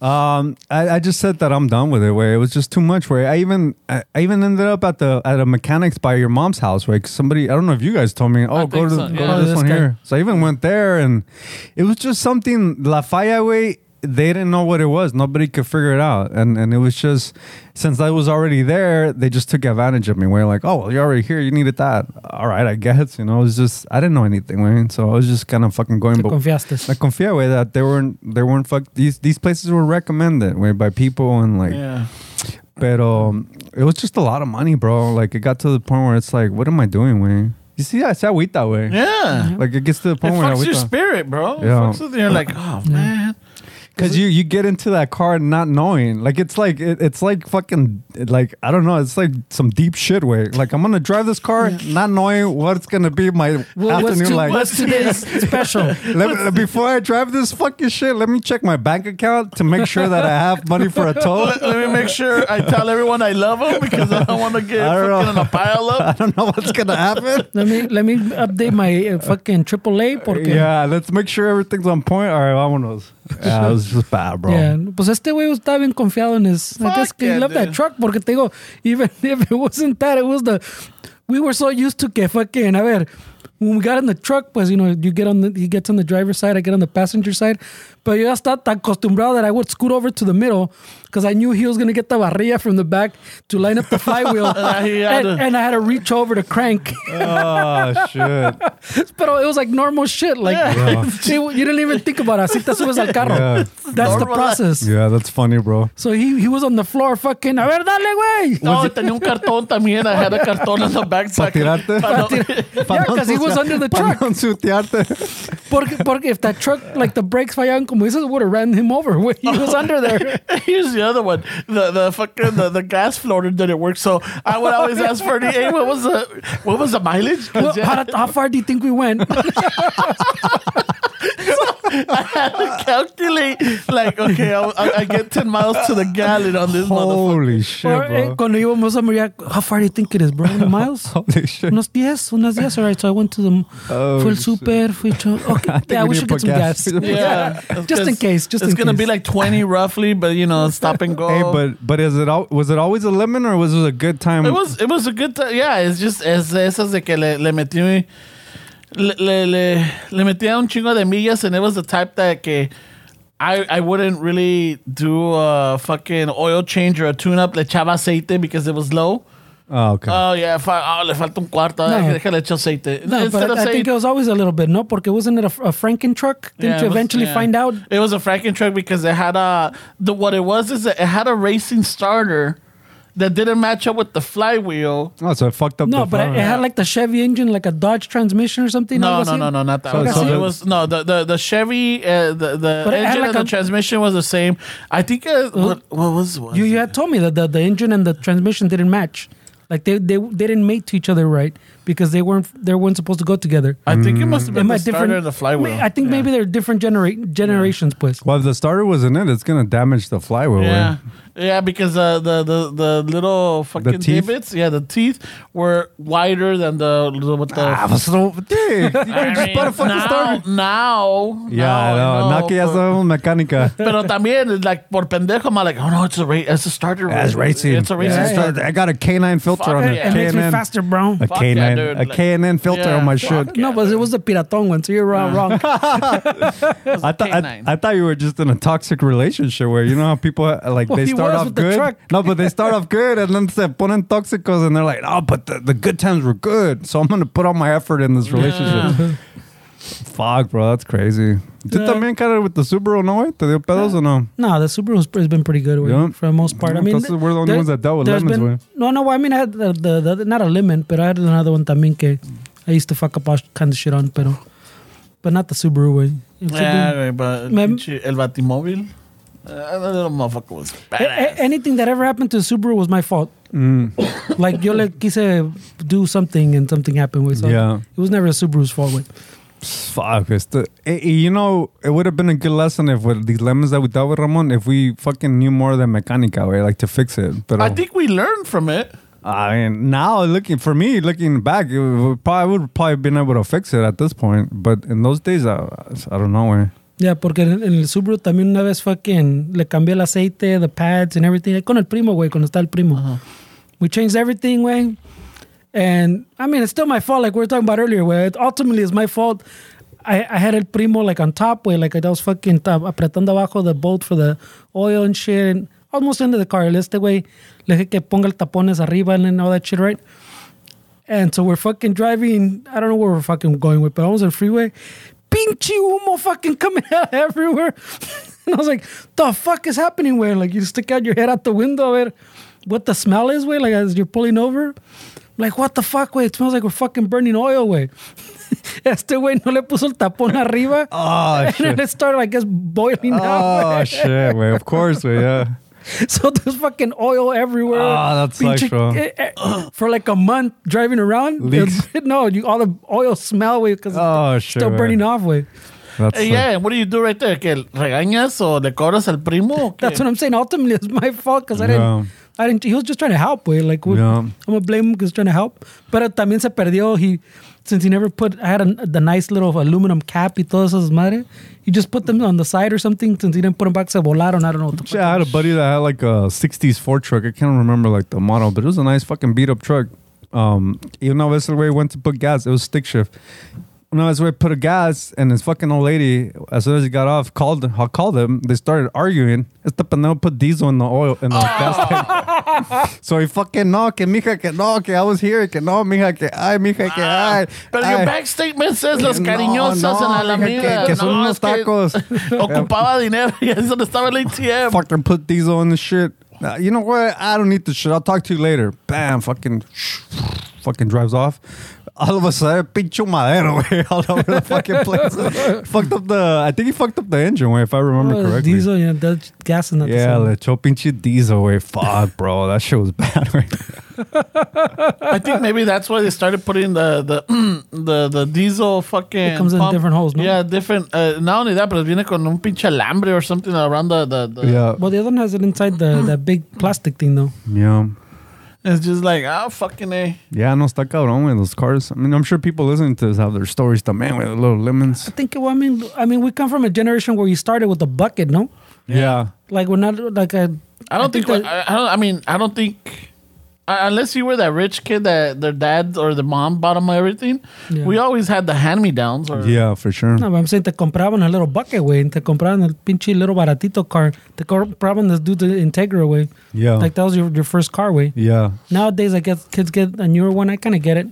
[SPEAKER 3] Um, I, I just said that I'm done with it. Where it was just too much. Where I even I, I even ended up at the at a mechanics by your mom's house. Where somebody I don't know if you guys told me. Oh,
[SPEAKER 2] think
[SPEAKER 3] go to
[SPEAKER 2] so,
[SPEAKER 3] go
[SPEAKER 2] yeah.
[SPEAKER 3] to this
[SPEAKER 4] This
[SPEAKER 3] one
[SPEAKER 4] guy.
[SPEAKER 3] here. So I even went there, and it was just something La Faya way. They didn't know what it was. Nobody could figure it out, and and it was just since I was already there, they just took advantage of me. We're like, oh, well, you're already here. You needed that. All right, I guess. You know, it was just I didn't know anything, man. So I was just kind of fucking going.
[SPEAKER 4] Te
[SPEAKER 3] but-
[SPEAKER 4] confiaste.
[SPEAKER 3] I confia way that they weren't they weren't fuck these these places were recommended way by people and like
[SPEAKER 2] Yeah.
[SPEAKER 3] but um it was just a lot of money bro like it got to the point where it's like what am I doing way you see I said wait that way
[SPEAKER 2] Yeah.
[SPEAKER 3] like it gets to the
[SPEAKER 2] It
[SPEAKER 3] point where
[SPEAKER 2] fucks your
[SPEAKER 3] where
[SPEAKER 2] spirit, bro. It
[SPEAKER 3] Yeah.
[SPEAKER 2] fucks with you. You're like, oh man.
[SPEAKER 3] because you you get into that car not knowing like it's like it, it's like fucking like I don't know it's like some deep shit way like I'm gonna drive this car not knowing what's gonna be my
[SPEAKER 4] Well, what's,
[SPEAKER 3] afternoon
[SPEAKER 4] to,
[SPEAKER 3] like
[SPEAKER 4] what's today's special?
[SPEAKER 3] Let me, before I drive this fucking shit, let me check my bank account to make sure that I have money for a toll.
[SPEAKER 2] Let me make sure I tell everyone I love them because I don't want to get
[SPEAKER 3] I don't know.
[SPEAKER 2] fucking in a pile
[SPEAKER 3] I
[SPEAKER 2] up.
[SPEAKER 3] don't know what's gonna happen.
[SPEAKER 4] Let me let me update my uh, fucking AAA porque
[SPEAKER 3] Yeah, let's make sure everything's on point. All right, vámonos. Yeah, it was just bad, bro.
[SPEAKER 4] Yeah, pues este güey estaba bien confiado en his. I guess
[SPEAKER 2] yeah,
[SPEAKER 4] he loved that
[SPEAKER 2] dude.
[SPEAKER 4] truck porque te digo, even if it wasn't that, it was the. We were so used to que fucking, a ver, when we got in the truck, pues, you know, you get on the, he gets on the driver's side, I get on the passenger side. But yo ya estaba tan acostumbrado that I would scoot over to the middle because I knew he was going to get the barrilla from the back to line up the flywheel.
[SPEAKER 2] he had
[SPEAKER 4] and,
[SPEAKER 2] to-
[SPEAKER 4] and I had to reach over to crank.
[SPEAKER 3] Oh shit.
[SPEAKER 4] But it was like normal shit. Like, you didn't even think about it. Así te subes al carro.
[SPEAKER 3] Yeah.
[SPEAKER 4] That's the
[SPEAKER 2] Normal.
[SPEAKER 4] process.
[SPEAKER 3] Yeah, that's funny, bro.
[SPEAKER 4] So he he was on the floor fucking, a ver, dale, güey.
[SPEAKER 2] No, tenía un cartón también. I had a cartón in the back. so I could-
[SPEAKER 3] tirarte?
[SPEAKER 2] Pa- no-
[SPEAKER 4] Yeah, because he was under the
[SPEAKER 3] Para
[SPEAKER 4] truck.
[SPEAKER 3] no ensuciarte.
[SPEAKER 4] Porque, porque if that truck, like the brakes fallaban como dices, would have ran him over. güey. He was under there.
[SPEAKER 2] Here's the other one. The the fucking the, the gas floater didn't work, so I would always ask for the hey, what was the what was the mileage? 'Cause,
[SPEAKER 4] Well,
[SPEAKER 2] yeah,
[SPEAKER 4] how, how far do you think we went?
[SPEAKER 2] I had to calculate like okay, I, I, I get ten miles to the gallon on this motherfucker.
[SPEAKER 3] Holy shit,
[SPEAKER 4] Or, eh,
[SPEAKER 3] bro.
[SPEAKER 4] cuando íbamos a María, how far do you think it is, bro? Unos miles?
[SPEAKER 3] Holy shit.
[SPEAKER 4] Unos 10, unas 10. All right, so I went to the,
[SPEAKER 3] Oh,
[SPEAKER 4] fue el
[SPEAKER 3] shit.
[SPEAKER 4] super, fui cho- okay, yeah,
[SPEAKER 3] we
[SPEAKER 4] we,
[SPEAKER 3] need
[SPEAKER 4] should
[SPEAKER 3] to
[SPEAKER 4] get some
[SPEAKER 3] put
[SPEAKER 4] gas.
[SPEAKER 3] gas.
[SPEAKER 2] Yeah, It's
[SPEAKER 4] Just in case, just
[SPEAKER 2] it's
[SPEAKER 4] in
[SPEAKER 2] gonna be
[SPEAKER 4] case.
[SPEAKER 2] like twenty roughly, but you know, stop and go.
[SPEAKER 3] Hey, but but is it al- was it always a lemon or was it a good time?
[SPEAKER 2] it was it was a good time. Yeah, it's just es esas de que le, le metí le, le, le, le metía un chingo de millas, and it was the type that que I I wouldn't really do a fucking oil change or a tune up. Le echaba aceite because it was low.
[SPEAKER 3] Oh, okay.
[SPEAKER 2] Oh yeah, fa- oh, le falta un cuarto.
[SPEAKER 4] No.
[SPEAKER 2] No. Déjale echar aceite.
[SPEAKER 4] No,
[SPEAKER 2] Instead
[SPEAKER 4] but
[SPEAKER 2] of
[SPEAKER 4] I, I
[SPEAKER 2] saying-
[SPEAKER 4] think it was always a little bit, no? Porque wasn't it a, a Franken truck? Didn't
[SPEAKER 2] Yeah,
[SPEAKER 4] you
[SPEAKER 2] it was-
[SPEAKER 4] eventually
[SPEAKER 2] yeah.
[SPEAKER 4] find out?
[SPEAKER 2] It was a fracking truck because it had a the what it was is that it had a racing starter that didn't match up with the flywheel.
[SPEAKER 3] Oh, so it fucked up.
[SPEAKER 4] No,
[SPEAKER 3] the
[SPEAKER 4] but
[SPEAKER 3] front.
[SPEAKER 4] it had like the Chevy engine, like a Dodge transmission or something.
[SPEAKER 2] No,
[SPEAKER 4] algo
[SPEAKER 2] no,
[SPEAKER 4] así.
[SPEAKER 2] no, no, not that
[SPEAKER 3] So-
[SPEAKER 2] one.
[SPEAKER 4] so
[SPEAKER 2] it
[SPEAKER 4] the-
[SPEAKER 2] was no the the, the Chevy uh, the the
[SPEAKER 4] But it had
[SPEAKER 2] engine
[SPEAKER 4] like
[SPEAKER 2] and the
[SPEAKER 4] a-
[SPEAKER 2] transmission was the same. I think uh, what, what was what
[SPEAKER 4] You
[SPEAKER 2] was
[SPEAKER 4] you
[SPEAKER 2] it?
[SPEAKER 4] had told me that the, the engine and the transmission didn't match, like they, they they didn't mate to each other right because they weren't they weren't supposed to go together.
[SPEAKER 2] I think it must have
[SPEAKER 4] Am
[SPEAKER 2] been
[SPEAKER 4] I
[SPEAKER 2] the starter and the flywheel.
[SPEAKER 4] I think maybe they're different genera- generations, pues.
[SPEAKER 3] well, if the starter was in it, it's gonna damage the flywheel.
[SPEAKER 2] Yeah,
[SPEAKER 3] right?
[SPEAKER 2] yeah, because uh, the the the little fucking
[SPEAKER 3] teeth?
[SPEAKER 2] divots, yeah, the teeth were wider than the, the with the.
[SPEAKER 3] Ah, but so, dude, you
[SPEAKER 2] I
[SPEAKER 3] could've just
[SPEAKER 2] mean,
[SPEAKER 3] bought a fucking
[SPEAKER 2] now,
[SPEAKER 3] starter.
[SPEAKER 2] Now,
[SPEAKER 3] Yeah,
[SPEAKER 2] now,
[SPEAKER 3] no, no,
[SPEAKER 2] I
[SPEAKER 3] no que ya
[SPEAKER 2] but-
[SPEAKER 3] sabemos mecánica.
[SPEAKER 2] Pero también, like, por pendejo, I'm like, oh no, it's a race, it's a starter race.
[SPEAKER 3] That's racing.
[SPEAKER 2] It's a racing
[SPEAKER 3] Yeah,
[SPEAKER 2] starter.
[SPEAKER 3] I got a canine filter
[SPEAKER 2] Fuck
[SPEAKER 3] on
[SPEAKER 2] yeah.
[SPEAKER 4] It
[SPEAKER 3] it.
[SPEAKER 4] makes me
[SPEAKER 3] K&N.
[SPEAKER 4] faster, bro.
[SPEAKER 3] A
[SPEAKER 2] Fuck yeah,
[SPEAKER 3] K nine,
[SPEAKER 2] dude,
[SPEAKER 3] a
[SPEAKER 2] like-
[SPEAKER 3] K and N filter
[SPEAKER 2] Yeah,
[SPEAKER 3] on my
[SPEAKER 2] fuck.
[SPEAKER 3] shit.
[SPEAKER 4] No, but it was the piratón one, so you're wrong. wrong.
[SPEAKER 3] I thought I,
[SPEAKER 2] K9.
[SPEAKER 3] I thought you were just in a toxic relationship where you know how people uh, like
[SPEAKER 4] Well,
[SPEAKER 3] they
[SPEAKER 4] he
[SPEAKER 3] start
[SPEAKER 4] was
[SPEAKER 3] off
[SPEAKER 4] with the
[SPEAKER 3] good.
[SPEAKER 4] truck.
[SPEAKER 3] No, but they start off good and then se ponen tóxicos and they're like, oh, but the, the good times were good, so I'm gonna put all my effort in this relationship. Fuck, bro, that's crazy. Tú
[SPEAKER 4] Yeah.
[SPEAKER 3] también cara with the Subaru, no way? Te dio pedos o no?
[SPEAKER 4] No, the Subaru has has been pretty good güey,
[SPEAKER 3] Yeah.
[SPEAKER 4] for the most part. I
[SPEAKER 3] Yeah,
[SPEAKER 4] mean,
[SPEAKER 3] entonces we're the only ones that dealt with
[SPEAKER 4] there's
[SPEAKER 3] lemons, güey.
[SPEAKER 4] no, no. I mean, I had the, the, the not a lemon, but I had another one también que I used to fuck up all kind of shit on, pero but not the Subaru way.
[SPEAKER 2] Yeah, güey, but
[SPEAKER 4] Me-
[SPEAKER 2] pinche- el batimóvil. Uh, that little motherfucker was badass.
[SPEAKER 4] anything that ever happened to the Subaru was my fault.
[SPEAKER 3] Mm.
[SPEAKER 4] like yo le quise do something and something happened with. So
[SPEAKER 3] Yeah.
[SPEAKER 4] it was never a Subaru's fault. With.
[SPEAKER 3] Fuck, este, eh, eh, you know, it would have been a good lesson if with these lemons that we dealt with Ramon, if we fucking knew more than mecánica, way, like to fix it. But uh,
[SPEAKER 2] I think we learned from it.
[SPEAKER 3] I mean, now looking for me, looking back, it would probably, I would probably been able to fix it at this point. But in those days, I, I don't know. Man.
[SPEAKER 4] Yeah, porque en en el Subaru también una vez fucking le cambié el aceite, the pads and everything. Con el primo, güey, cuando está el primo. We changed everything, güey. And I mean, it's still my fault, like we were talking about earlier, güey. It ultimately is my fault. I, I had el primo like on top, güey, like I was fucking top, apretando abajo the bolt for the oil and shit. And almost into the car. Este güey le dije que ponga el tapones arriba and all that shit, right? And so we're fucking driving. I don't know where we're fucking going with, but I was on the freeway. Pinche humo fucking coming out everywhere. and I was like, the fuck is happening? Where like you stick out your head out the window, where what the smell is, way like as you're pulling over. Like, what the fuck, way? It smells like we're fucking burning oil, way. Este güey no le puso el tapón arriba.
[SPEAKER 3] Oh,
[SPEAKER 4] and then
[SPEAKER 3] shit.
[SPEAKER 4] it started, I guess, boiling out.
[SPEAKER 3] Oh,
[SPEAKER 4] güey.
[SPEAKER 3] shit, way. Of course, way, yeah.
[SPEAKER 4] So there's fucking oil everywhere.
[SPEAKER 3] Ah, that sucks,
[SPEAKER 4] Pinche-
[SPEAKER 3] bro.
[SPEAKER 4] eh, eh, For like a month driving around.
[SPEAKER 3] Leaks.
[SPEAKER 4] there's- No, you all the oil smell way because
[SPEAKER 3] Oh,
[SPEAKER 4] it's
[SPEAKER 3] shit,
[SPEAKER 4] still
[SPEAKER 3] man.
[SPEAKER 4] burning off way.
[SPEAKER 3] That's
[SPEAKER 2] Eh, yeah, what do you do right there? ¿Que regañas o le cobras al primo? o qué?
[SPEAKER 4] That's what I'm saying. Ultimately, it's my fault because I
[SPEAKER 3] Yeah.
[SPEAKER 4] didn't. I didn't. He was just trying to help way. Like we-
[SPEAKER 3] Yeah.
[SPEAKER 4] I'm gonna blame him because trying to help. But también se perdió. He since he never put. I had a, the nice little aluminum cap. He todas esas madre. He just put them on the side or something. Since he didn't put them back, se volaron. I don't know. What the
[SPEAKER 3] Shit, I had a buddy that had like a '60s Ford truck. I can't remember like the model, but it was a nice fucking beat up truck. Um, you know, that's the way we went to put gas. It was stick shift. No, that's where I put a gas, and this fucking old lady, as soon as he got off, called I called him. They started arguing. Esta pendejo put diesel in the oil in the gas tank. So he fucking no, que mija, que no, que I was here, que no, mija, que ay, mija, que
[SPEAKER 2] Ah,
[SPEAKER 3] ay.
[SPEAKER 2] Pero
[SPEAKER 3] ay.
[SPEAKER 2] your back statement says los
[SPEAKER 3] No,
[SPEAKER 2] cariñosos
[SPEAKER 3] no,
[SPEAKER 2] en la
[SPEAKER 3] mija,
[SPEAKER 2] alameda.
[SPEAKER 3] que, que son
[SPEAKER 2] No,
[SPEAKER 3] unos
[SPEAKER 2] es que
[SPEAKER 3] tacos.
[SPEAKER 2] Ocupaba dinero y eso no estaba el ATM.
[SPEAKER 3] fucking put diesel on the shit. Uh, you know what? I don't need the shit. I'll talk to you later. Bam, fucking, fucking drives off. All of a sudden, pincho madero güey, all over the fucking place. fucked up the. I think he fucked up the engine way, if I remember
[SPEAKER 4] Well,
[SPEAKER 3] correctly.
[SPEAKER 4] Oh, Diesel, yeah, that gas is not the
[SPEAKER 3] Yeah,
[SPEAKER 4] same.
[SPEAKER 3] le echó pinche diesel way. Fuck, bro, that shit was bad. Way.
[SPEAKER 2] I think maybe that's why they started putting the the the, the diesel fucking.
[SPEAKER 4] It comes in different holes, no?
[SPEAKER 2] Yeah, different. Uh, not only that, but it viene con un pinche alambre or something around the the. the
[SPEAKER 3] Yeah,
[SPEAKER 4] Well, the other one has it inside the that big plastic thing though.
[SPEAKER 3] yeah,
[SPEAKER 2] It's just like ah fucking a.
[SPEAKER 3] yeah. No, está cabrón with those cars. I mean, I'm sure people listening to this have their stories. The man with the little lemons.
[SPEAKER 4] I think. Well, I mean, I mean, we come from a generation where you started with a bucket, no?
[SPEAKER 3] Yeah.
[SPEAKER 4] Like we're not like a.
[SPEAKER 2] I don't think.
[SPEAKER 4] that-
[SPEAKER 2] I, I don't. I mean, I don't think. Uh, unless you were that rich kid that their dad or the mom bought them everything,
[SPEAKER 4] Yeah.
[SPEAKER 2] we always had the hand me downs.
[SPEAKER 3] yeah,
[SPEAKER 2] or
[SPEAKER 3] for sure.
[SPEAKER 4] no, but I'm saying te compraban a little bucket way, and te compraban el pinche little baratito car. Te compraban this dude the Integra way.
[SPEAKER 3] Yeah.
[SPEAKER 4] Like that was your, your first car way.
[SPEAKER 3] Yeah,
[SPEAKER 4] Nowadays, I guess kids get a newer one. I kind of get it.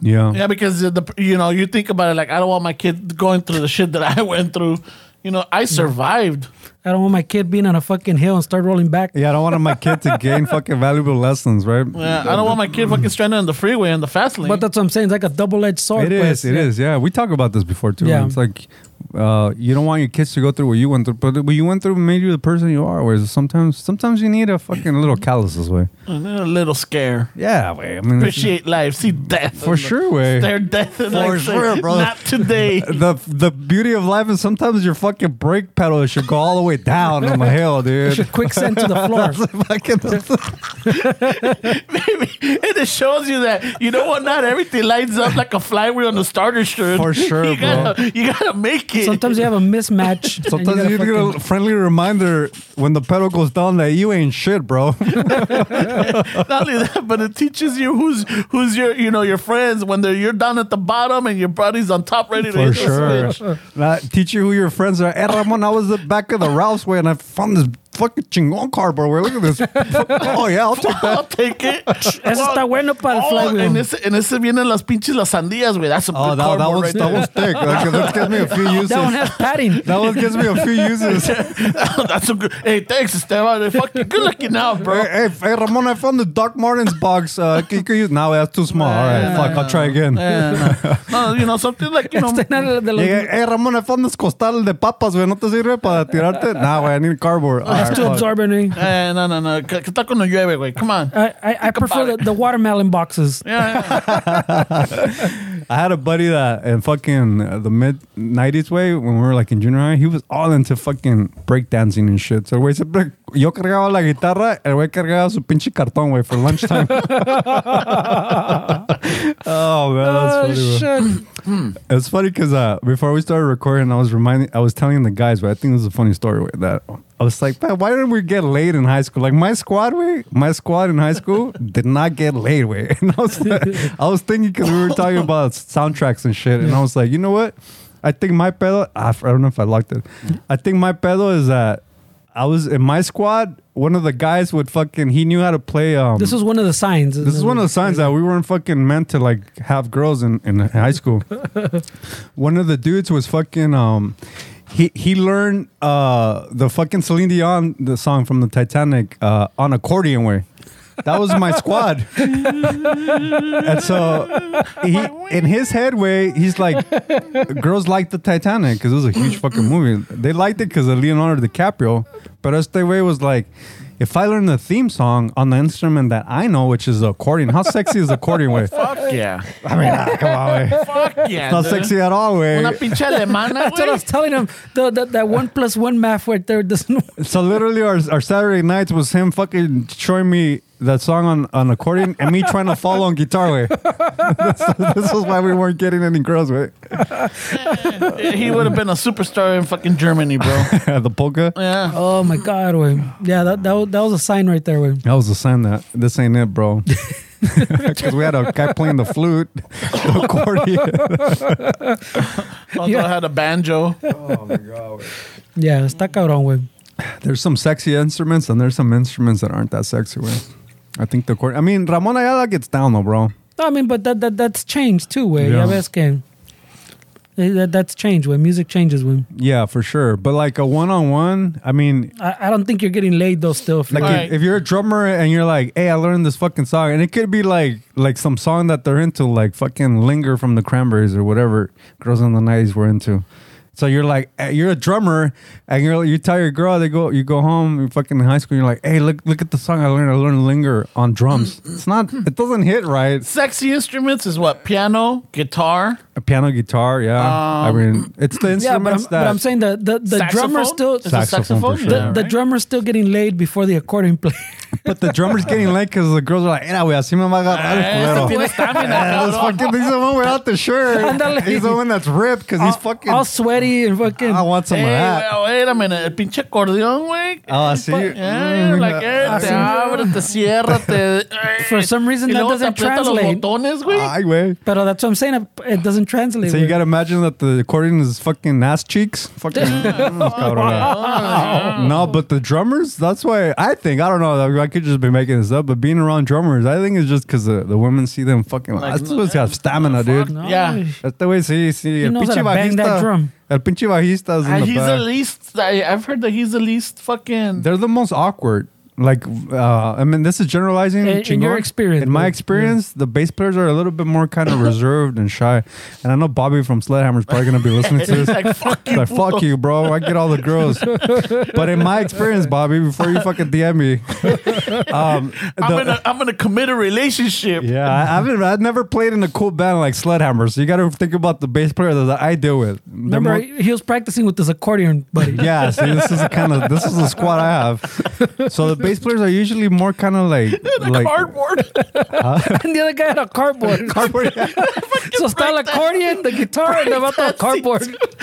[SPEAKER 3] yeah,
[SPEAKER 2] Yeah, because the the- you know you think about it like I don't want my kid going through the shit that I went through. You know, I survived.
[SPEAKER 4] I don't want my kid being on a fucking hill and start rolling back.
[SPEAKER 3] Yeah, I don't want my kid to gain fucking valuable lessons, right?
[SPEAKER 2] Yeah, I don't want my kid fucking stranded on the freeway in the fast lane.
[SPEAKER 4] But that's what I'm saying. It's like a double edged sword.
[SPEAKER 3] It is.
[SPEAKER 4] pues.
[SPEAKER 3] It is. Yeah, we talked about this before too.
[SPEAKER 4] Yeah.
[SPEAKER 3] It's like uh, you don't want your kids to go through what you went through, but what you went through made you the person you are. Whereas sometimes, sometimes you need a fucking little calluses way.
[SPEAKER 2] And then a little scare.
[SPEAKER 3] Yeah, way. I mean, it's-
[SPEAKER 2] Appreciate life. See death.
[SPEAKER 3] for sure, way.
[SPEAKER 2] Stare death in
[SPEAKER 3] For
[SPEAKER 2] the
[SPEAKER 3] sure, bro.
[SPEAKER 2] Not today.
[SPEAKER 3] The the beauty of life is sometimes your fucking brake pedal should go all the way down on the hill, dude.
[SPEAKER 4] Quicksand to the floor.
[SPEAKER 3] Fucking-
[SPEAKER 2] Maybe it just shows you that you know what? Not everything lines up like a flywheel on a starter shirt.
[SPEAKER 3] For sure,
[SPEAKER 2] you gotta, You gotta make it.
[SPEAKER 4] Sometimes you have a mismatch. and you
[SPEAKER 3] Sometimes
[SPEAKER 4] gotta
[SPEAKER 3] you need
[SPEAKER 4] fucking-
[SPEAKER 3] a friendly reminder when the pedal goes down that you ain't shit, bro.
[SPEAKER 2] Not only that, but it teaches you who's who's your you know your friends when they're you're down at the bottom and your buddy's on top ready to
[SPEAKER 3] For
[SPEAKER 2] hit the
[SPEAKER 3] sure.
[SPEAKER 2] switch.
[SPEAKER 3] Now, teach you who your friends are. Hey, Ramon, I was at the back of the Ralph's way and I found this fucking chingon cardboard. Look at this. oh, yeah, I'll take that.
[SPEAKER 2] I'll take it. Oh,
[SPEAKER 4] Eso
[SPEAKER 3] Oh,
[SPEAKER 4] está bueno para el flywheel.
[SPEAKER 2] en ese, en ese vienen las pinches las sandías, güey. That's a
[SPEAKER 3] Oh,
[SPEAKER 2] good
[SPEAKER 3] that, that,
[SPEAKER 2] cardboard
[SPEAKER 3] one's,
[SPEAKER 2] right
[SPEAKER 3] that one's thick. That, that gives me a few uses.
[SPEAKER 4] That one has padding.
[SPEAKER 3] That one gives me a few uses. hey,
[SPEAKER 2] there. That's a good. Hey, thanks, Esteban. Fuck you. Good looking out, bro.
[SPEAKER 3] hey, hey, Ramon, I found the Doc Martens box. Uh, you could use Now that's too small. All right, fuck, I'll try again.
[SPEAKER 2] No, Uh, you know something like you know.
[SPEAKER 4] Está en el de los-
[SPEAKER 3] Llegué, hey, Ramon, I found this costal de papas, güey. ¿No te sirve para tirarte? Nah, güey, I need cardboard. All
[SPEAKER 4] That's
[SPEAKER 3] right,
[SPEAKER 4] too
[SPEAKER 3] fuck.
[SPEAKER 4] absorbent. eh?
[SPEAKER 2] Eh, no, no, no. Que, que está cuando llueve, güey. Come on.
[SPEAKER 4] I, I, I prefer the,
[SPEAKER 2] about
[SPEAKER 4] the watermelon boxes.
[SPEAKER 2] Yeah, yeah.
[SPEAKER 3] I had a buddy that in fucking uh, the mid '90s way when we were like in junior high, he was all into fucking breakdancing and shit. So güey siempre yo cargaba la guitarra, el güey cargaba su pinche cartón güey for lunchtime. oh man, that's
[SPEAKER 4] Oh,
[SPEAKER 3] funny. güey.
[SPEAKER 4] shit.
[SPEAKER 3] It's funny because uh, before we started recording, I was reminding, I was telling the guys, but I think this is a funny story wait, that I was like, man, why didn't we get laid in high school? Like my squad, way, my squad in high school did not get laid, way. And I was, like, I was thinking because we were talking about soundtracks and shit, and I was like, you know what? I think my pedal. I f- I don't know if I locked it. I think my pedal is that I was in my squad. One of the guys would fucking he knew how to play. Um,
[SPEAKER 4] This was one of the signs.
[SPEAKER 3] this is one of the signs that we weren't fucking meant to like have girls in, in high school. one of the dudes was fucking um he he learned uh the fucking Celine Dion the song from the Titanic uh on accordion way. That was my squad. and so he, in his head way, he's like girls liked the Titanic because it was a huge fucking movie. They liked it because of Leonardo DiCaprio. But Este Way was like, if I learn the theme song on the instrument that I know, which is the accordion, how sexy is the accordion? Way,
[SPEAKER 2] Fuck yeah.
[SPEAKER 3] I mean, ah, come on, way.
[SPEAKER 2] Fuck yeah.
[SPEAKER 3] not
[SPEAKER 2] dude.
[SPEAKER 3] sexy at all, way.
[SPEAKER 2] Una pinche alemana,
[SPEAKER 4] That's what I
[SPEAKER 2] güey.
[SPEAKER 4] was telling him. The, the, that one plus one math right there doesn't work.
[SPEAKER 3] So literally, our, our Saturday nights was him fucking showing me that song on, on accordion and me trying to follow on guitar, way. this, this is why we weren't getting any girls, way.
[SPEAKER 2] He would have been a superstar in fucking Germany, bro.
[SPEAKER 3] the polka.
[SPEAKER 2] Yeah.
[SPEAKER 4] Oh my god, way. Yeah, that, that, was, that was a sign right there, way.
[SPEAKER 3] That was a sign that this ain't it, bro. Because we had a guy playing the flute, the accordion.
[SPEAKER 2] Also
[SPEAKER 4] Yeah.
[SPEAKER 2] had a banjo.
[SPEAKER 4] Yeah, está cabrón, way.
[SPEAKER 3] There's some sexy instruments, and there's some instruments that aren't that sexy. Way. I think the accordion. I mean, Ramon Ayala gets down though, bro.
[SPEAKER 4] No, I mean, but that, that that's changed too, way.
[SPEAKER 3] Yeah.
[SPEAKER 4] Yeah, ves que. eh, That, that's changed, way. Music changes, way.
[SPEAKER 3] Yeah, for sure. But like a one-on-one, I mean,
[SPEAKER 4] I, I don't think you're getting laid though. Still, if
[SPEAKER 3] like
[SPEAKER 4] you're-
[SPEAKER 3] if,
[SPEAKER 2] Right.
[SPEAKER 3] if you're a drummer and you're like, "Hey, I learned this fucking song," and it could be like like some song that they're into, like fucking "Linger" from the Cranberries or whatever girls in the '90s were into. So you're like, eh, you're a drummer, and you're you tell your girl they go, you go home, you fucking in high school, you're like, "Hey, look look at the song I learned. I learned "Linger" on drums. It's not, it doesn't hit right.
[SPEAKER 2] Sexy instruments is what? Piano, guitar.
[SPEAKER 3] A piano, guitar, yeah. I mean, it's the instruments
[SPEAKER 4] Um, yeah, but I'm,
[SPEAKER 3] that.
[SPEAKER 4] but I'm saying the the, the drummer
[SPEAKER 2] saxophone?
[SPEAKER 4] still
[SPEAKER 2] Is it
[SPEAKER 4] the,
[SPEAKER 3] Saxophone
[SPEAKER 2] saxophone?
[SPEAKER 3] for sure.
[SPEAKER 2] Yeah,
[SPEAKER 4] the
[SPEAKER 2] right?
[SPEAKER 4] drummer's still getting laid before the accordion player.
[SPEAKER 3] But the drummer's getting late because the girls are like, "Era, güey, así me va a
[SPEAKER 4] Ah,
[SPEAKER 3] agarrar el
[SPEAKER 2] Eh,
[SPEAKER 3] culero."
[SPEAKER 2] ese tiene stamina,
[SPEAKER 3] Yeah, this
[SPEAKER 2] cabrón.
[SPEAKER 3] fucking, he's the one without the shirt.
[SPEAKER 4] Ándale.
[SPEAKER 3] he's the one that's ripped because he's fucking.
[SPEAKER 4] all sweaty and fucking.
[SPEAKER 3] I want some
[SPEAKER 2] Hey,
[SPEAKER 3] of that.
[SPEAKER 2] well, wait a minute. El pinche acordeón, güey.
[SPEAKER 3] Oh, I see. you.
[SPEAKER 2] Yeah, you're like, eh,
[SPEAKER 3] Ah,
[SPEAKER 2] te abre, te cierra, te.
[SPEAKER 4] For some reason,
[SPEAKER 2] Y
[SPEAKER 4] that
[SPEAKER 2] luego te
[SPEAKER 4] doesn't
[SPEAKER 2] aprieta los
[SPEAKER 4] translate.
[SPEAKER 2] botones, güey.
[SPEAKER 3] Ay, güey.
[SPEAKER 4] Pero that's what I'm saying. it- It doesn't translate.
[SPEAKER 3] So you
[SPEAKER 4] güey.
[SPEAKER 3] gotta imagine that the accordion is fucking ass cheeks. Fucking. mm, Cabrón. no, but the drummers. That's why I think I don't know. I could just be making this up, but being around drummers, I think it's just because the, the women see them fucking. Like,
[SPEAKER 2] Like,
[SPEAKER 3] that's supposed to have stamina, dude.
[SPEAKER 4] No,
[SPEAKER 2] Yeah.
[SPEAKER 3] That's the way. See, see.
[SPEAKER 4] He knows how to bang that drum.
[SPEAKER 3] El pinche bajista's in
[SPEAKER 2] Uh,
[SPEAKER 3] the
[SPEAKER 2] he's the
[SPEAKER 3] back.
[SPEAKER 2] least. I, I've heard that he's the least fucking.
[SPEAKER 3] They're the most awkward. Like, uh, I mean, this is generalizing.
[SPEAKER 4] In- in your
[SPEAKER 3] chingón.
[SPEAKER 4] experience,
[SPEAKER 3] in my
[SPEAKER 4] but-
[SPEAKER 3] experience, the bass players are a little bit more kind of reserved and shy. And I know Bobby from Sledgehammer is probably gonna be listening to
[SPEAKER 2] He's
[SPEAKER 3] this.
[SPEAKER 2] like fuck you.
[SPEAKER 3] like, fuck you, bro. I get all the girls. but in my experience, Bobby, before you fucking DM me,
[SPEAKER 2] I'm
[SPEAKER 3] um, the-
[SPEAKER 2] gonna I'm gonna commit a relationship.
[SPEAKER 3] yeah, I haven't. I've never played in a cool band like Sledgehammer, so you got to think about the bass player that I deal with. They're
[SPEAKER 4] Remember,
[SPEAKER 3] more-
[SPEAKER 4] he was practicing with his accordion buddy.
[SPEAKER 3] yeah, see, this is the kind of this is the squad I have. So the bass players are usually more kind of like like
[SPEAKER 2] Cardboard.
[SPEAKER 4] and the other guy had a cardboard.
[SPEAKER 3] cardboard.
[SPEAKER 4] so está el accordion, the guitar, and the vato
[SPEAKER 2] Breakdancing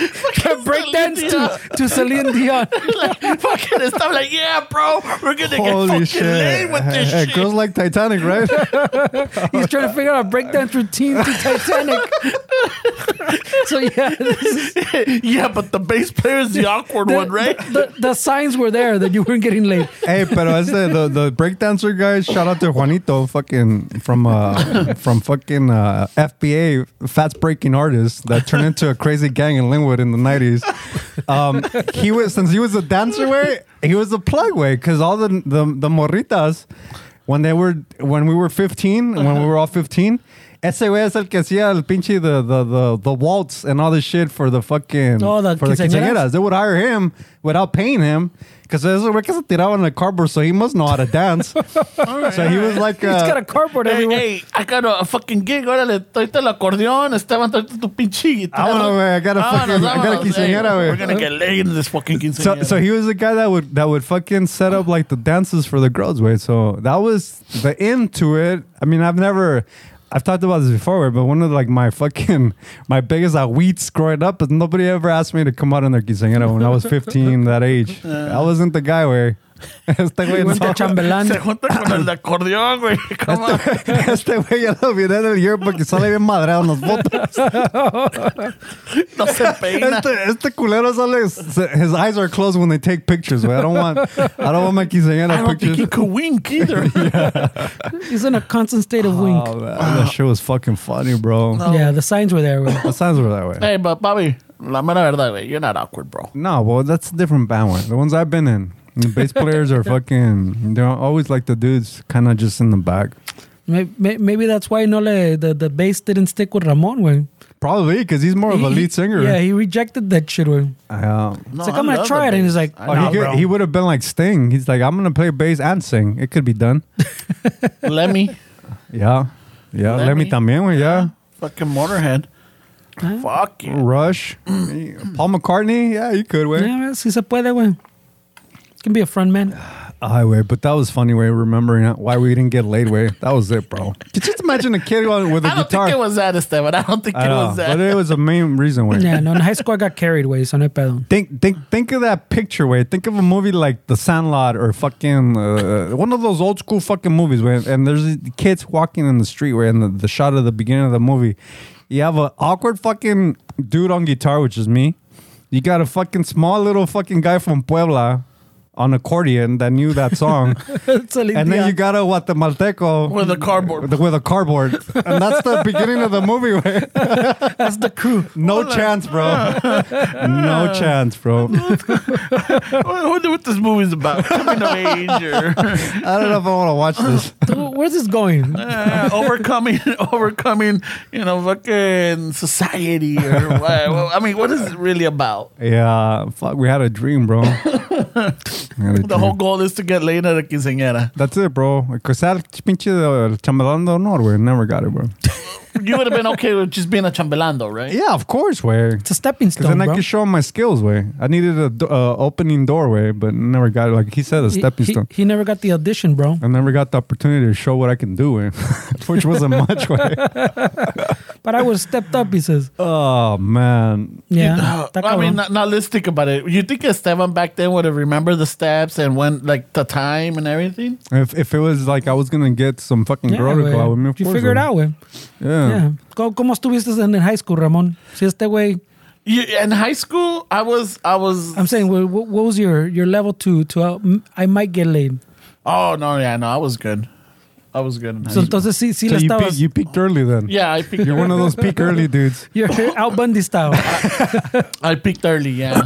[SPEAKER 4] cardboard. Can break
[SPEAKER 2] Celine
[SPEAKER 4] dance to, to Celine Dion.
[SPEAKER 2] like, fucking stuff. Like yeah, bro. We're gonna get
[SPEAKER 3] Holy
[SPEAKER 2] fucking
[SPEAKER 3] shit!
[SPEAKER 2] laid with this
[SPEAKER 3] Hey,
[SPEAKER 2] shit.
[SPEAKER 3] Girls like Titanic, right?
[SPEAKER 4] He's trying to figure out a breakdance routine to Titanic. so yeah, this is-
[SPEAKER 2] yeah, but the bass player is the awkward
[SPEAKER 4] the,
[SPEAKER 2] one, right?
[SPEAKER 4] The, the, the signs were there that you weren't getting laid.
[SPEAKER 3] hey, pero ese the the breakdancer guy. Shout out to Juanito, fucking from uh from fucking uh, FBA fats breaking artist that turned into a crazy gang in Linwood in the nineties. Um, he was since he was a dancer way, he was a plug way because all the the the morritas when they were when we were fifteen when we were all fifteen. Ese güey es el que hacía el pinche the, the, the, the waltz and all this shit for the fucking
[SPEAKER 4] Oh, the
[SPEAKER 3] for the
[SPEAKER 4] quinceañeras?
[SPEAKER 3] quinceañeras. They would hire him without paying him because there's a que se tiraba en the cardboard, so he must know how to dance. so he was like,
[SPEAKER 4] He's
[SPEAKER 3] uh,
[SPEAKER 4] got a cardboard
[SPEAKER 2] Hey,
[SPEAKER 4] everywhere.
[SPEAKER 2] hey, I got a, fucking gig. Órale, tráete el acordeón. Esteban, tráete tu pinche guitarra.
[SPEAKER 3] Vámonos, güey, I got a
[SPEAKER 2] Vámonos,
[SPEAKER 3] fucking- I got a
[SPEAKER 2] vámonos, hey,
[SPEAKER 3] quinceañera, güey.
[SPEAKER 2] We're gonna get laid in this fucking
[SPEAKER 3] so,
[SPEAKER 2] quinceañera.
[SPEAKER 3] so he was the guy that would that would fucking set up like the dances for the girls, way. So that was the end to it. I mean, I've never. I've talked about this before, but one of like my fucking my biggest uh, weeds growing up is nobody ever asked me to come out on their quinceañera when I was fifteen that age.
[SPEAKER 2] Uh.
[SPEAKER 3] I wasn't the guy where este güey
[SPEAKER 4] He went to
[SPEAKER 3] no.
[SPEAKER 4] Chamberlain.
[SPEAKER 2] se junta con el de acordeón, güey. Come on.
[SPEAKER 3] Este güey ya lo miré en el yearbook y sale bien madreado en las fotos.
[SPEAKER 2] No se peina.
[SPEAKER 3] Este, este culero sale, his eyes are closed when they take pictures, güey. I don't want, I don't want my
[SPEAKER 2] I
[SPEAKER 3] quinceañera
[SPEAKER 2] don't think
[SPEAKER 3] pictures.
[SPEAKER 2] he could wink either.
[SPEAKER 4] He's in a constant state of wink.
[SPEAKER 3] Oh, man, that shit was fucking funny, bro.
[SPEAKER 2] Oh.
[SPEAKER 4] Yeah, the signs were there. Bro.
[SPEAKER 3] The signs were that way.
[SPEAKER 2] Hey, but Bobby, la mera verdad, güey. You're not awkward, bro.
[SPEAKER 3] No, well, that's a different band one. The ones I've been in. The bass players are fucking, they're always like the dudes kind of just in the back.
[SPEAKER 4] Maybe, maybe that's why Nole, the, the bass didn't stick with Ramon. Way.
[SPEAKER 3] Probably because he's more of a Oh, lead singer.
[SPEAKER 4] Yeah, he rejected that shit. Way.
[SPEAKER 3] Yeah.
[SPEAKER 2] No,
[SPEAKER 4] It's like,
[SPEAKER 2] I
[SPEAKER 4] I'm gonna
[SPEAKER 2] love
[SPEAKER 4] try
[SPEAKER 2] the
[SPEAKER 4] it, and he's
[SPEAKER 2] bass.
[SPEAKER 4] like,
[SPEAKER 2] I
[SPEAKER 3] Oh,
[SPEAKER 2] know,
[SPEAKER 3] he, could,
[SPEAKER 2] bro.
[SPEAKER 3] he would have been like Sting. He's like, I'm gonna play bass and sing. It could be done.
[SPEAKER 4] "Oh,
[SPEAKER 2] Let me.
[SPEAKER 3] Yeah. Yeah.
[SPEAKER 2] Lemmy.
[SPEAKER 3] Lemmy, también, güey. Yeah.
[SPEAKER 2] Fucking Motorhead. Fuck you.
[SPEAKER 3] Rush. Paul McCartney. Yeah, you could,
[SPEAKER 4] Yeah,
[SPEAKER 3] way.
[SPEAKER 4] man, si se puede, güey. Can be a front man.
[SPEAKER 3] Ah. I way. But that was funny way remembering why we didn't get laid way. That was it, bro. Could you just imagine a kid on- with a
[SPEAKER 2] I don't
[SPEAKER 3] guitar?
[SPEAKER 2] think it was that, Esteban. I don't think
[SPEAKER 3] I
[SPEAKER 2] it
[SPEAKER 3] know,
[SPEAKER 2] was uh, that.
[SPEAKER 3] but it was the main reason way.
[SPEAKER 4] Yeah, no, in high school I got carried, way, so no hay pedo.
[SPEAKER 3] Think, think, think of that picture way. Think of a movie like The Sandlot or fucking uh, one of those old school fucking movies where and there's kids walking in the street where in the, the shot of the beginning of the movie, you have an awkward fucking dude on guitar, which is me. You got a fucking small little fucking guy from Puebla on accordion that knew that song, and then you got a Guatemalteco
[SPEAKER 2] With a cardboard.
[SPEAKER 3] with, with a cardboard, and that's the beginning of the movie. Where
[SPEAKER 4] that's the crew.
[SPEAKER 3] no chance, bro. no chance, bro.
[SPEAKER 2] I wonder what this movie's about. Coming of age or
[SPEAKER 3] I don't know if I want to watch this.
[SPEAKER 4] Dude, Where's this going?
[SPEAKER 3] Ah.
[SPEAKER 2] uh, overcoming, overcoming, you know, fucking society or what? Well, I mean, what is it really about?
[SPEAKER 3] Yeah, fuck, we had a dream, bro. We had a
[SPEAKER 2] The whole
[SPEAKER 3] dream.
[SPEAKER 2] goal is to get laid at a quinceañera.
[SPEAKER 3] That's it, bro. Because that pinche uh, chambelán de honor, we never got it, bro.
[SPEAKER 2] You would have been okay with just being a chambelán, though, right?
[SPEAKER 3] Yeah, of course, way.
[SPEAKER 4] It's a stepping
[SPEAKER 3] Because
[SPEAKER 4] stone,
[SPEAKER 3] then I
[SPEAKER 4] bro.
[SPEAKER 3] could show him my skills, way. I needed a do- uh, opening doorway, but never got it. Like he said, a
[SPEAKER 4] He-
[SPEAKER 3] stepping
[SPEAKER 4] he,
[SPEAKER 3] stone.
[SPEAKER 4] he never got the audition, bro.
[SPEAKER 3] I never got the opportunity to show what I can do, way. which wasn't much, way.
[SPEAKER 4] But I was stepped up, he says.
[SPEAKER 3] Oh man,
[SPEAKER 4] Yeah.
[SPEAKER 2] Uh,
[SPEAKER 4] está
[SPEAKER 2] I mean,
[SPEAKER 4] cabrón.
[SPEAKER 2] now, now let's think about it. You think Esteban back then would have remembered the steps and when, like, the time and everything?
[SPEAKER 3] if, if it was like I was gonna get some fucking
[SPEAKER 4] Yeah,
[SPEAKER 3] girl to
[SPEAKER 4] güey.
[SPEAKER 3] go out with me, of
[SPEAKER 4] You
[SPEAKER 3] course,
[SPEAKER 4] figure it
[SPEAKER 3] güey.
[SPEAKER 4] out, güey. Yeah. Co- ¿Cómo estuviste en en high school, Ramón? Si este güey,
[SPEAKER 2] You, in high school, I was, I was.
[SPEAKER 4] I'm saying, wh- wh- what was your, your level to, to uh, m- I might get laid?
[SPEAKER 2] oh no, yeah, no, I was good. I was good in high
[SPEAKER 4] So
[SPEAKER 2] school.
[SPEAKER 4] entonces sí, sí
[SPEAKER 5] So
[SPEAKER 4] la
[SPEAKER 5] you, pe-
[SPEAKER 4] estabas.
[SPEAKER 5] you peaked early then.
[SPEAKER 2] Yeah, I picked.
[SPEAKER 3] You're one of those peak early dudes.
[SPEAKER 4] You're Al Bundy style.
[SPEAKER 2] I picked early, yeah.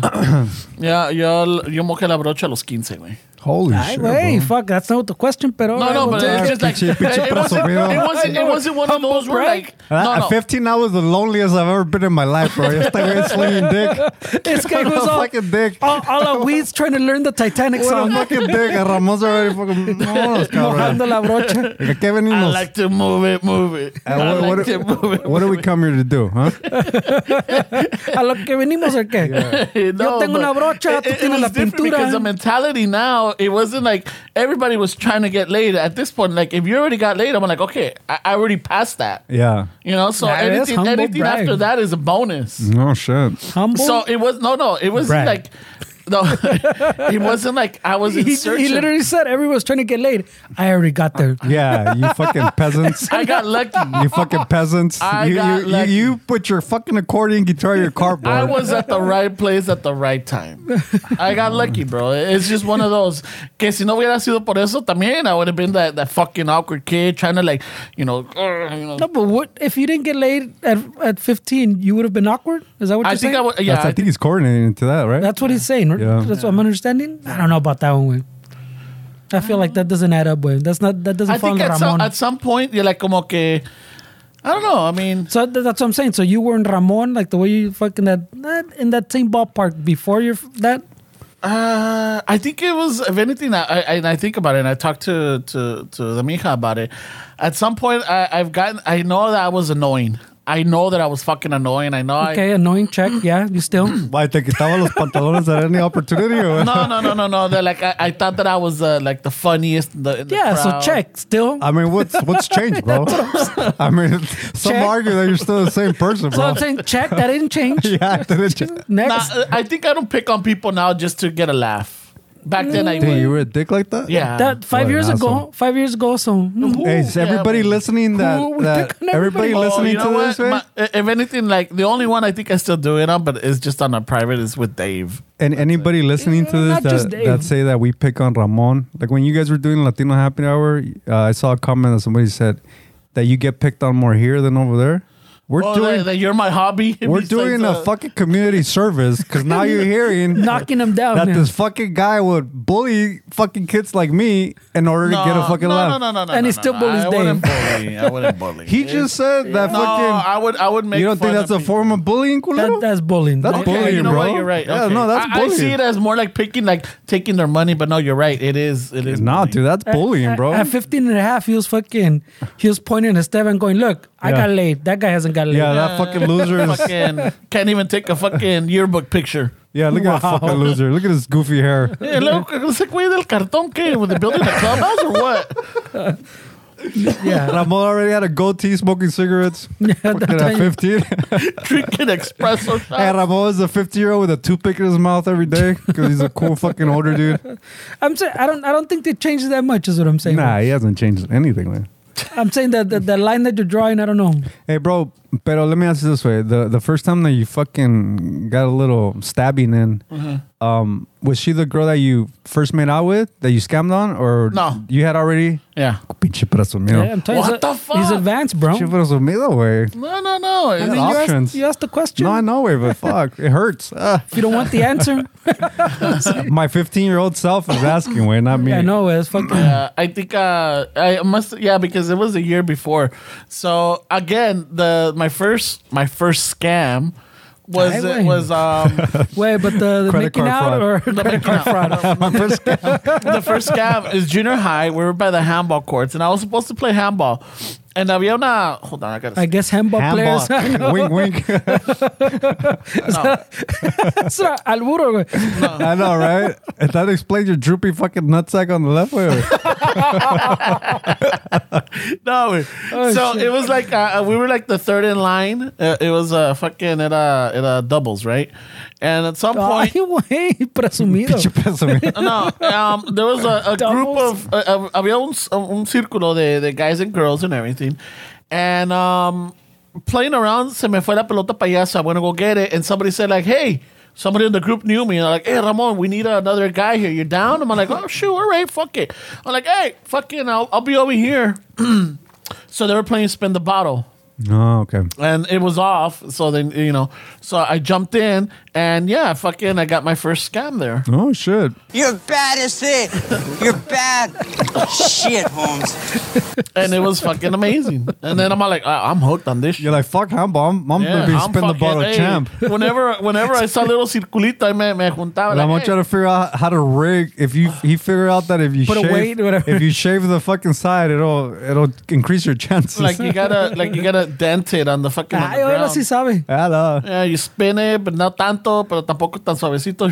[SPEAKER 2] yeah, yo, yo mojé la brocha a los 15, güey.
[SPEAKER 3] Holy
[SPEAKER 4] Ay,
[SPEAKER 3] shit,
[SPEAKER 4] güey,
[SPEAKER 3] bro.
[SPEAKER 4] fuck, that's not the question, pero.
[SPEAKER 2] No, no, but it's just like
[SPEAKER 3] Pinche- pinche
[SPEAKER 2] it wasn't,
[SPEAKER 3] presumido.
[SPEAKER 2] it wasn't, it wasn't one of those where
[SPEAKER 4] oh. brag. Ah,
[SPEAKER 2] like
[SPEAKER 3] At-
[SPEAKER 2] no,
[SPEAKER 3] At
[SPEAKER 2] no.
[SPEAKER 3] 15, I Uh, was the loneliest I've ever been in my life, bro. Este güey slinging dick.
[SPEAKER 4] This guy
[SPEAKER 3] What
[SPEAKER 4] goes
[SPEAKER 3] a
[SPEAKER 4] all,
[SPEAKER 3] fucking dick.
[SPEAKER 4] all, all our weeds trying to learn the Titanic
[SPEAKER 3] What a
[SPEAKER 4] song.
[SPEAKER 3] fucking dick. Ramon's already fucking... Vámonos, cabrón.
[SPEAKER 4] Mojando la brocha.
[SPEAKER 3] ¿A qué
[SPEAKER 2] I
[SPEAKER 3] venimos?
[SPEAKER 2] like to move it, move it.
[SPEAKER 3] Uh,
[SPEAKER 2] I like
[SPEAKER 3] what,
[SPEAKER 2] to move
[SPEAKER 3] what,
[SPEAKER 2] it.
[SPEAKER 3] what do we come here to do, huh?
[SPEAKER 4] A lo que venimos, ¿o qué?
[SPEAKER 2] No,
[SPEAKER 4] tengo
[SPEAKER 2] but
[SPEAKER 4] una brocha,
[SPEAKER 2] it,
[SPEAKER 4] tú
[SPEAKER 2] it
[SPEAKER 4] tienes
[SPEAKER 2] was
[SPEAKER 4] la
[SPEAKER 2] different
[SPEAKER 4] pintura.
[SPEAKER 2] Because the mentality now, it wasn't like everybody was trying to get laid. At this point, like if you already got laid, I'm like, okay, I, I already passed that.
[SPEAKER 3] Yeah.
[SPEAKER 2] You know, so
[SPEAKER 4] That is
[SPEAKER 2] anything,
[SPEAKER 4] humble
[SPEAKER 2] anything
[SPEAKER 4] brag.
[SPEAKER 2] after that is a bonus.
[SPEAKER 3] No Oh, shit.
[SPEAKER 4] Humble.
[SPEAKER 2] So it was no, no. It was
[SPEAKER 4] Brag.
[SPEAKER 2] like no. it wasn't like I was
[SPEAKER 4] he,
[SPEAKER 2] in
[SPEAKER 4] he
[SPEAKER 2] search. of-
[SPEAKER 4] literally said everyone's trying to get laid. I already got there.
[SPEAKER 3] Yeah, you fucking peasants.
[SPEAKER 2] I got lucky.
[SPEAKER 3] You fucking peasants.
[SPEAKER 2] I
[SPEAKER 3] you,
[SPEAKER 2] got
[SPEAKER 3] you, you,
[SPEAKER 2] lucky.
[SPEAKER 3] you put your fucking accordion guitar in your cardboard.
[SPEAKER 2] I was at the right place at the right time. I got lucky, bro. It's just one of those. Que si no hubiera sido por eso, también I would have been that, that fucking awkward kid trying to like, you know, uh, you know.
[SPEAKER 4] No, but what if you didn't get laid at, at 15? You would have been awkward. Is that what you're
[SPEAKER 2] I think
[SPEAKER 4] saying?
[SPEAKER 2] I would.
[SPEAKER 3] That's-
[SPEAKER 2] Yeah,
[SPEAKER 3] I think he's coordinating to that, right?
[SPEAKER 4] That's what he's saying. right?
[SPEAKER 3] Yeah.
[SPEAKER 4] That's what I'm understanding. I don't know about that one. Way. I feel like that doesn't add up. Way. That's not that doesn't
[SPEAKER 2] I
[SPEAKER 4] fall
[SPEAKER 2] think
[SPEAKER 4] under
[SPEAKER 2] at some,
[SPEAKER 4] Ramon.
[SPEAKER 2] at some point you're like, como que, I don't know. I mean,
[SPEAKER 4] so th- that's what I'm saying. So you were in Ramon, like the way you fucking that, that in that same ballpark before your f- that.
[SPEAKER 2] Uh, I think it was, if anything, I, I, and I think about it, and I talked to, to, to the Mija about it. At some point, I, I've gotten, I know that I was annoying. I know that I was fucking annoying. I know
[SPEAKER 4] Okay, annoying check. Yeah, you still.
[SPEAKER 3] Why te quitaba los pantalones at any opportunity?
[SPEAKER 2] I.
[SPEAKER 3] or-
[SPEAKER 2] No, no, no, no, no. That like I, I thought that I was uh, like the funniest. In the, in the
[SPEAKER 4] Yeah, so
[SPEAKER 2] crowd.
[SPEAKER 4] check still.
[SPEAKER 3] I mean, what's what's changed, bro? I mean, some
[SPEAKER 4] Check.
[SPEAKER 3] argue that you're still the same person,
[SPEAKER 4] so
[SPEAKER 3] bro.
[SPEAKER 4] I'm saying check. That didn't change.
[SPEAKER 3] yeah, didn't you?
[SPEAKER 2] Nah,
[SPEAKER 4] Next,
[SPEAKER 2] I think I don't pick on people now just to get a laugh. Back then, I
[SPEAKER 3] Dude,
[SPEAKER 2] would.
[SPEAKER 3] you were a dick like that?
[SPEAKER 2] Yeah.
[SPEAKER 4] that five
[SPEAKER 3] Boy,
[SPEAKER 4] years ago.
[SPEAKER 3] asshole.
[SPEAKER 4] Five years ago. So mm,
[SPEAKER 3] Hey, is
[SPEAKER 2] Yeah,
[SPEAKER 3] everybody
[SPEAKER 2] but-
[SPEAKER 3] listening
[SPEAKER 4] Who
[SPEAKER 3] that,
[SPEAKER 4] would
[SPEAKER 3] that
[SPEAKER 4] pick on everybody?
[SPEAKER 3] everybody
[SPEAKER 4] Oh,
[SPEAKER 3] listening
[SPEAKER 2] you know
[SPEAKER 3] to
[SPEAKER 2] what?
[SPEAKER 3] this, right?
[SPEAKER 2] My- if anything, like the only one I think I still do it on, but it's just on a private, is with Dave.
[SPEAKER 3] And anybody listening to
[SPEAKER 4] Not
[SPEAKER 3] this
[SPEAKER 4] just
[SPEAKER 3] that,
[SPEAKER 4] Dave.
[SPEAKER 3] that say that we pick on Ramon, like when you guys were doing Latino Happy Hour, uh, I saw a comment that somebody said that you get picked on more here than over there. We're
[SPEAKER 2] Oh,
[SPEAKER 3] doing
[SPEAKER 2] that, that you're my hobby.
[SPEAKER 3] we're
[SPEAKER 2] Besides,
[SPEAKER 3] doing
[SPEAKER 2] uh,
[SPEAKER 3] a fucking community service because now you're hearing
[SPEAKER 4] knocking him down.
[SPEAKER 3] that
[SPEAKER 4] yeah.
[SPEAKER 3] this fucking guy would bully fucking kids like me in order to get a fucking
[SPEAKER 2] no,
[SPEAKER 3] laugh.
[SPEAKER 2] No, no, no, no.
[SPEAKER 4] And
[SPEAKER 2] no,
[SPEAKER 4] he still
[SPEAKER 2] no,
[SPEAKER 4] bullies
[SPEAKER 2] I wouldn't bully. I wouldn't bully.
[SPEAKER 3] He just said that
[SPEAKER 2] no,
[SPEAKER 3] fucking.
[SPEAKER 2] I would. I would make.
[SPEAKER 3] You don't think
[SPEAKER 2] fun
[SPEAKER 3] that's
[SPEAKER 2] of
[SPEAKER 3] a form of bullying,
[SPEAKER 4] That,
[SPEAKER 3] culero?
[SPEAKER 4] that's bullying.
[SPEAKER 3] That's
[SPEAKER 4] Okay.
[SPEAKER 2] people.
[SPEAKER 3] bullying,
[SPEAKER 2] you know
[SPEAKER 3] bro.
[SPEAKER 2] What? You're right.
[SPEAKER 3] Yeah,
[SPEAKER 2] okay.
[SPEAKER 3] no, that's
[SPEAKER 2] I, I see
[SPEAKER 3] bullying.
[SPEAKER 2] it as more like picking, like taking their money. But no, you're right. It is. It is.
[SPEAKER 3] Nah,
[SPEAKER 2] bullying.
[SPEAKER 3] dude, that's bullying,
[SPEAKER 4] At-
[SPEAKER 3] bro.
[SPEAKER 4] At 15 and a half, he was fucking, he was pointing at Esteban going, look, I
[SPEAKER 3] Yeah.
[SPEAKER 4] got laid. That guy hasn't got laid.
[SPEAKER 3] Yeah, that fucking loser is.
[SPEAKER 2] Fucking can't even take a fucking yearbook picture.
[SPEAKER 3] Yeah, look at that fucking loser. Look at his goofy hair.
[SPEAKER 2] Hey, look, ese güey del cartón que with the building a clubhouse or what?
[SPEAKER 4] yeah.
[SPEAKER 3] Ramon already had a goatee smoking cigarettes.
[SPEAKER 4] Yeah,
[SPEAKER 3] Fucking
[SPEAKER 4] that's right.
[SPEAKER 3] at 15.
[SPEAKER 2] Drinking espresso shots.
[SPEAKER 3] hey, Ramon is a 50 year old with a toothpick in his mouth every day because he's a cool fucking older dude.
[SPEAKER 4] I'm saying, I don't, I don't think they changed that much is what I'm saying.
[SPEAKER 3] Nah, he hasn't changed anything, man.
[SPEAKER 4] I'm saying that the, the line that you're drawing, I don't know.
[SPEAKER 3] Hey, bro, pero let me ask you this way. The the first time that you fucking got a little stabbing in,
[SPEAKER 4] Mm-hmm.
[SPEAKER 3] um, was she the girl that you first made out with, that you scammed on, or
[SPEAKER 2] No.
[SPEAKER 3] you had already?
[SPEAKER 2] yeah.
[SPEAKER 3] Pinche presumido.
[SPEAKER 4] Yeah, I'm telling you,
[SPEAKER 2] What
[SPEAKER 4] he's-
[SPEAKER 2] the
[SPEAKER 4] He's
[SPEAKER 2] fuck?
[SPEAKER 4] advanced, bro.
[SPEAKER 3] Pinche presumido, güey.
[SPEAKER 2] No, no, no. It's-
[SPEAKER 3] That's
[SPEAKER 4] You asked-
[SPEAKER 3] options.
[SPEAKER 4] You asked the question.
[SPEAKER 3] No, I know, way, but fuck, it hurts. Ah.
[SPEAKER 4] If you don't want the answer,
[SPEAKER 3] my 15 year old self is asking, way, not me.
[SPEAKER 4] I know it's fucking.
[SPEAKER 2] Yeah, I think uh, I must. Yeah, because it was a year before. So again, the my first my first scam was
[SPEAKER 4] Ay,
[SPEAKER 2] it
[SPEAKER 4] güey.
[SPEAKER 2] was um
[SPEAKER 4] Wait, but the, the
[SPEAKER 3] Credit
[SPEAKER 4] making
[SPEAKER 3] card
[SPEAKER 4] out
[SPEAKER 3] fraud.
[SPEAKER 4] or the credit card fraud?
[SPEAKER 3] My first
[SPEAKER 2] the first scam is junior high. We were by the handball courts, and I was supposed to play handball. And había una hold on, I gotta.
[SPEAKER 4] I guess handball,
[SPEAKER 3] handball.
[SPEAKER 4] players.
[SPEAKER 3] wink, wink.
[SPEAKER 4] That's not alburo, güey.
[SPEAKER 3] I know, right? And that explains your droopy fucking nutsack on the left way.
[SPEAKER 2] No, güey. so
[SPEAKER 4] shit.
[SPEAKER 2] it was like uh, we were like the third in line. Uh, it was uh, fucking at uh, at uh, doubles, right? And at some
[SPEAKER 4] Ay,
[SPEAKER 2] point,
[SPEAKER 4] güey, presumido.
[SPEAKER 3] Pinche presumido.
[SPEAKER 2] No, um, there was a, a group
[SPEAKER 4] Doubles.
[SPEAKER 2] of uh, uh, había un, un círculo de, de guys and girls and everything, and um, playing around. Se me fue la pelota payaso. I want to go get it, and somebody said like, "Hey, somebody in the group knew me. And they're like, hey, Ramon, we need another guy here. You're down? I'm like, oh, shoot, all right, fuck it. I'm like, hey, fucking, I'll, I'll be over here. so they were playing Spin the Bottle
[SPEAKER 3] Oh, okay.
[SPEAKER 2] and it was off. So then, you know, so I jumped in and yeah, fucking, I got my first scam there.
[SPEAKER 3] Oh shit.
[SPEAKER 5] You're bad as it. You're bad. Shit, Holmes.
[SPEAKER 2] And it was fucking amazing. And then I'm all like, I- I'm hooked on this shit.
[SPEAKER 3] You're like fuck Hambo. I'm, I'm
[SPEAKER 2] Yeah,
[SPEAKER 3] gonna be
[SPEAKER 2] I'm
[SPEAKER 3] spin the
[SPEAKER 2] fucking-
[SPEAKER 3] bottle
[SPEAKER 2] hey,
[SPEAKER 3] champ.
[SPEAKER 2] Whenever, whenever I saw little circulita, me, me juntaba.
[SPEAKER 3] And I'm
[SPEAKER 2] Like, hey.
[SPEAKER 3] gonna try to figure out how to rig. If you he figure out that if you
[SPEAKER 4] Put a
[SPEAKER 3] shave,
[SPEAKER 4] weight, whatever.
[SPEAKER 3] if you shave the fucking side, it'll it'll increase your chances.
[SPEAKER 2] like you gotta, like you gotta dent it on the fucking. on the
[SPEAKER 4] Ay, ahora
[SPEAKER 2] ground.
[SPEAKER 4] sí sabe.
[SPEAKER 3] Hello.
[SPEAKER 2] Yeah, you spin it, but not tanto, pero tampoco tan suavecito.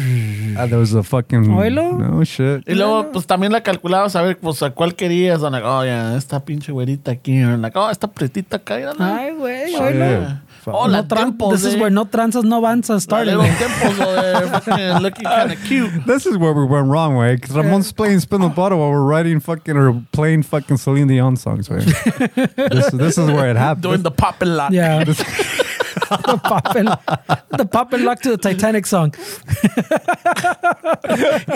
[SPEAKER 3] Ah, there was a fucking
[SPEAKER 4] Oilo?
[SPEAKER 3] no shit.
[SPEAKER 2] Y luego, pues también la calculabas a ver, pues, a cuál querías. I'm like, oh, yeah, esta pinche güerita aquí. I'm like, oh, esta pretita acá. mírala.
[SPEAKER 4] Ay, güey,
[SPEAKER 3] Shit.
[SPEAKER 4] oilo.
[SPEAKER 3] Fuck.
[SPEAKER 2] Oh, la
[SPEAKER 4] No tran-
[SPEAKER 2] tiempo,
[SPEAKER 4] this is
[SPEAKER 2] eh.
[SPEAKER 4] where no tranzas no avanzas
[SPEAKER 2] Our
[SPEAKER 4] started.
[SPEAKER 2] little
[SPEAKER 4] güey.
[SPEAKER 2] dimples over there, fucking looking kind of cute.
[SPEAKER 3] This is where we went wrong, way. Because Ramon's playing Spin the Bottle while we're writing fucking or playing fucking Celine Dion songs, right? this, this is where it happened.
[SPEAKER 2] Doing the popping lot.
[SPEAKER 4] Yeah. the pop and the pop and lock to the Titanic song.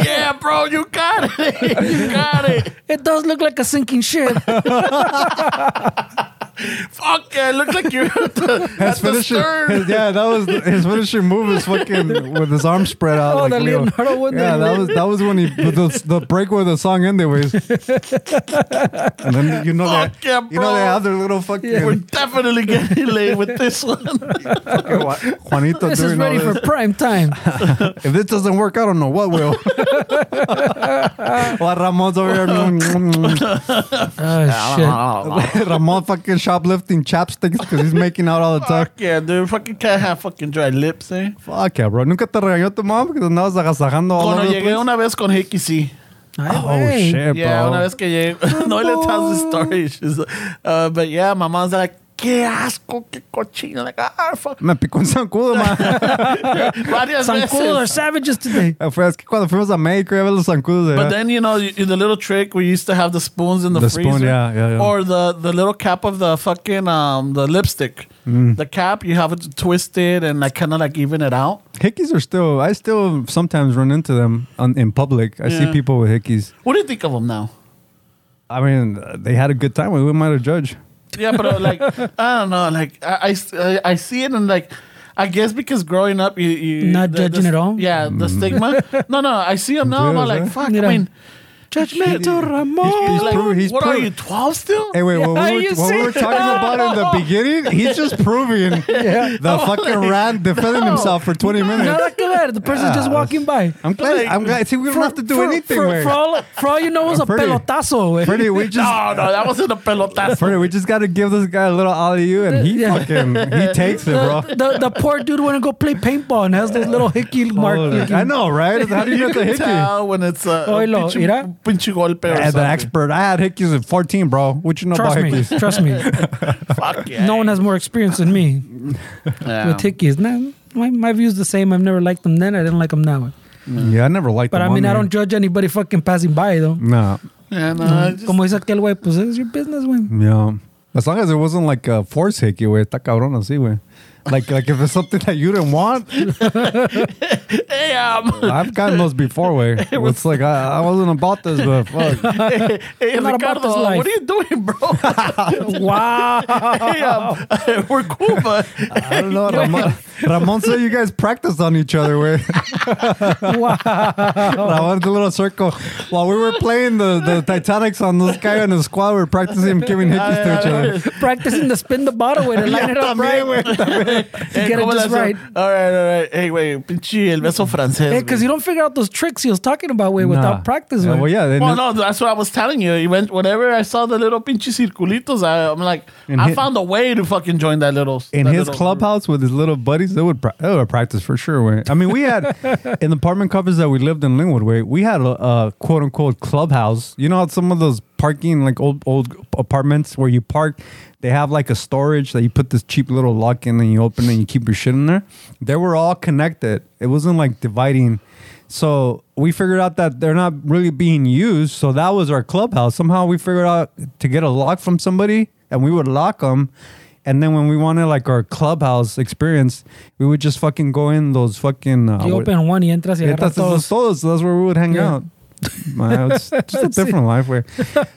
[SPEAKER 2] Yeah, bro, you got it. You got it.
[SPEAKER 4] It does look like a sinking ship.
[SPEAKER 2] Fuck yeah, it looks like you're at the, at
[SPEAKER 3] his
[SPEAKER 2] the
[SPEAKER 3] finishing,
[SPEAKER 2] stern.
[SPEAKER 3] his- yeah, that was his finishing move is fucking with his arms spread out.
[SPEAKER 4] Oh,
[SPEAKER 3] like
[SPEAKER 4] the
[SPEAKER 3] Leo.
[SPEAKER 4] Leonardo one
[SPEAKER 3] Yeah,
[SPEAKER 4] that-
[SPEAKER 3] that was that was when he but the, the break where the song ended was, and then you know
[SPEAKER 2] Fuck
[SPEAKER 3] that
[SPEAKER 2] yeah,
[SPEAKER 3] you know they
[SPEAKER 2] bro.
[SPEAKER 3] have their little fucking
[SPEAKER 2] We're definitely getting laid with this one.
[SPEAKER 3] Juanito
[SPEAKER 4] this is
[SPEAKER 3] doing all
[SPEAKER 4] ready for
[SPEAKER 3] this.
[SPEAKER 4] prime time.
[SPEAKER 3] If this doesn't work, I don't know what will. While Ramon's over here,
[SPEAKER 2] uh-huh.
[SPEAKER 4] Oh,
[SPEAKER 3] Ramon fucking shoplifting chapsticks because he's making out all the time.
[SPEAKER 2] Fuck yeah, dude. Fucking can't have fucking dry lips, eh?
[SPEAKER 3] Fuck yeah, bro. Nunca te regañó tu mamá porque te andabas agasajando all
[SPEAKER 2] Cuando
[SPEAKER 3] over the
[SPEAKER 2] llegué
[SPEAKER 3] place.
[SPEAKER 2] una vez con Hickey, sí.
[SPEAKER 4] shit. Ay,
[SPEAKER 3] Oh
[SPEAKER 4] güey.
[SPEAKER 3] shit, bro.
[SPEAKER 2] Yeah, una vez que llegué. no le tells the story. She's, uh, but yeah, my mom's like, qué asco, qué cochino. Like, ah, fuck.
[SPEAKER 3] Me picó un zancudo, man.
[SPEAKER 2] Varias
[SPEAKER 4] Some cool or
[SPEAKER 2] veces.
[SPEAKER 4] savages today.
[SPEAKER 3] Eh, Fue, es que cuando fuimos a México, ya ves los zancudos.
[SPEAKER 2] But
[SPEAKER 3] allá.
[SPEAKER 2] then you know you, the little trick we used to have the spoons in the,
[SPEAKER 3] The
[SPEAKER 2] freezer,
[SPEAKER 3] spoon, yeah, yeah, yeah.
[SPEAKER 2] or the the little cap of the fucking um the lipstick,
[SPEAKER 3] Mm.
[SPEAKER 2] the cap you have it twisted and like kind of like even it out.
[SPEAKER 3] hickeys are still, I still sometimes run into them on, in public. I see
[SPEAKER 2] Yeah.
[SPEAKER 3] people with hickeys.
[SPEAKER 2] What do you think of them now?
[SPEAKER 3] I mean, uh, they had a good time with it. We might have judged.
[SPEAKER 2] Yeah, but uh, like I don't know, like I, I s- I- I see it and like. I guess because growing up, you, you
[SPEAKER 4] Not
[SPEAKER 2] the- the s-
[SPEAKER 4] judging at all?
[SPEAKER 2] Yeah, the
[SPEAKER 3] Mm.
[SPEAKER 2] stigma. No, no, I see them now. I'm all
[SPEAKER 3] Yes,
[SPEAKER 2] like,
[SPEAKER 3] eh?
[SPEAKER 2] fuck.
[SPEAKER 4] Mira.
[SPEAKER 2] I mean,
[SPEAKER 4] Judgmental
[SPEAKER 3] He's
[SPEAKER 4] Ramon.
[SPEAKER 2] like,
[SPEAKER 3] pro- he's
[SPEAKER 2] what
[SPEAKER 3] pro-
[SPEAKER 2] are you twelve still?
[SPEAKER 3] Hey, wait, what,
[SPEAKER 4] Yeah,
[SPEAKER 3] we
[SPEAKER 4] you
[SPEAKER 3] were, what we
[SPEAKER 4] see?
[SPEAKER 3] were talking about in the beginning, he's just proving the fucking rant, defending himself for 20 minutes.
[SPEAKER 4] Nada que ver. The person's just walking by.
[SPEAKER 3] I'm glad. I'm glad. See, we don't have to do
[SPEAKER 4] for,
[SPEAKER 3] anything.
[SPEAKER 4] For,
[SPEAKER 3] güey.
[SPEAKER 4] for, all, for all you know, it was a
[SPEAKER 3] Pretty-
[SPEAKER 4] pelotazo, eh. güey.
[SPEAKER 3] Freddie, we just.
[SPEAKER 2] no, Oh, no, that wasn't a pelotazo.
[SPEAKER 3] Freddie, we just got to give this guy a little alley you, and he
[SPEAKER 4] Yeah.
[SPEAKER 3] fucking he takes it, bro.
[SPEAKER 4] the, the, the poor dude want to go play paintball and has this little hickey mark.
[SPEAKER 3] Holy- Oh, I know, right? How do you,
[SPEAKER 2] You
[SPEAKER 3] get the
[SPEAKER 2] can
[SPEAKER 3] hickey?
[SPEAKER 2] tell when it's a, a
[SPEAKER 4] Oilo,
[SPEAKER 2] pinche,
[SPEAKER 4] mira.
[SPEAKER 2] pinche golpe or
[SPEAKER 3] I had the
[SPEAKER 2] something.
[SPEAKER 3] expert. I had hickeys at 14, bro. What you know
[SPEAKER 4] Trust
[SPEAKER 3] about
[SPEAKER 4] me.
[SPEAKER 3] hickeys?
[SPEAKER 4] Trust me.
[SPEAKER 2] Fuck yeah.
[SPEAKER 4] No one has more experience than me
[SPEAKER 2] Yeah.
[SPEAKER 4] with hickeys. Nah, my, my view's the same. I've never liked them then. I didn't like them now.
[SPEAKER 3] Yeah, I never liked
[SPEAKER 4] Mm. But
[SPEAKER 3] them
[SPEAKER 4] I mean,
[SPEAKER 3] on
[SPEAKER 4] I
[SPEAKER 3] there.
[SPEAKER 4] don't judge anybody fucking passing by,
[SPEAKER 2] Mm.
[SPEAKER 4] though.
[SPEAKER 3] Nah,
[SPEAKER 2] Yeah, no, I just-
[SPEAKER 4] Mm, Como dice aquel güey, pues es your business, güey.
[SPEAKER 3] yeah. As long as it wasn't like a force hickey, güey. Está cabrón así, güey. Like, like if it's something that you didn't want,
[SPEAKER 2] Hey, um,
[SPEAKER 3] I've gotten those before, way. It's like I, I wasn't about this, but fuck.
[SPEAKER 2] hey, hey,
[SPEAKER 4] not about
[SPEAKER 2] Ricardo,
[SPEAKER 4] this life.
[SPEAKER 2] what are you doing, bro?
[SPEAKER 4] Wow.
[SPEAKER 2] hey, um, we're cool, but
[SPEAKER 3] I don't know. Ramon, Ramon said you guys practiced on each other, way.
[SPEAKER 4] Oh.
[SPEAKER 3] Ramon did a little circle while we were playing the the Titanics on this guy and his squad. We were practicing giving hickeys
[SPEAKER 4] Ah,
[SPEAKER 3] to each other.
[SPEAKER 4] Practicing to spin the bottle with and line it up right.
[SPEAKER 2] hey,
[SPEAKER 4] get it
[SPEAKER 2] ¿cómo
[SPEAKER 4] just
[SPEAKER 2] la-
[SPEAKER 4] right.
[SPEAKER 2] All right, all right. Hey, wait, pinche el beso francés.
[SPEAKER 4] Hey, because Eh, you don't figure out those tricks he was talking about, way,
[SPEAKER 3] Nah.
[SPEAKER 4] without practice,
[SPEAKER 3] Yeah,
[SPEAKER 4] güey.
[SPEAKER 3] well, yeah. they
[SPEAKER 2] Well,
[SPEAKER 3] kn-
[SPEAKER 2] no, that's what I was telling you. You went- Whenever I saw the little pinche circulitos, I, I'm like,
[SPEAKER 3] And
[SPEAKER 2] I
[SPEAKER 3] hit-
[SPEAKER 2] found a way to fucking join that little.
[SPEAKER 3] in
[SPEAKER 2] that
[SPEAKER 3] his
[SPEAKER 2] little
[SPEAKER 3] clubhouse with his little buddies, they would, pra- they would practice for sure. Way. I mean, we had in the apartment covers that we lived in Linwood, way we had a, a quote unquote clubhouse. You know, how some of those parking like old old apartments where you park, they have like a storage that you put this cheap little lock in and you open it and you keep your shit in there. They were all connected. It wasn't like dividing. So we figured out that they're not really being used. So that was our clubhouse. Somehow we figured out to get a lock from somebody and we would lock them And then when we wanted like our clubhouse experience, we would just fucking go in those fucking. Uh,
[SPEAKER 4] You
[SPEAKER 3] what-
[SPEAKER 4] open one y entras y
[SPEAKER 3] Yeah,
[SPEAKER 4] agarras
[SPEAKER 3] that's,
[SPEAKER 4] todos.
[SPEAKER 3] that's, todos. that's where we would hang
[SPEAKER 4] Yeah.
[SPEAKER 3] out. Man, it's just a
[SPEAKER 4] Sí.
[SPEAKER 3] different life where,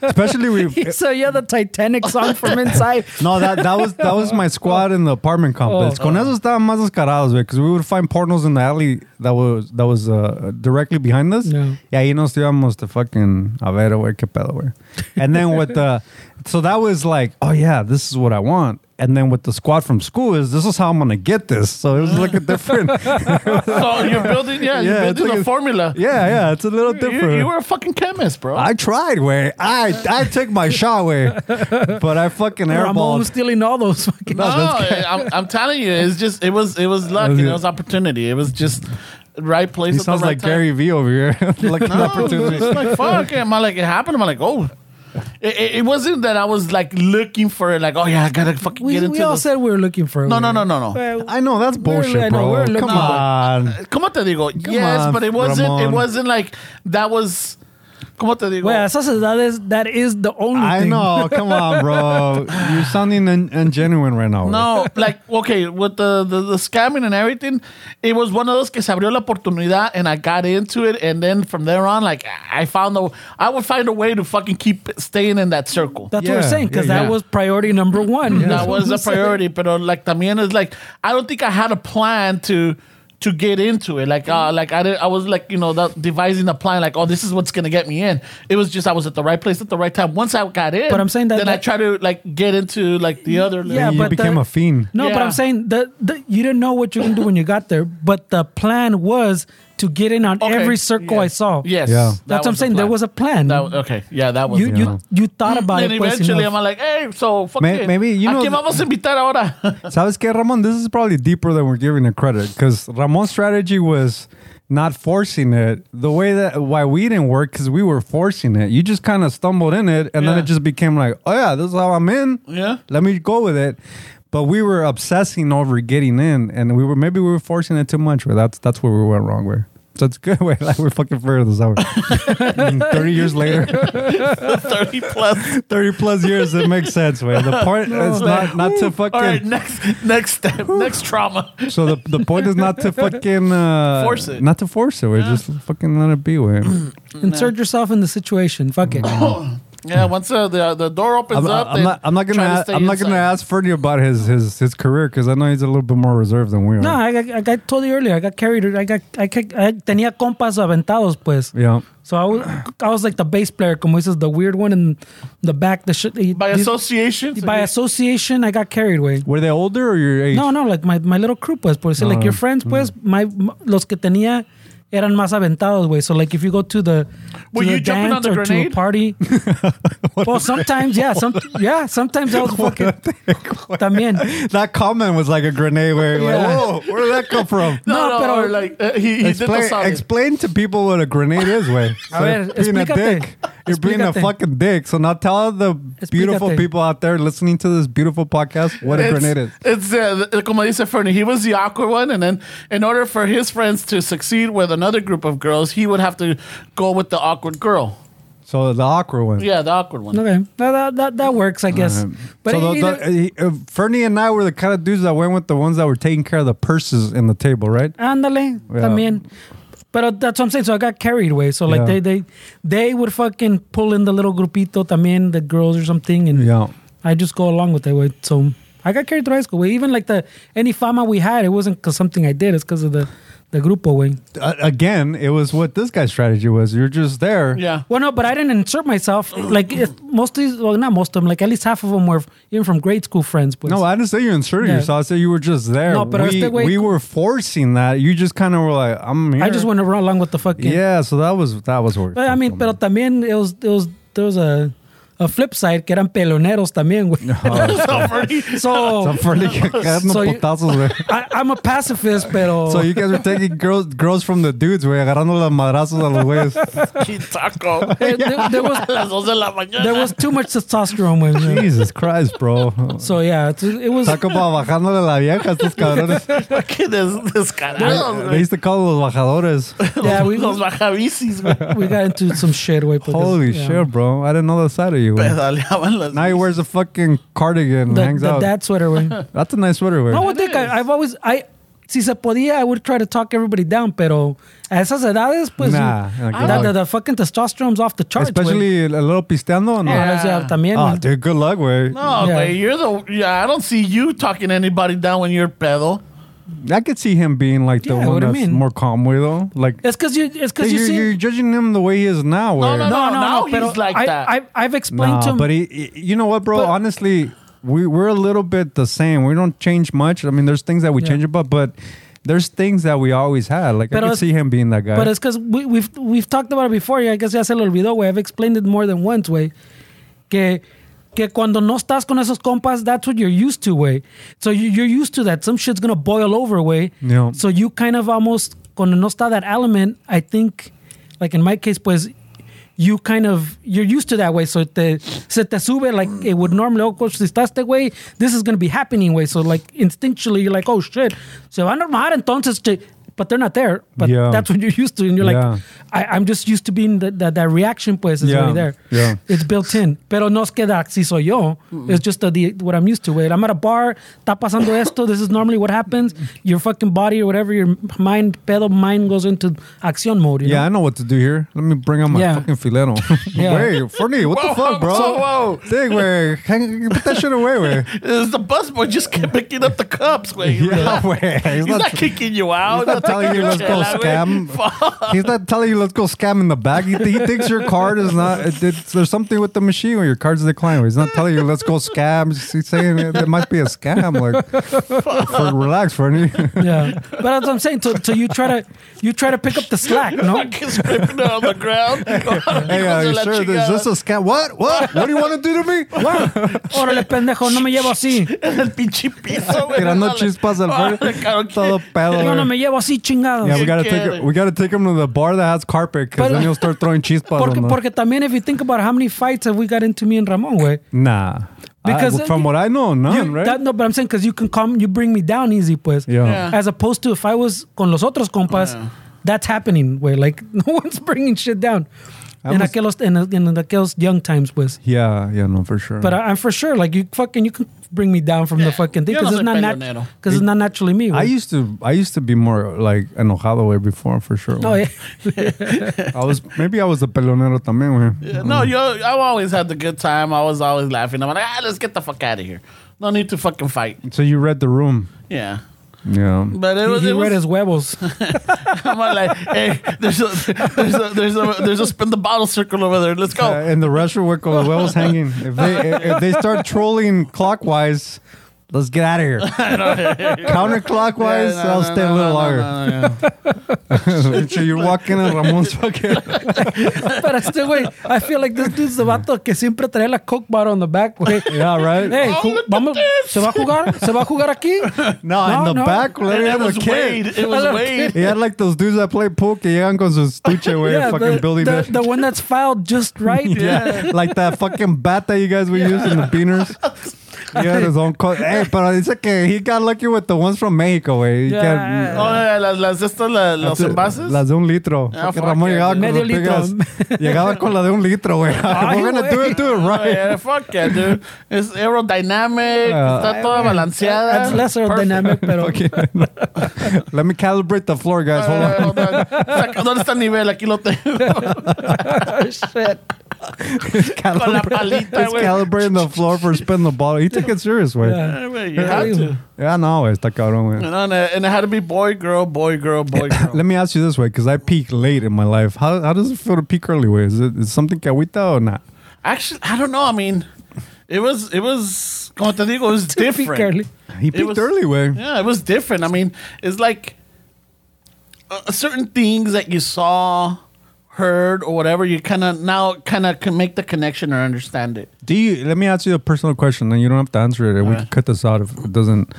[SPEAKER 3] especially we.
[SPEAKER 4] So yeah, the Titanic song from inside.
[SPEAKER 3] No, that that was that was my squad in the apartment complex.
[SPEAKER 4] Oh.
[SPEAKER 3] Con eso estaban más descarados, because we would find pornos in the alley that was that was uh, directly behind us.
[SPEAKER 4] Yeah.
[SPEAKER 3] Y ahí nos íbamos to fucking a ver, güey, qué pedo, güey. And then with the, so that was like, oh yeah, this is what I want. And then with the squad from school is this is how I'm gonna get this. So it was like a different,
[SPEAKER 2] So you're building, yeah,
[SPEAKER 3] Yeah,
[SPEAKER 2] you're
[SPEAKER 3] it's
[SPEAKER 2] building
[SPEAKER 3] like
[SPEAKER 2] a
[SPEAKER 3] a-
[SPEAKER 2] formula.
[SPEAKER 3] yeah, yeah, it's a little
[SPEAKER 2] You-
[SPEAKER 3] different.
[SPEAKER 2] you, you were a fucking chemist, bro.
[SPEAKER 3] I tried, way. I I took my shot, way, but I fucking
[SPEAKER 4] Ramon was
[SPEAKER 3] airballed.
[SPEAKER 4] stealing all those fucking.
[SPEAKER 2] no, Oh, I'm, I'm telling you, it's just it was it was luck and it was opportunity. It was just right place.
[SPEAKER 3] He
[SPEAKER 2] at the
[SPEAKER 3] sounds
[SPEAKER 2] right
[SPEAKER 3] like
[SPEAKER 2] time.
[SPEAKER 3] Gary Vee over here. like an
[SPEAKER 2] No,
[SPEAKER 3] opportunity.
[SPEAKER 2] it's like fuck. Am I like it happened? Am I like oh? It, it, it wasn't that I was like looking for it. Like oh yeah, I gotta fucking
[SPEAKER 4] We,
[SPEAKER 2] get into
[SPEAKER 4] we all
[SPEAKER 2] this.
[SPEAKER 4] said we were looking for.
[SPEAKER 2] no,
[SPEAKER 4] it.
[SPEAKER 2] no, no, no, no.
[SPEAKER 4] Well,
[SPEAKER 3] I know that's
[SPEAKER 4] We're-
[SPEAKER 3] bullshit,
[SPEAKER 4] I know,
[SPEAKER 3] bro.
[SPEAKER 4] we're looking
[SPEAKER 3] Come
[SPEAKER 4] for-
[SPEAKER 3] on.
[SPEAKER 2] ¿Cómo te digo? yes,
[SPEAKER 3] on,
[SPEAKER 2] but it wasn't. It
[SPEAKER 3] Ramon.
[SPEAKER 2] wasn't like that was. ¿Cómo te digo?
[SPEAKER 4] Well, a esas edades, that is the only
[SPEAKER 3] Oh. I
[SPEAKER 4] thing.
[SPEAKER 3] know. Come on, bro. You're sounding un- ungenuine right now. bro.
[SPEAKER 2] No, like, okay, with the, the, the scamming and everything, it was one of those que se abrió la oportunidad and I got into it. And then from there on, like, I found a, I would find a way to fucking keep staying in that circle.
[SPEAKER 4] That's what
[SPEAKER 3] Yeah,
[SPEAKER 4] I'm saying because
[SPEAKER 3] yeah,
[SPEAKER 4] that
[SPEAKER 3] yeah.
[SPEAKER 4] was priority number one.
[SPEAKER 2] That was a
[SPEAKER 4] That's what I'm
[SPEAKER 2] priority. But like, también is like, I don't think I had a plan to. To get into it, like, uh, like I, did, I was like, you know, that devising a plan, like, oh, this is what's gonna get me in. It was just I was at the right place at the right time. Once I got in,
[SPEAKER 4] But I'm saying that-
[SPEAKER 2] then I
[SPEAKER 4] that-
[SPEAKER 2] try to like get into like the other.
[SPEAKER 4] saying. Yeah,
[SPEAKER 3] You
[SPEAKER 4] but
[SPEAKER 3] became
[SPEAKER 4] the-
[SPEAKER 3] a fiend.
[SPEAKER 4] No, but
[SPEAKER 2] Yeah.
[SPEAKER 4] I'm saying that the, you didn't know what you can do when you got there. But the plan was to get in on
[SPEAKER 2] Okay,
[SPEAKER 4] every circle
[SPEAKER 2] yeah.
[SPEAKER 4] I saw.
[SPEAKER 2] Yes,
[SPEAKER 3] Yeah.
[SPEAKER 2] that
[SPEAKER 3] That's
[SPEAKER 4] that's what I'm
[SPEAKER 2] was the
[SPEAKER 4] saying. There
[SPEAKER 2] plan.
[SPEAKER 4] was a plan.
[SPEAKER 2] That was, okay, yeah, that was.
[SPEAKER 4] you,
[SPEAKER 3] Yeah.
[SPEAKER 4] you you thought about
[SPEAKER 2] then
[SPEAKER 4] it. pues,
[SPEAKER 2] eventually
[SPEAKER 4] enough.
[SPEAKER 2] I'm like, hey, so fuck
[SPEAKER 3] May-
[SPEAKER 2] it.
[SPEAKER 3] maybe, you
[SPEAKER 2] ¿A
[SPEAKER 3] know-
[SPEAKER 2] quién vamos a invitar ahora?
[SPEAKER 3] Sabes que Ramon, this is probably deeper than we're giving it credit because Ramon's strategy was not forcing it. The way that why we didn't work because we were forcing it. You just kind of stumbled in it, and then
[SPEAKER 2] Yeah.
[SPEAKER 3] it just became like, oh yeah, this is how I'm in.
[SPEAKER 2] Yeah.
[SPEAKER 3] let me go with it. But we were obsessing over getting in, and we were maybe we were forcing it too much. Where that's that's where we went wrong. Where so it's good. Way like we're fucking further this hour. Thirty years later,
[SPEAKER 2] 30 plus.
[SPEAKER 3] thirty plus years, it makes sense. Way the point is not not to fucking.
[SPEAKER 2] All right, next next step, next trauma.
[SPEAKER 3] So the, the point is not to fucking uh,
[SPEAKER 2] Force it.
[SPEAKER 3] Not to force it. We're just fucking let it be. We're
[SPEAKER 4] insert yourself in the situation. Fuck it.
[SPEAKER 2] Yeah, once uh, the the door opens
[SPEAKER 3] I'm,
[SPEAKER 2] up,
[SPEAKER 3] I'm not. I'm not gonna.
[SPEAKER 2] try to
[SPEAKER 3] ask
[SPEAKER 2] stay
[SPEAKER 3] I'm not gonna
[SPEAKER 2] inside.
[SPEAKER 3] ask Fernie about his his his career because I know he's a little bit more reserved than we are.
[SPEAKER 4] No, I, got- I, got- I told you earlier. I got carried. I got. I, ca- I tenía compas aventados, pues.
[SPEAKER 3] yeah.
[SPEAKER 4] So I was, I was like the bass player, como dices, the weird one in the back. The shit.
[SPEAKER 2] by association.
[SPEAKER 4] by association, I got carried away.
[SPEAKER 3] Were they older or your age?
[SPEAKER 4] No, no, like my, my little crew, pues, por decir, like your friends, pues, my, m- los que tenía eran más aventados, güey. So, like, if you go to the,
[SPEAKER 2] Were
[SPEAKER 4] to
[SPEAKER 2] you
[SPEAKER 4] the
[SPEAKER 2] jumping on
[SPEAKER 4] dance
[SPEAKER 2] the
[SPEAKER 4] or to a
[SPEAKER 2] grenade?
[SPEAKER 4] party, well, sometimes, yeah, some, yeah, sometimes I was fucking, también.
[SPEAKER 3] That comment was like a grenade. Where like,
[SPEAKER 4] Yeah.
[SPEAKER 3] whoa, where did that come from?
[SPEAKER 2] no,
[SPEAKER 4] No,
[SPEAKER 2] no,
[SPEAKER 4] pero-
[SPEAKER 2] or like uh, he, he did the
[SPEAKER 3] Explain,
[SPEAKER 2] solid.
[SPEAKER 3] explain to people what a grenade is, way.
[SPEAKER 4] A ver,
[SPEAKER 3] being a
[SPEAKER 4] explícate.
[SPEAKER 3] dick. You're being a
[SPEAKER 4] Explícate.
[SPEAKER 3] fucking dick. So now tell the beautiful
[SPEAKER 4] Explícate.
[SPEAKER 3] people out there listening to this beautiful podcast what a
[SPEAKER 2] It's-
[SPEAKER 3] grenade is.
[SPEAKER 2] It's uh, the- como dice Fernie, he was the awkward one, and then in order for his friends to succeed with another group of girls, he would have to go with the awkward girl.
[SPEAKER 3] So the awkward one.
[SPEAKER 2] Yeah, the awkward one.
[SPEAKER 4] Okay, no, that, that, that works, I guess.
[SPEAKER 3] Right.
[SPEAKER 4] But
[SPEAKER 3] Uh-huh. so the,
[SPEAKER 4] either-
[SPEAKER 3] the, he- uh, Fernie and I were the kind of dudes that went with the ones that were taking care of the purses in the table, right?
[SPEAKER 4] Ándale,
[SPEAKER 3] Yeah.
[SPEAKER 4] también. But that's what I'm saying. So I got carried away. So like
[SPEAKER 3] Yeah.
[SPEAKER 4] they they they would fucking pull in the little grupito también, the girls or something, and
[SPEAKER 3] Yeah.
[SPEAKER 4] I just go along with it. Way. So I got carried through high school. Way. Even like the any fama we had, it wasn't because something I did. It's because of the the grupo way.
[SPEAKER 3] Uh, again, it was what this guy's strategy was. You're just there.
[SPEAKER 2] Yeah.
[SPEAKER 4] Well, no, but I didn't insert myself. Like if most of these, well, not most of them. Like at least half of them were even from grade school friends. Pues.
[SPEAKER 3] No, I didn't say you inserted
[SPEAKER 4] Yeah.
[SPEAKER 3] yourself. I said you were just there.
[SPEAKER 4] No, pero
[SPEAKER 3] we,
[SPEAKER 4] este güey-
[SPEAKER 3] we were forcing that. You just kind of were like, I'm here.
[SPEAKER 4] I just went along with the fucking.
[SPEAKER 3] Yeah, so that was that was where. it
[SPEAKER 4] But I
[SPEAKER 3] comes
[SPEAKER 4] mean,
[SPEAKER 3] from.
[SPEAKER 4] pero también it was, it was, there was a, a flip side que eran peloneros también, güey.
[SPEAKER 2] So Fernie-
[SPEAKER 4] So,
[SPEAKER 3] So Fernie got no
[SPEAKER 4] So you-
[SPEAKER 3] putazos, güey.
[SPEAKER 4] I, I'm a pacifist, pero...
[SPEAKER 3] So you guys were taking girls girls from the dudes, güey, agarrando las madrazos a los güeyes.
[SPEAKER 2] Chitaco.
[SPEAKER 4] Eh, there, there was,
[SPEAKER 2] A las 2 de la mañana.
[SPEAKER 4] there was too much testosterone with me.
[SPEAKER 3] Jesus Christ, bro.
[SPEAKER 4] So yeah, it, it was...
[SPEAKER 3] Está como bajándole la vieja a estos cabrones.
[SPEAKER 2] que des, descarados,
[SPEAKER 3] They
[SPEAKER 2] güey.
[SPEAKER 3] used to call los bajadores.
[SPEAKER 4] Yeah, we,
[SPEAKER 2] Los bajabicis, güey.
[SPEAKER 4] we got into some shit, güey. because,
[SPEAKER 3] Holy
[SPEAKER 4] yeah.
[SPEAKER 3] shit, bro! I didn't know that side of you. Nike. güey.
[SPEAKER 2] Pedaleaban las.
[SPEAKER 3] Now he wears a fucking cardigan and
[SPEAKER 4] The,
[SPEAKER 3] hangs
[SPEAKER 4] the
[SPEAKER 3] out.
[SPEAKER 4] dad sweater, güey.
[SPEAKER 3] That's a nice sweater wear.
[SPEAKER 4] I would think I, I've always I si se podía I would try to talk everybody down, pero a esas edades pues
[SPEAKER 3] Nah,
[SPEAKER 4] you-
[SPEAKER 3] okay.
[SPEAKER 4] the, the, the fucking testosterone's off the charts. güey.
[SPEAKER 3] Especially a little pisteando. o No?
[SPEAKER 4] Ah, o sea, también.
[SPEAKER 3] Oh,
[SPEAKER 4] güey.
[SPEAKER 3] dude, good luck, güey.
[SPEAKER 2] No,
[SPEAKER 4] Yeah.
[SPEAKER 2] but you're the. Yeah, I don't see you talking anybody down when you're pedo.
[SPEAKER 3] I could see him being like the
[SPEAKER 4] Yeah,
[SPEAKER 3] one
[SPEAKER 4] what do you
[SPEAKER 3] that's
[SPEAKER 4] mean?
[SPEAKER 3] more calm with, though. Like,
[SPEAKER 4] It's because you. It's because you
[SPEAKER 3] you're,
[SPEAKER 4] see.
[SPEAKER 3] you're judging him the way he is now. Where,
[SPEAKER 2] no,
[SPEAKER 4] no, no, no,
[SPEAKER 2] now
[SPEAKER 4] pero
[SPEAKER 2] he's like
[SPEAKER 4] I,
[SPEAKER 2] that.
[SPEAKER 4] I, I've explained
[SPEAKER 3] Nah,
[SPEAKER 4] to him.
[SPEAKER 3] but he, he- you know what, bro?
[SPEAKER 4] But-
[SPEAKER 3] Honestly, we we're a little bit the same. We don't change much. I mean, there's things that we
[SPEAKER 4] Yeah.
[SPEAKER 3] change about, but there's things that we always had. Like
[SPEAKER 4] Pero
[SPEAKER 3] I could
[SPEAKER 4] es-
[SPEAKER 3] see him being that guy.
[SPEAKER 4] But it's because we, we've we've talked about it before. y I guess ya se lo olvidó, güey. I've explained it more than once, güey. Que que cuando no estás con esos compas, that's what you're used to, güey. So you, you're used to that. Some shit's gonna boil over, güey.
[SPEAKER 3] Yeah.
[SPEAKER 4] So you kind of almost cuando no está that element. I think, like in my case, pues. You kind of you're used to that way, so te, se te sube like it would normally. Oh, coach, si estás este way, this is gonna be happening way. So like instinctually, you're like, oh shit, se va a normar entonces. che- But they're not there. But
[SPEAKER 3] Yeah.
[SPEAKER 4] that's what you're used to, and you're
[SPEAKER 3] Yeah.
[SPEAKER 4] like, I, I'm just used to being that that, that reaction. Pues is
[SPEAKER 3] Yeah,
[SPEAKER 4] already there.
[SPEAKER 3] yeah.
[SPEAKER 4] It's built in. Pero no es que that si soy yo. It's just the, the what I'm used to. Wait, I'm at a bar. Está pasando esto. This is normally what happens. Your fucking body or whatever your mind, pedo mind goes into action mode. You
[SPEAKER 3] yeah,
[SPEAKER 4] know?
[SPEAKER 3] I know what to do here. Let me bring out my
[SPEAKER 4] Yeah.
[SPEAKER 3] fucking fileto.
[SPEAKER 4] Yeah.
[SPEAKER 3] Wait, Fernie, what the
[SPEAKER 2] Whoa,
[SPEAKER 3] fuck, bro?
[SPEAKER 2] whoa, whoa.
[SPEAKER 3] Dig, wait, hang, put that shit away, wait.
[SPEAKER 2] It's the busboy just kept picking up the cups, wait.
[SPEAKER 3] Yeah, wait.
[SPEAKER 2] He's, not, kicking you out.
[SPEAKER 3] He's not telling you let's go scam. He's not telling you let's go scam in the back. He, he thinks your card is not. It, it's, there's something with the machine where your card's declined. He's not telling you let's go scam. He's saying it, it might be a scam. Like, for, relax, Fernie.
[SPEAKER 4] Yeah. But that's what I'm saying. So, so you try to you try to pick up the slack. No.
[SPEAKER 2] Fucking scraping it on the ground.
[SPEAKER 3] hey, are you sure? Is this a scam? What? What? What do you want to do to me? What?
[SPEAKER 4] Órale, pendejo, no me llevo así.
[SPEAKER 2] El pinche piso, güey.
[SPEAKER 3] Tirando chispas al
[SPEAKER 2] Claro,
[SPEAKER 3] Fernie. Todo pedo.
[SPEAKER 4] Yo no me
[SPEAKER 3] güey.
[SPEAKER 4] llevo así, chingados.
[SPEAKER 3] Yeah, we gotta
[SPEAKER 2] Qué
[SPEAKER 3] take
[SPEAKER 2] quiere.
[SPEAKER 3] we gotta take him to the bar that has carpet because
[SPEAKER 4] But-
[SPEAKER 3] then he'll start throwing chispas.
[SPEAKER 4] Porque,
[SPEAKER 3] on the-
[SPEAKER 4] porque también, if you think about how many fights have we got into me and Ramon, güey.
[SPEAKER 3] nah, because
[SPEAKER 4] Because-
[SPEAKER 3] from what I know, none,
[SPEAKER 4] You-
[SPEAKER 3] right?
[SPEAKER 4] that- no, but I'm saying because you can come, you bring me down easy, pues.
[SPEAKER 2] Yeah.
[SPEAKER 4] As opposed to if I was con los otros compas, that's happening where like no one's bringing shit down.
[SPEAKER 3] I
[SPEAKER 4] In
[SPEAKER 3] was-
[SPEAKER 4] aquellos, in, in aquellos young times, pues.
[SPEAKER 3] Yeah, yeah, no, for sure.
[SPEAKER 4] But I, I'm for sure, like you fucking, you can bring me down from the
[SPEAKER 2] Yeah.
[SPEAKER 4] fucking thing
[SPEAKER 2] Yo
[SPEAKER 4] because
[SPEAKER 2] no
[SPEAKER 4] it's
[SPEAKER 2] soy
[SPEAKER 4] not
[SPEAKER 2] peleonero.
[SPEAKER 4] natural. Because it's not naturally me.
[SPEAKER 3] I
[SPEAKER 4] güey.
[SPEAKER 3] used to, I used to be more like enojado way before for sure.
[SPEAKER 2] Oh,
[SPEAKER 4] No, eh.
[SPEAKER 3] güey.
[SPEAKER 4] yeah.
[SPEAKER 3] I was maybe I was the pelonero también. güey.
[SPEAKER 2] No, yo, I've always had the good time. I was always laughing. I'm like, ah, let's get the fuck out of here. No need to fucking fight.
[SPEAKER 3] So you read the room.
[SPEAKER 2] Yeah.
[SPEAKER 3] Yeah.
[SPEAKER 2] But it
[SPEAKER 4] He,
[SPEAKER 2] was,
[SPEAKER 4] he
[SPEAKER 2] it was
[SPEAKER 4] read his huevos.
[SPEAKER 2] I'm like, hey, there's a, there's a, there's a, there's a spin the bottle circle over there. Let's
[SPEAKER 3] Uh,
[SPEAKER 2] go.
[SPEAKER 3] in the restroom where Colahuevo's hanging. If they if, if they start trolling clockwise, let's get out of here. Counterclockwise,
[SPEAKER 2] Yeah, no,
[SPEAKER 3] I'll
[SPEAKER 2] no,
[SPEAKER 3] stay
[SPEAKER 2] no,
[SPEAKER 3] a little
[SPEAKER 2] no,
[SPEAKER 3] longer.
[SPEAKER 2] no, no, no.
[SPEAKER 3] so you're walking in Ramon's fucking.
[SPEAKER 4] But I still, wait, I feel like this dude's the vato que siempre trae la coke bottle on the back, güey.
[SPEAKER 3] Yeah, Ah, right.
[SPEAKER 4] Hey, ju-
[SPEAKER 2] Oh, look at
[SPEAKER 4] vamos,
[SPEAKER 2] this.
[SPEAKER 4] ¿se va a jugar? ¿Se va a jugar aquí?
[SPEAKER 3] no,
[SPEAKER 4] no,
[SPEAKER 3] in the
[SPEAKER 4] no.
[SPEAKER 3] back, let
[SPEAKER 2] It,
[SPEAKER 3] me
[SPEAKER 2] it
[SPEAKER 3] have a
[SPEAKER 2] was Wade.
[SPEAKER 3] kid.
[SPEAKER 2] It was
[SPEAKER 4] Hello,
[SPEAKER 2] Wade.
[SPEAKER 3] He had like those dudes that play pool que llegan con su estuche, güey, fucking
[SPEAKER 4] the,
[SPEAKER 3] building
[SPEAKER 4] the, the one that's filed just right.
[SPEAKER 3] Yeah, like that fucking bat that you guys were using the beaners. He had his own co- Hey, but it's okay. He got lucky with the ones from Mexico, güey. He
[SPEAKER 4] Yeah.
[SPEAKER 2] Oh, yeah, las, las, estas, la- los
[SPEAKER 3] got-
[SPEAKER 2] envases.
[SPEAKER 3] Las de un litro.
[SPEAKER 2] Ah,
[SPEAKER 3] Fucking
[SPEAKER 2] fuck
[SPEAKER 3] Ramón
[SPEAKER 2] yeah,
[SPEAKER 3] llegaba con
[SPEAKER 4] dude.
[SPEAKER 3] sus
[SPEAKER 4] Medio
[SPEAKER 3] pigas.
[SPEAKER 4] litro.
[SPEAKER 3] Llegaba con la de un litro, güey.
[SPEAKER 4] Ay,
[SPEAKER 3] We're gonna do
[SPEAKER 4] güey.
[SPEAKER 3] it, do it
[SPEAKER 2] Oh,
[SPEAKER 3] right.
[SPEAKER 2] yeah, fuck yeah, dude. Es aerodynamic.
[SPEAKER 3] Ah.
[SPEAKER 2] está toda balanceada.
[SPEAKER 4] That's less aerodynamic, pero
[SPEAKER 3] Let me calibrate the floor, guys. Hold on.
[SPEAKER 2] Hold on. Saca- ¿Dónde está el nivel? Aquí lo tengo.
[SPEAKER 4] Oh, shit.
[SPEAKER 2] Con la
[SPEAKER 3] Calibrate-
[SPEAKER 2] palita,
[SPEAKER 3] It's
[SPEAKER 2] güey.
[SPEAKER 3] calibrating the floor for spin the ball. He took it serious, güey. Yeah.
[SPEAKER 4] Yeah.
[SPEAKER 2] Eh, güey, You had to.
[SPEAKER 3] no, güey. Está cabrón, güey.
[SPEAKER 2] No, no, and it had to be boy, girl, boy, girl, boy, girl.
[SPEAKER 3] Let me ask you this way, because I peak late in my life. How, how does it feel to peak early? Way is it is something cahuita or not?
[SPEAKER 2] Actually, I don't know. I mean, it was, it was, como te digo, it was different.
[SPEAKER 4] Carly.
[SPEAKER 3] He peaked
[SPEAKER 2] was-
[SPEAKER 3] early, way.
[SPEAKER 2] Yeah, it was different. I mean, it's like uh, certain things that you saw, heard, or whatever. You kind of now kind of can make the connection or understand it.
[SPEAKER 3] Do you? Let me ask you a personal question, and you don't have to answer it, and we
[SPEAKER 2] Alright.
[SPEAKER 3] can cut this out if it doesn't.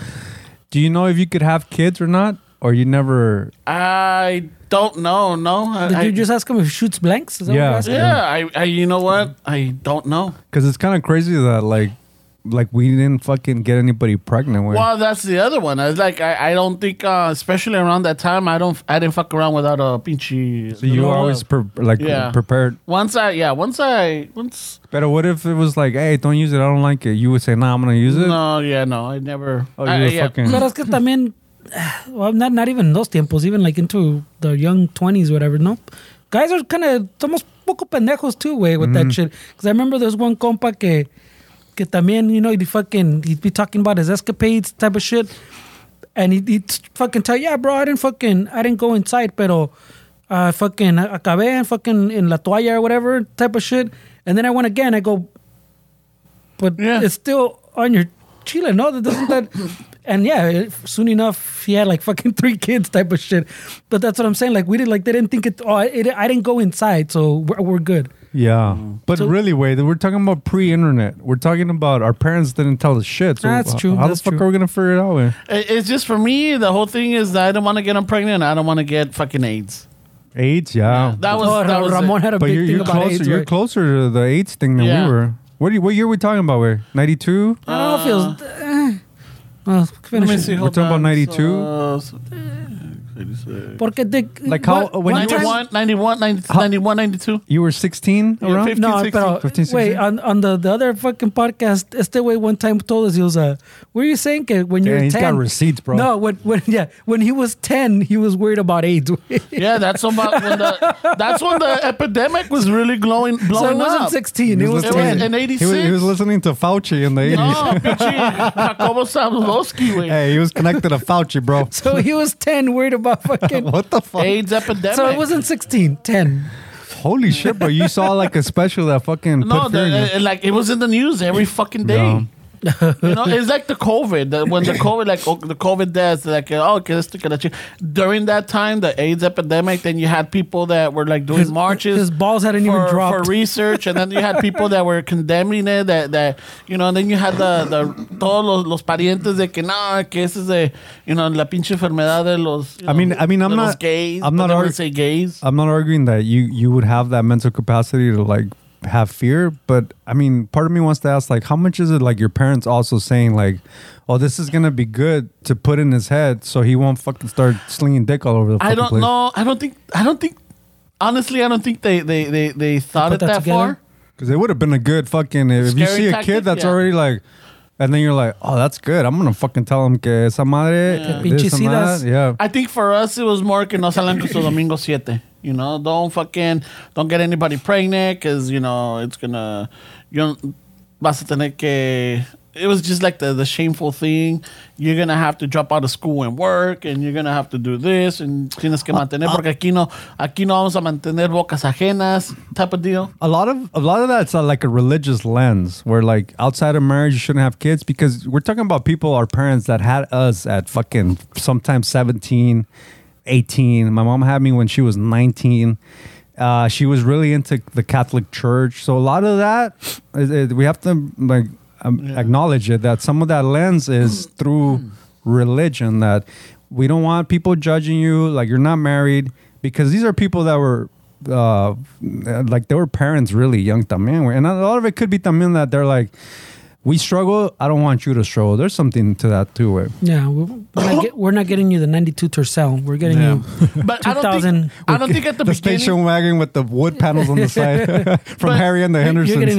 [SPEAKER 3] Do you know if you could have kids or not, or you never?
[SPEAKER 2] I don't know. No, I,
[SPEAKER 4] Did
[SPEAKER 2] I-
[SPEAKER 4] you just ask him if he shoots blanks? Is that
[SPEAKER 3] Yeah.
[SPEAKER 4] what you asked?
[SPEAKER 2] yeah. I, I, you know what? I don't know.
[SPEAKER 3] Because it's kind of crazy that like like we didn't fucking get anybody pregnant. With.
[SPEAKER 2] Well, that's the other one. I was like, I, I don't think, uh, especially around that time, I don't, I didn't fuck around without a pinchy.
[SPEAKER 3] so you were always pre- like
[SPEAKER 2] Yeah.
[SPEAKER 3] prepared.
[SPEAKER 2] once I, yeah, once I, once.
[SPEAKER 3] But what if it was like, hey, don't use it. I don't like it. You would say, nah, I'm gonna use it.
[SPEAKER 2] No, yeah, no, I never.
[SPEAKER 3] Oh,
[SPEAKER 2] I-
[SPEAKER 3] you
[SPEAKER 2] I-
[SPEAKER 3] were
[SPEAKER 2] yeah.
[SPEAKER 3] fucking.
[SPEAKER 4] Pero es que también, well, not, not even in those tiempos, even like into the young 20s, whatever, no? Guys are kind of, somos poco pendejos too, way, with
[SPEAKER 3] Mm.
[SPEAKER 4] that shit. Because I remember there's one compa que, que también, you know, he'd fucking, he'd be talking about his escapades type of shit. And he'd, he'd fucking tell, yeah, bro, I didn't fucking, I didn't go inside, pero uh, fucking, acabé en fucking in la toalla or whatever type of shit. And then I went again, I go, but
[SPEAKER 2] Yeah.
[SPEAKER 4] it's still on your chile. No, that doesn't that. And yeah, it- soon enough, he had like fucking three kids type of shit. But that's what I'm saying. Like we did, like they didn't think it. Oh, it, I didn't go inside, so we're, we're good.
[SPEAKER 3] Yeah, but
[SPEAKER 4] Mm. So-
[SPEAKER 3] really, wait, we're talking about pre-internet. We're talking about our parents didn't tell us shit. So
[SPEAKER 4] That's
[SPEAKER 3] h-
[SPEAKER 4] true,
[SPEAKER 3] How
[SPEAKER 4] that's
[SPEAKER 3] the fuck
[SPEAKER 4] true.
[SPEAKER 3] are we gonna figure it out? Man?
[SPEAKER 2] It- It's just for me. The whole thing is that I don't want to get them pregnant. I don't want to get fucking AIDS.
[SPEAKER 3] AIDS, yeah.
[SPEAKER 2] That was
[SPEAKER 4] Oh,
[SPEAKER 2] that was
[SPEAKER 4] Ramon
[SPEAKER 2] it.
[SPEAKER 4] had a
[SPEAKER 3] but
[SPEAKER 4] big
[SPEAKER 3] you're,
[SPEAKER 4] thing
[SPEAKER 3] you're
[SPEAKER 4] about
[SPEAKER 3] closer.
[SPEAKER 4] AIDS.
[SPEAKER 3] you're
[SPEAKER 4] right?
[SPEAKER 3] closer to the AIDS thing than
[SPEAKER 2] Yeah.
[SPEAKER 3] we were. What do you, what year are we talking about? Where ninety two?
[SPEAKER 4] Oh, I don't
[SPEAKER 3] Ah.
[SPEAKER 4] know if it was. eh. Well,
[SPEAKER 2] Let
[SPEAKER 4] finish
[SPEAKER 2] me
[SPEAKER 4] it.
[SPEAKER 2] see.
[SPEAKER 3] We're
[SPEAKER 2] hold
[SPEAKER 3] talking about
[SPEAKER 2] on.
[SPEAKER 3] 92?
[SPEAKER 2] Uh, so- 86.
[SPEAKER 4] Porque they,
[SPEAKER 3] Like how- when you were-
[SPEAKER 2] 91, 91, 90
[SPEAKER 3] How-
[SPEAKER 2] 91, 92.
[SPEAKER 3] You were sixteen
[SPEAKER 2] Yeah,
[SPEAKER 3] around.
[SPEAKER 2] 15,
[SPEAKER 4] No,
[SPEAKER 2] 16,
[SPEAKER 4] pero
[SPEAKER 3] 15, 16.
[SPEAKER 4] wait on, on the, the other fucking podcast, este way one time told us he was a. Were you saying que when
[SPEAKER 3] Yeah,
[SPEAKER 4] you're
[SPEAKER 3] he's got
[SPEAKER 4] ten?
[SPEAKER 3] receipts, bro.
[SPEAKER 4] No, when when yeah when he was ten, he was worried about AIDS.
[SPEAKER 2] Yeah, that's about when the that's when the epidemic was really glowing
[SPEAKER 4] so it
[SPEAKER 2] blowing
[SPEAKER 4] wasn't
[SPEAKER 2] up.
[SPEAKER 4] 16. It was
[SPEAKER 2] It was
[SPEAKER 4] 10.
[SPEAKER 2] in
[SPEAKER 3] He was, he
[SPEAKER 2] 86.
[SPEAKER 3] was listening to Fauci in the eighties.
[SPEAKER 2] No, bitchy, Jacobo Sablowski with
[SPEAKER 3] Hey, he was connected to Fauci, bro.
[SPEAKER 4] So he was 10, worried about fucking.
[SPEAKER 3] What the fuck?
[SPEAKER 2] AIDS epidemic.
[SPEAKER 4] so it wasn't 16, 10.
[SPEAKER 3] Holy shit, bro! You saw like a special that fucking
[SPEAKER 2] no,
[SPEAKER 3] put fear in you.
[SPEAKER 2] the, uh, like it was in the news every fucking day.
[SPEAKER 3] No.
[SPEAKER 2] you know, it's like the COVID. The, when the COVID, like oh, the COVID deaths, like oh, okay, let's look at that. shit. During that time, the AIDS epidemic, then you had people that were like doing
[SPEAKER 4] His-
[SPEAKER 2] marches.
[SPEAKER 4] his balls hadn't even
[SPEAKER 2] for-
[SPEAKER 4] dropped.
[SPEAKER 2] for research, and then you had people that were condemning it. That that you know, and then you had the the todos los, los parientes de que no, que ese es de you know la pinche enfermedad de los. you
[SPEAKER 3] I mean-
[SPEAKER 2] know,
[SPEAKER 3] I mean, I'm
[SPEAKER 2] de los
[SPEAKER 3] not-
[SPEAKER 2] gays. but
[SPEAKER 3] I'm not
[SPEAKER 2] they
[SPEAKER 3] arg-
[SPEAKER 2] wouldn't say gays.
[SPEAKER 3] I'm not arguing that you you would have that mental capacity to like have fear, but I mean, part of me wants to ask like, how much is it like your parents also saying like, oh, this is gonna be good to put in his head so he won't fucking start slinging dick all over the.
[SPEAKER 2] I
[SPEAKER 3] fucking
[SPEAKER 2] don't
[SPEAKER 3] place.
[SPEAKER 2] know. I don't think. I don't think. Honestly, I don't think they they they, they thought
[SPEAKER 4] put
[SPEAKER 2] it
[SPEAKER 4] that
[SPEAKER 2] that
[SPEAKER 4] together?
[SPEAKER 2] far.
[SPEAKER 3] because it would have been a good fucking if you
[SPEAKER 2] Scary
[SPEAKER 3] see a
[SPEAKER 2] tactic,
[SPEAKER 3] kid that's
[SPEAKER 2] yeah.
[SPEAKER 3] already like. And then you're like, oh, that's good. I'm gonna fucking tell him que esa madre,
[SPEAKER 4] Que
[SPEAKER 3] this
[SPEAKER 4] pinches
[SPEAKER 3] and
[SPEAKER 4] idas.
[SPEAKER 3] that. Yeah.
[SPEAKER 2] I think for us it was more que no salgan con su domingo siete. You know, don't fucking don't get anybody pregnant because you know it's gonna you don't- vas a tener que. It was just like the the shameful thing. You're gonna have to drop out of school and work, and you're gonna have to do this, and tienes que mantener porque aquí no aquí no vamos a mantener bocas ajenas type of deal.
[SPEAKER 3] a lot of a lot of that's uh, like a religious lens where like outside of marriage you shouldn't have kids because we're talking about people our parents that had us at fucking sometimes 17 18 my mom had me when she was 19 uh, she was really into the catholic church so a lot of that is, is- we have to like um, acknowledge it that some of that lens is through religion that we don't want people judging you like you're not married because these are people that were uh like they were parents really young también güey. and a lot of it could be también that they're like we struggle i don't want you to struggle there's something to that too way
[SPEAKER 4] Yeah, we- we're not, get, we're not getting you the 92 Tercel. We're getting you.
[SPEAKER 2] But I don't
[SPEAKER 4] 2000
[SPEAKER 2] think I don't think at the,
[SPEAKER 3] the
[SPEAKER 2] beginning.
[SPEAKER 3] station wagon with the wood panels on the side from
[SPEAKER 2] But
[SPEAKER 3] harry and the
[SPEAKER 4] You're getting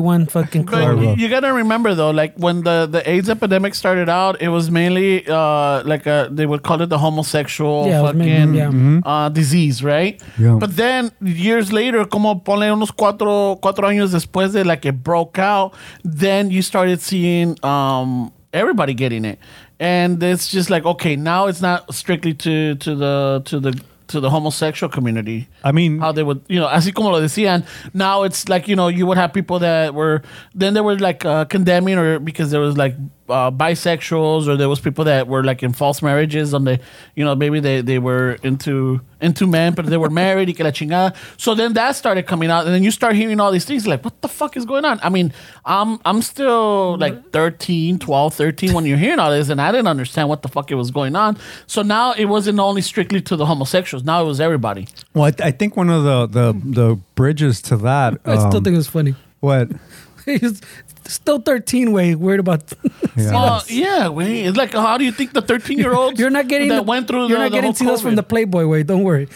[SPEAKER 4] a 2021 fucking car.
[SPEAKER 2] But
[SPEAKER 3] Horrible.
[SPEAKER 2] you, you gotta remember though, like when the the AIDS epidemic started out, it was mainly uh, like a, they would call it the homosexual
[SPEAKER 4] Yeah, it was
[SPEAKER 2] fucking
[SPEAKER 4] mainly- yeah.
[SPEAKER 2] uh, disease, right?
[SPEAKER 3] Yeah.
[SPEAKER 2] But then years later, como ponle unos cuatro cuatro años después de like it broke out, then you started seeing um, everybody getting it, and it's just like okay, now it's not strictly to to the to the to the homosexual community
[SPEAKER 3] i mean
[SPEAKER 2] how they would, you know, así como lo decían. Now it's like, you know, you would have people that were, then they were like uh, condemning or because there was like uh, bisexuals or there was people that were like in false marriages on the, you know, maybe they, they were into into men, but they were married y que la chingada. So then that started coming out and then you start hearing all these things like, what the fuck is going on? I mean, I'm, I'm still like 13, 12, 13 when you're hearing all this and I didn't understand what the fuck it was going on. So now it wasn't only strictly to the homosexuals. Now it was everybody.
[SPEAKER 3] well I, I think one of the the the bridges to that
[SPEAKER 4] I still
[SPEAKER 3] um,
[SPEAKER 4] think it's funny.
[SPEAKER 3] what
[SPEAKER 4] He's still 13 way worried about
[SPEAKER 2] Well, yeah, we, it's like how do you think the thirteen-year-olds
[SPEAKER 4] you're not getting
[SPEAKER 2] that
[SPEAKER 4] the-
[SPEAKER 2] went through
[SPEAKER 4] you're
[SPEAKER 2] the,
[SPEAKER 4] not
[SPEAKER 2] the
[SPEAKER 4] getting
[SPEAKER 2] whole
[SPEAKER 4] Tito's from the
[SPEAKER 2] COVID?
[SPEAKER 4] Playboy way don't worry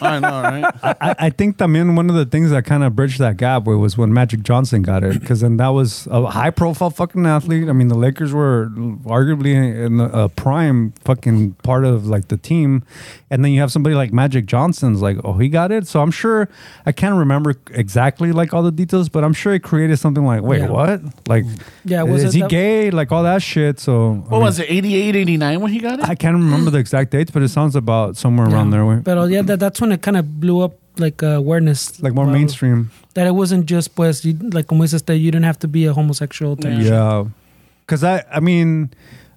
[SPEAKER 2] I know, right?
[SPEAKER 3] I, I think también one of the things that kind of bridged that gap wa- was when Magic Johnson got it, because then that was a high profile fucking athlete. I mean, the Lakers were arguably in the- a prime fucking part of like the team, and then you have somebody like Magic Johnson's like, oh, he got it. So I'm sure I can't remember exactly like all the details, but I'm sure it created something like, wait,
[SPEAKER 4] Yeah.
[SPEAKER 3] what? Like,
[SPEAKER 4] Yeah, was
[SPEAKER 3] is
[SPEAKER 4] it
[SPEAKER 3] he
[SPEAKER 4] that-
[SPEAKER 3] gay? Like all that shit. So I
[SPEAKER 2] What
[SPEAKER 3] mean,
[SPEAKER 2] was it, 88, 89 when he got it?
[SPEAKER 3] I can't remember the exact dates, but it sounds about somewhere around there. where-
[SPEAKER 4] but uh, yeah that, that's when it kind of blew up like uh, awareness
[SPEAKER 3] like more
[SPEAKER 4] about-
[SPEAKER 3] mainstream.
[SPEAKER 4] that it wasn't just pues you, like como dices that you didn't have to be a homosexual type of shit.
[SPEAKER 3] Yeah. Cause I I mean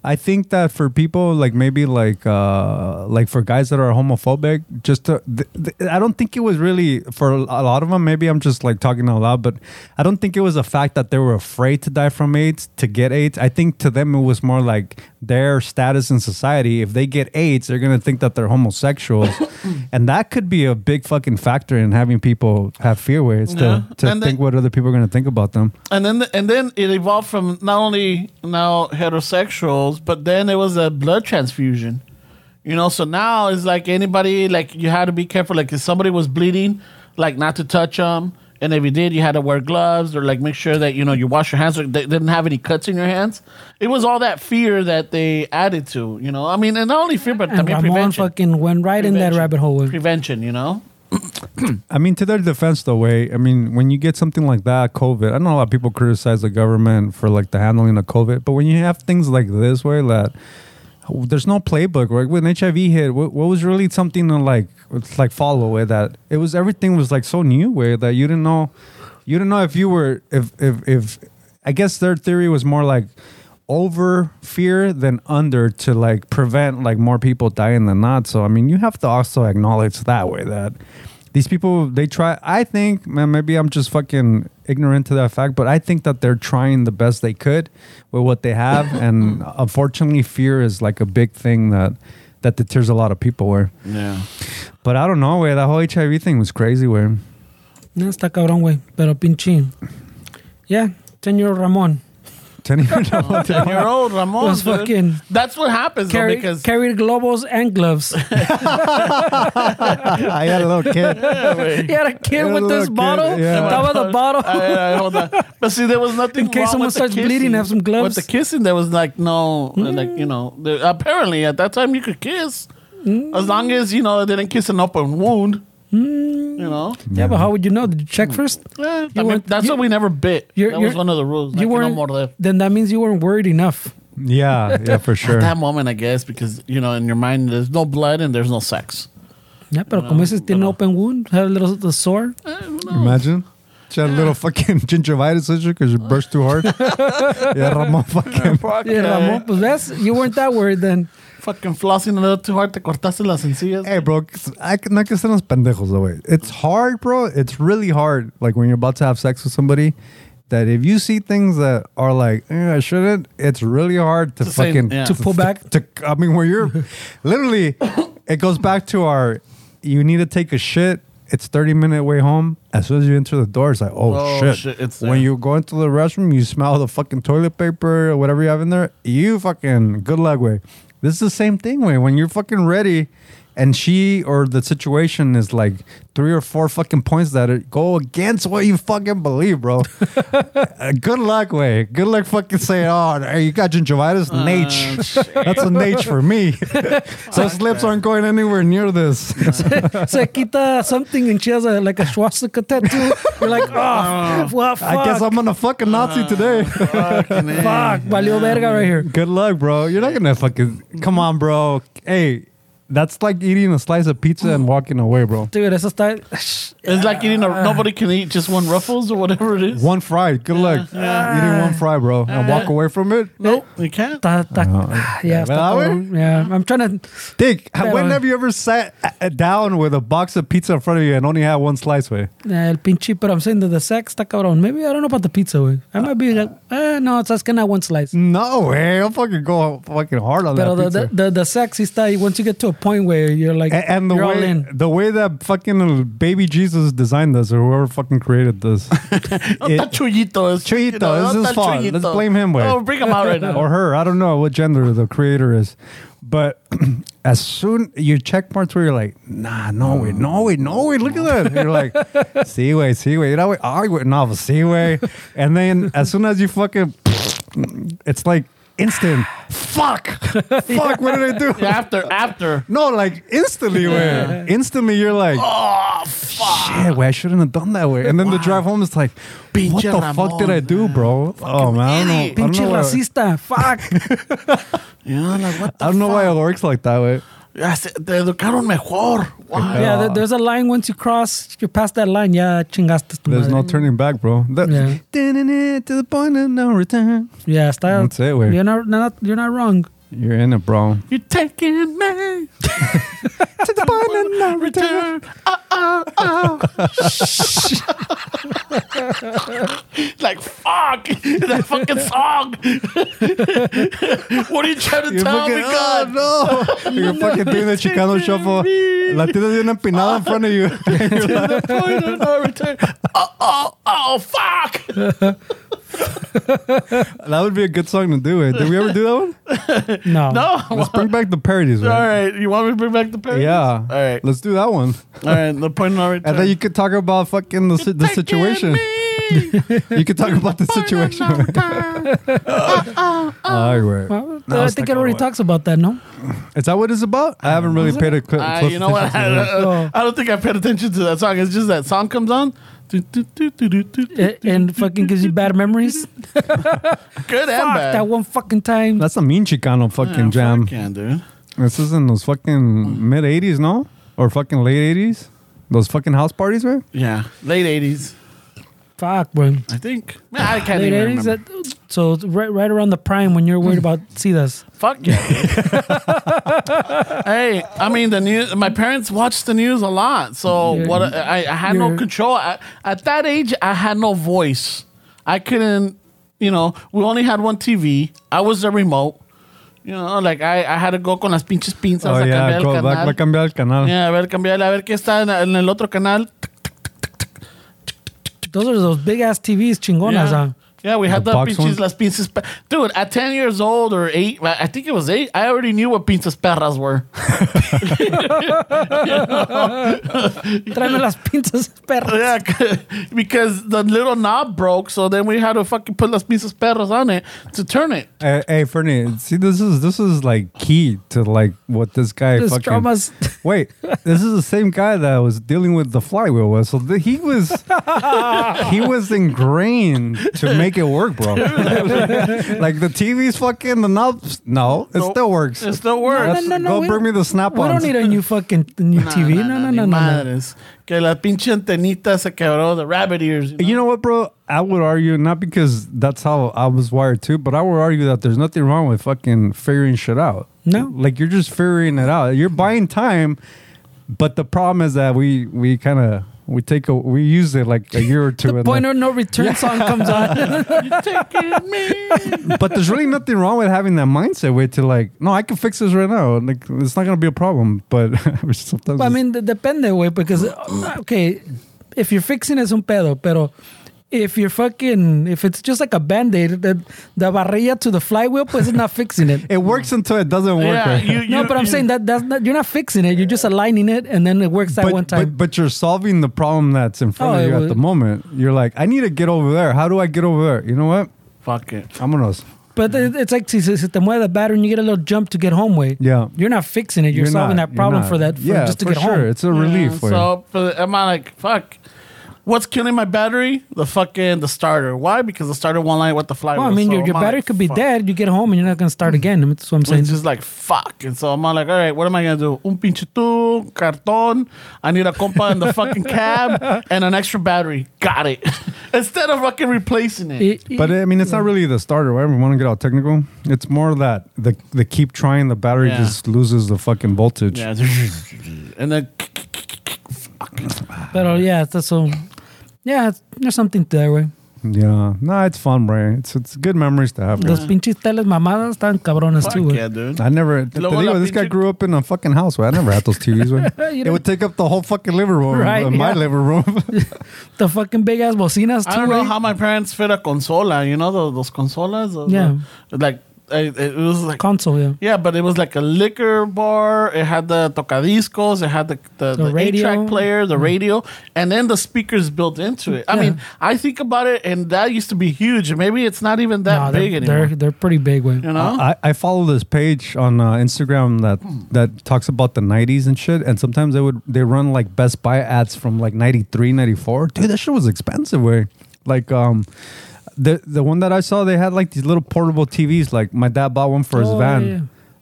[SPEAKER 3] I think that for people like maybe like uh like for guys that are homophobic just to, th- th- I don't think it was really for a lot of them maybe I'm just like talking out loud but I don't think it was a fact that they were afraid to die from AIDS to get AIDS I think to them it was more like their status in society if they get AIDS they're going to think that they're homosexuals and that could be a big fucking factor in having people have fear ways to,
[SPEAKER 2] Yeah.
[SPEAKER 3] to
[SPEAKER 2] And
[SPEAKER 3] think
[SPEAKER 2] they-
[SPEAKER 3] what other people are going to think about them
[SPEAKER 2] and then and then it evolved from not only now heterosexuals, but then it was a blood transfusion. You know, so now it's like anybody like you had to be careful. Like if somebody was bleeding, like not to touch them, and if you did, you had to wear gloves or like make sure that you know you wash your hands. Or they didn't have any cuts in your hands. It was all that fear that they added to. You know, I mean, and not only fear, but
[SPEAKER 4] and
[SPEAKER 2] también
[SPEAKER 4] Ramon
[SPEAKER 2] prevention.
[SPEAKER 4] fucking went right in that
[SPEAKER 2] Prevention.
[SPEAKER 4] rabbit hole with
[SPEAKER 2] Prevention, you know.
[SPEAKER 3] I mean, to their defense, though, way I mean, when you get something like that, COVID, I know a lot of people criticize the government for like the handling of COVID, but when you have things like this, way that there's no playbook. Right? When HIV hit, what, what was really something to like, it's like follow way that it was everything was like so new way that you didn't know, you didn't know if you were if if if I guess their theory was more like over fear than under to like prevent like more people dying than not. So I mean, you have to also acknowledge that way that these people they try. I think, man, maybe I'm just fucking ignorant to that fact, but I think that they're trying the best they could with what they have, and unfortunately, fear is like a big thing that that deters a lot of people. Where,
[SPEAKER 2] Yeah.
[SPEAKER 3] but I don't know, where that whole HIV thing was crazy. Where,
[SPEAKER 4] no está cabrón güey pero pinche yeah 10 year old Ramon
[SPEAKER 2] Ten year old Ramon.
[SPEAKER 4] Those
[SPEAKER 2] dude.
[SPEAKER 4] fucking-
[SPEAKER 2] That's what happens though,
[SPEAKER 4] Carry,
[SPEAKER 2] because
[SPEAKER 4] carried globos and gloves
[SPEAKER 3] I had a little kid.
[SPEAKER 4] he had a kid
[SPEAKER 3] He had
[SPEAKER 4] with
[SPEAKER 3] a
[SPEAKER 4] this
[SPEAKER 3] little kid,
[SPEAKER 4] bottle
[SPEAKER 3] yeah.
[SPEAKER 4] estaba the bottle
[SPEAKER 2] I, I- I- hold on. But see, there was nothing.
[SPEAKER 4] In case
[SPEAKER 2] wrong
[SPEAKER 4] someone
[SPEAKER 2] with the
[SPEAKER 4] starts
[SPEAKER 2] kissing.
[SPEAKER 4] bleeding, have some gloves.
[SPEAKER 2] With the kissing, there was like no, like you know, there, apparently at that time you could kiss
[SPEAKER 4] Mm.
[SPEAKER 2] as long as you know it didn't kiss an open wound. You know,
[SPEAKER 4] yeah but how would you know did you check first
[SPEAKER 2] Eh, I
[SPEAKER 4] Mm. You
[SPEAKER 2] mean,
[SPEAKER 4] weren't-
[SPEAKER 2] that's
[SPEAKER 4] you-
[SPEAKER 2] what we never bit.
[SPEAKER 4] you're-
[SPEAKER 2] That was
[SPEAKER 4] you're-
[SPEAKER 2] one of the rules.
[SPEAKER 4] you
[SPEAKER 2] like,
[SPEAKER 4] weren't
[SPEAKER 2] no more left.
[SPEAKER 4] then that means you weren't worried enough
[SPEAKER 3] yeah, yeah, for sure.
[SPEAKER 2] That moment, I guess, because you know, in your mind, there's no blood and there's no sex.
[SPEAKER 4] yeah pero como dices tiene open wound had a little the sore
[SPEAKER 3] Ah.
[SPEAKER 2] Eh,
[SPEAKER 3] Imagine. She had a little fucking gingivitis issue because you burst too hard. yeah, Ramon fucking.
[SPEAKER 4] yeah Ramon pues that's you weren't that worried then
[SPEAKER 2] Fucking flossing a little too hard, te cortaste las encías.
[SPEAKER 4] Eh,
[SPEAKER 3] Hey, bro, I, no hay que ser unos pendejos, though, güey. It's hard, bro. It's really hard. Like when you're about to have sex with somebody, that if you see things that are like, eh, I shouldn't, it's really hard to
[SPEAKER 2] To say-
[SPEAKER 3] fucking
[SPEAKER 2] yeah. To
[SPEAKER 4] pull back.
[SPEAKER 3] To, I mean, where you're literally, it goes back to our. You need to take a shit. It's 30 minute way home. As soon as you enter the door, it's like, oh,
[SPEAKER 2] Oh,
[SPEAKER 3] shit.
[SPEAKER 2] shit, it's there.
[SPEAKER 3] when you go into the restroom, you smell the fucking toilet paper or whatever you have in there. You fucking good luck, way. This is the same thing, way. When you're fucking ready, and she or the situation is like three or four fucking points that are- go against what you fucking believe, bro. Uh, good luck, way. Good luck, fucking saying, oh, hey, you got gingivitis,
[SPEAKER 2] Oh,
[SPEAKER 3] Nate. That's a Nate for me. so slips aren't going anywhere near this.
[SPEAKER 4] se quita something and she has a, like a swastika tattoo. You're like, oh, well, fuck.
[SPEAKER 3] I guess I'm gonna fuck a Nazi today.
[SPEAKER 4] fuck. Valió verga right here.
[SPEAKER 3] Good luck, bro. You're not gonna fucking come on, bro. Hey, that's like eating a slice of pizza and walking away, bro.
[SPEAKER 4] Dude, eso está.
[SPEAKER 2] eh. It's like eating a nobody can eat just one ruffles or whatever it is.
[SPEAKER 3] One fry. Good luck. eating one fry, bro, and walk away from it.
[SPEAKER 2] Nope, you can't.
[SPEAKER 4] Está, está, yeah, está
[SPEAKER 3] ¿Verdad, Ah.
[SPEAKER 4] cabrón. yeah, I'm trying to.
[SPEAKER 3] Dick,
[SPEAKER 4] Pero-
[SPEAKER 3] when have you ever sat uh, down with a box of pizza in front of you and only had one slice, way?
[SPEAKER 4] Uh, el pinche, but I'm saying that the sex está cabrón. Maybe I don't know about the pizza, güey. I might be
[SPEAKER 3] Ah.
[SPEAKER 4] like, eh, no, it's asking that one slice.
[SPEAKER 3] No way. I'll fucking go fucking hard on
[SPEAKER 4] eh. Pero
[SPEAKER 3] that
[SPEAKER 4] the,
[SPEAKER 3] pizza.
[SPEAKER 4] the, the, the sex, está, once you get to a a point where you're like,
[SPEAKER 3] A- And the
[SPEAKER 4] you're all
[SPEAKER 3] way
[SPEAKER 4] in.
[SPEAKER 3] the way that fucking baby Jesus designed this, or whoever fucking created this,
[SPEAKER 2] ¿Dónde está
[SPEAKER 3] it-
[SPEAKER 2] Chuyito? Es-
[SPEAKER 3] Chuyito,
[SPEAKER 2] ¿dónde
[SPEAKER 3] this is
[SPEAKER 2] está
[SPEAKER 3] fun. Let's
[SPEAKER 2] Chuyito?
[SPEAKER 3] blame him, güey.
[SPEAKER 2] Oh, bring him out right now.
[SPEAKER 3] or her, I don't know what gender the creator is, but as soon you check marks where you're like, nah, no way, no way, no way, look at that. You're like, see way, see way, you know, I went novel, see way, and then as soon as you fucking, it's like instant. Fuck, fuck, what did I do?
[SPEAKER 2] Yeah, after, after.
[SPEAKER 3] No, like instantly, way. Instantly, you're like,
[SPEAKER 2] Oh, fuck.
[SPEAKER 3] shit, way, I shouldn't have done that way. And then the drive home is like,
[SPEAKER 2] Pinche
[SPEAKER 3] what the fuck did
[SPEAKER 2] Ramon,
[SPEAKER 3] I do, bro? Oh man, I don't know. I
[SPEAKER 2] idiot.
[SPEAKER 3] don't
[SPEAKER 4] Pinche
[SPEAKER 3] know why-
[SPEAKER 4] racista. Fuck.
[SPEAKER 2] Yeah, like, what the
[SPEAKER 3] I don't know why
[SPEAKER 2] fuck?
[SPEAKER 3] it works like that way.
[SPEAKER 2] Ya se- Te educaron mejor. Why?
[SPEAKER 4] yeah,
[SPEAKER 3] Uh,
[SPEAKER 4] there- there's a line once you cross, you pass that line, yeah, chingaste tu
[SPEAKER 3] There's
[SPEAKER 4] madre.
[SPEAKER 3] no turning back, bro. That,
[SPEAKER 4] Yeah.
[SPEAKER 3] To the point of no return.
[SPEAKER 4] Yeah, style.
[SPEAKER 3] That's it, güey.
[SPEAKER 4] You're not, not, you're not wrong.
[SPEAKER 3] You're in it, bro.
[SPEAKER 2] You're taking me
[SPEAKER 3] to the point of no
[SPEAKER 2] return. Uh, uh, uh. like fuck that fucking song. what are you trying to
[SPEAKER 3] You're
[SPEAKER 2] tell
[SPEAKER 3] fucking,
[SPEAKER 2] me, God?
[SPEAKER 3] oh, no. You're fucking doing the Chicano shuffle. La tienes bien empinada in front of you.
[SPEAKER 2] The point of no return. Oh, oh, oh, fuck!
[SPEAKER 3] that would be a good song to do it. Did we ever do that one?
[SPEAKER 4] No.
[SPEAKER 2] No.
[SPEAKER 3] Let's bring back the parodies,
[SPEAKER 2] All
[SPEAKER 3] man.
[SPEAKER 2] right, you want me to bring back the parents?
[SPEAKER 3] Yeah.
[SPEAKER 2] All right.
[SPEAKER 3] Let's do that one.
[SPEAKER 2] All right. The point of no return.
[SPEAKER 3] And then you could talk about fucking the, si- the situation. You could talk about the situation. All right.
[SPEAKER 4] Well,
[SPEAKER 3] No,
[SPEAKER 4] I
[SPEAKER 3] it's
[SPEAKER 4] think
[SPEAKER 3] like,
[SPEAKER 4] it already
[SPEAKER 3] oh,
[SPEAKER 4] talks about that, no?
[SPEAKER 3] Is that what it's about? I haven't really paid a cl-
[SPEAKER 2] Uh,
[SPEAKER 3] close
[SPEAKER 2] you know what? I,
[SPEAKER 3] attention to that.
[SPEAKER 4] Oh.
[SPEAKER 2] I- I don't think I paid attention to that song. It's just that song comes on. Do, do, do, do, do, do, do.
[SPEAKER 4] A- and fucking gives you bad memories.
[SPEAKER 2] Good and
[SPEAKER 4] Fuck
[SPEAKER 2] bad.
[SPEAKER 4] that one fucking time.
[SPEAKER 3] That's a mean Chicano fucking
[SPEAKER 2] Yeah,
[SPEAKER 3] jam.
[SPEAKER 2] fuck yeah, dude.
[SPEAKER 3] This is in those fucking mid 80s, no? Or fucking late 80s? Those fucking house parties, right?
[SPEAKER 2] Yeah, late eighties,
[SPEAKER 4] Fuck, bro.
[SPEAKER 2] I think. Man, I can't
[SPEAKER 4] Late
[SPEAKER 2] even
[SPEAKER 4] 80s,
[SPEAKER 2] remember.
[SPEAKER 4] that- so it's right, right around the prime when you're worried about Sidas.
[SPEAKER 2] Fuck yeah. hey, I mean the news. My parents watched the news a lot, so
[SPEAKER 4] You're-
[SPEAKER 2] what? I, I had no
[SPEAKER 4] you're-
[SPEAKER 2] control I, at that age. I had no voice. I couldn't. You know, we only had one TV. I was the remote. You know, like I, I had to go con las pinches pinzas.
[SPEAKER 3] oh,
[SPEAKER 2] a
[SPEAKER 3] yeah.
[SPEAKER 2] cambiar el
[SPEAKER 3] Go back,
[SPEAKER 2] canal.
[SPEAKER 3] va a cambiar el canal.
[SPEAKER 2] Yeah, a ver, cambiarle, a ver qué está en, en el otro canal.
[SPEAKER 4] Those are those big ass TVs, chingonas, huh?
[SPEAKER 2] Yeah. Yeah, we had
[SPEAKER 3] The
[SPEAKER 2] the
[SPEAKER 3] box
[SPEAKER 2] pinches,
[SPEAKER 3] one?
[SPEAKER 2] las pinzas. Pe- Dude, at 10 years old or 8, I I think it was 8, I already knew what pinzas perras were.
[SPEAKER 4] Tráeme las pinzas, perro.
[SPEAKER 2] yeah, c- because the little knob broke, so then we had to fucking put las pinzas perras on it to turn it.
[SPEAKER 3] Hey, hey, Fernie, see, this is this is like key to like what this guy
[SPEAKER 4] This
[SPEAKER 3] fucking.
[SPEAKER 4] drama's-
[SPEAKER 3] Wait, this is the same guy that was dealing with the flywheel was. So th- he was he was ingrained to make it work, bro. like the TV's fucking the knobs. No, it
[SPEAKER 2] Nope.
[SPEAKER 3] still works.
[SPEAKER 2] It still works.
[SPEAKER 4] No, no, no,
[SPEAKER 3] Go
[SPEAKER 4] we-
[SPEAKER 3] bring me the snap
[SPEAKER 4] We
[SPEAKER 3] on.
[SPEAKER 4] don't need a new fucking new TV. No, no,
[SPEAKER 2] ni
[SPEAKER 4] no, no. no.
[SPEAKER 2] madres. Que la pinche antenita se quebró, the rabbit ears. You know?
[SPEAKER 3] You know what, bro? I would argue not because that's how I was wired too, but I would argue that there's nothing wrong with fucking figuring shit out.
[SPEAKER 4] No.
[SPEAKER 3] like you're just figuring it out. You're buying time, but the problem is that we we kind of we take a we use it like a year or two.
[SPEAKER 4] The
[SPEAKER 3] and
[SPEAKER 4] point
[SPEAKER 3] then-
[SPEAKER 4] of no return song comes on.
[SPEAKER 2] Taking me.
[SPEAKER 3] but there's really nothing wrong with having that mindset way to like, no, I can fix this right now. Like it's not gonna be a problem. But sometimes
[SPEAKER 4] I
[SPEAKER 3] it's-
[SPEAKER 4] mean, it depende, güey, because uh, okay, if you're fixing es un pedo, pero if you're fucking if it's just like a band-aid, the, the barrilla to the flywheel, pues it's not fixing it.
[SPEAKER 3] it works until it doesn't work.
[SPEAKER 2] Yeah,
[SPEAKER 3] right?
[SPEAKER 2] you, you,
[SPEAKER 4] No, but I'm
[SPEAKER 2] you-
[SPEAKER 4] saying that that's not you're not fixing it. You're just aligning it, and then it works that
[SPEAKER 3] but,
[SPEAKER 4] one time.
[SPEAKER 3] But, but you're solving the problem that's in front
[SPEAKER 4] Oh,
[SPEAKER 3] of
[SPEAKER 4] it
[SPEAKER 3] you at
[SPEAKER 4] would-
[SPEAKER 3] the moment. You're like, I need to get over there. How do I get over there? You know what?
[SPEAKER 2] Fuck it.
[SPEAKER 3] I'm gonna. s-
[SPEAKER 4] But it- it's like si se se te mueve the battery and you get a little jump to get home way.
[SPEAKER 3] Yeah.
[SPEAKER 4] You're not fixing it. You're, solving
[SPEAKER 3] not-
[SPEAKER 4] that
[SPEAKER 3] you're
[SPEAKER 4] problem
[SPEAKER 3] not.
[SPEAKER 4] for that for
[SPEAKER 3] yeah,
[SPEAKER 4] just to
[SPEAKER 3] for
[SPEAKER 4] get
[SPEAKER 3] sure.
[SPEAKER 4] home.
[SPEAKER 3] It's a relief.
[SPEAKER 2] Yeah,
[SPEAKER 3] for you.
[SPEAKER 2] so for the, am I like fuck? What's killing my battery? The fucking the starter. Why? Because the starter won't line with the flywheel.
[SPEAKER 4] well, I mean,
[SPEAKER 2] So
[SPEAKER 4] your, your
[SPEAKER 2] I'm
[SPEAKER 4] battery
[SPEAKER 2] like,
[SPEAKER 4] could be
[SPEAKER 2] fuck.
[SPEAKER 4] dead. You get home and you're not gonna
[SPEAKER 3] Hmm.
[SPEAKER 4] start again. That's what I'm saying.
[SPEAKER 2] It's just like fuck, and so I'm like, all right, what am I gonna do? Un pinche tu, un cartón. I need a compa in the fucking cab and an extra battery. Got it. Instead of fucking replacing it.
[SPEAKER 4] It-
[SPEAKER 3] But I mean, it's not really the starter. Right? We want to get all technical. It's more that the the keep trying. The battery
[SPEAKER 2] Yeah.
[SPEAKER 3] just loses the fucking voltage.
[SPEAKER 2] yeah, and then
[SPEAKER 4] But uh, yeah, that's so. Yeah, there's something to that way.
[SPEAKER 3] Yeah, no, it's fun, bro. It's it's good memories to have.
[SPEAKER 4] Los
[SPEAKER 3] guys.
[SPEAKER 4] pinches teles mamadas están cabronas
[SPEAKER 2] Fuck
[SPEAKER 4] too, güey.
[SPEAKER 2] yeah, dude.
[SPEAKER 3] I never. Te
[SPEAKER 2] Luego la
[SPEAKER 3] digo, this guy
[SPEAKER 2] pinche-
[SPEAKER 3] grew up in a fucking house. Way I never had those TVs. Way
[SPEAKER 4] You
[SPEAKER 3] it would take up the whole fucking living room,
[SPEAKER 4] Right,
[SPEAKER 3] uh, my
[SPEAKER 4] yeah.
[SPEAKER 3] living room.
[SPEAKER 4] The fucking big ass bocinas too,
[SPEAKER 2] I don't know
[SPEAKER 4] right?
[SPEAKER 2] how my parents fit a consola. You know those, those consolas. Those,
[SPEAKER 4] Yeah.
[SPEAKER 2] uh, like I, it was like
[SPEAKER 4] Console, yeah.
[SPEAKER 2] yeah, but it was like a liquor bar. It had the tocadiscos. It had the the,
[SPEAKER 4] The
[SPEAKER 2] the, eight
[SPEAKER 4] radio. Mm-hmm.
[SPEAKER 2] track player, the radio, and then the speakers built into it. I
[SPEAKER 4] Yeah.
[SPEAKER 2] mean, I think about it, and that used to be huge. Maybe it's not even that
[SPEAKER 4] Nah, they're,
[SPEAKER 2] big anymore.
[SPEAKER 4] they're they're pretty big, way.
[SPEAKER 2] you know.
[SPEAKER 3] I, I follow this page on uh, Instagram that that talks about the 90s and shit and sometimes they would they run like Best Buy ads from like 93 94 dude that shit was expensive way like um the the one that I saw they had like these little portable TVs like my dad bought one for his
[SPEAKER 4] Oh,
[SPEAKER 3] van
[SPEAKER 4] yeah, yeah.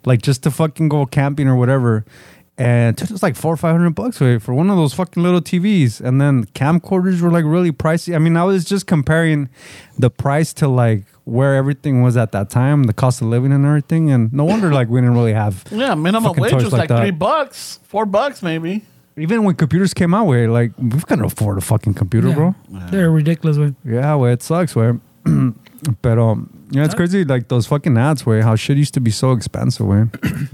[SPEAKER 3] like just to fucking go camping or whatever and dude, it was like four or five hundred bucks way for one of those fucking little TVs and then camcorders were like really pricey I mean I was just comparing the price to like where everything was at that time, the cost of living and everything, and no wonder like we didn't really have.
[SPEAKER 2] yeah, minimum
[SPEAKER 3] fucking
[SPEAKER 2] wage
[SPEAKER 3] toys
[SPEAKER 2] was
[SPEAKER 3] like
[SPEAKER 2] like,
[SPEAKER 3] that.
[SPEAKER 2] three bucks, four bucks maybe.
[SPEAKER 3] Even when computers came out, we like we couldn't afford a fucking computer,
[SPEAKER 4] Yeah.
[SPEAKER 3] bro.
[SPEAKER 4] They're ridiculous, way.
[SPEAKER 3] Yeah, way it sucks, way. but um, yeah, it's crazy. Like those fucking ads, way how shit used to be so expensive, way.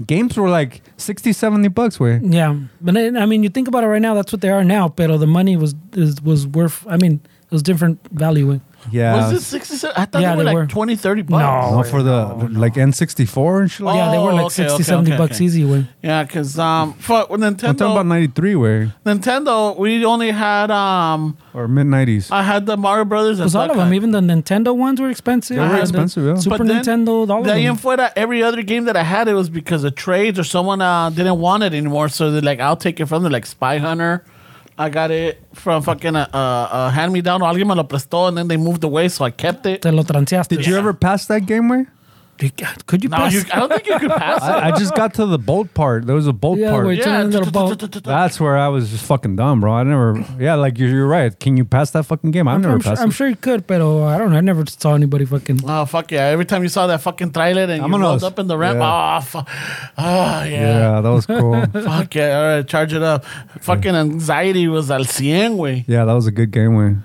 [SPEAKER 3] Games were like 60, 70 bucks, way.
[SPEAKER 4] Yeah, but then, I mean, you think about it right now. That's what they are now. Pero the money was is, was worth. I mean, it was different value. güey.
[SPEAKER 3] Yeah.
[SPEAKER 2] Was it 67? I thought
[SPEAKER 4] Yeah,
[SPEAKER 2] they were
[SPEAKER 4] they
[SPEAKER 2] like
[SPEAKER 4] were.
[SPEAKER 2] twenty, thirty 20, 30 bucks.
[SPEAKER 3] no, for the like N64 and shit. Like,
[SPEAKER 4] Oh, yeah, they were
[SPEAKER 2] Oh,
[SPEAKER 4] like
[SPEAKER 2] okay,
[SPEAKER 4] 60,
[SPEAKER 2] okay,
[SPEAKER 4] 70
[SPEAKER 2] okay,
[SPEAKER 4] bucks
[SPEAKER 2] okay.
[SPEAKER 4] easy. Way.
[SPEAKER 2] Yeah, because um, fuck, with
[SPEAKER 3] I'm talking about
[SPEAKER 2] Nintendo,
[SPEAKER 3] 93, way,
[SPEAKER 2] Nintendo, we only had um,
[SPEAKER 3] or mid
[SPEAKER 4] Ah,
[SPEAKER 3] 90s.
[SPEAKER 2] I had the Mario Brothers.
[SPEAKER 4] Because all of them, even the Nintendo ones were expensive.
[SPEAKER 3] They were
[SPEAKER 4] and the
[SPEAKER 3] expensive, yeah.
[SPEAKER 4] Super Nintendo, all of
[SPEAKER 2] de ahí en
[SPEAKER 4] them.
[SPEAKER 2] fuera, every other game that I had, it was because of trades or someone uh, didn't want it anymore. So they're like, I'll take it from them, like Spy Hunter. I got it from fucking uh, uh, uh, hand me down. Alguien me lo prestó, and then they moved away, so I kept it.
[SPEAKER 4] Te lo transeaste.
[SPEAKER 3] Did you ever pass that game, way?
[SPEAKER 4] Could you
[SPEAKER 2] No,
[SPEAKER 4] pass?
[SPEAKER 2] you, I don't think you could pass it.
[SPEAKER 3] I, I just got to the bolt part. There was a bolt
[SPEAKER 4] yeah,
[SPEAKER 3] part.
[SPEAKER 4] we're
[SPEAKER 2] Yeah.
[SPEAKER 4] turning little boat.
[SPEAKER 3] That's where I was just fucking dumb, bro. I never, yeah, like you're, you're right. Can you pass that fucking game? I've
[SPEAKER 4] I'm,
[SPEAKER 3] never
[SPEAKER 4] I'm, sure,
[SPEAKER 3] passed.
[SPEAKER 4] I'm sure you could, but I don't know. I never saw anybody fucking.
[SPEAKER 2] Oh fuck yeah! Every time you saw that fucking trailer and you
[SPEAKER 3] Vámonos.
[SPEAKER 2] rolled up in the ramp,
[SPEAKER 3] Yeah.
[SPEAKER 2] oh fuck, oh
[SPEAKER 3] it.
[SPEAKER 2] yeah.
[SPEAKER 3] Yeah, that was cool.
[SPEAKER 2] fuck yeah! All right, charge it up. Fucking anxiety was al cien, güey.
[SPEAKER 3] yeah, that was a good game. Way.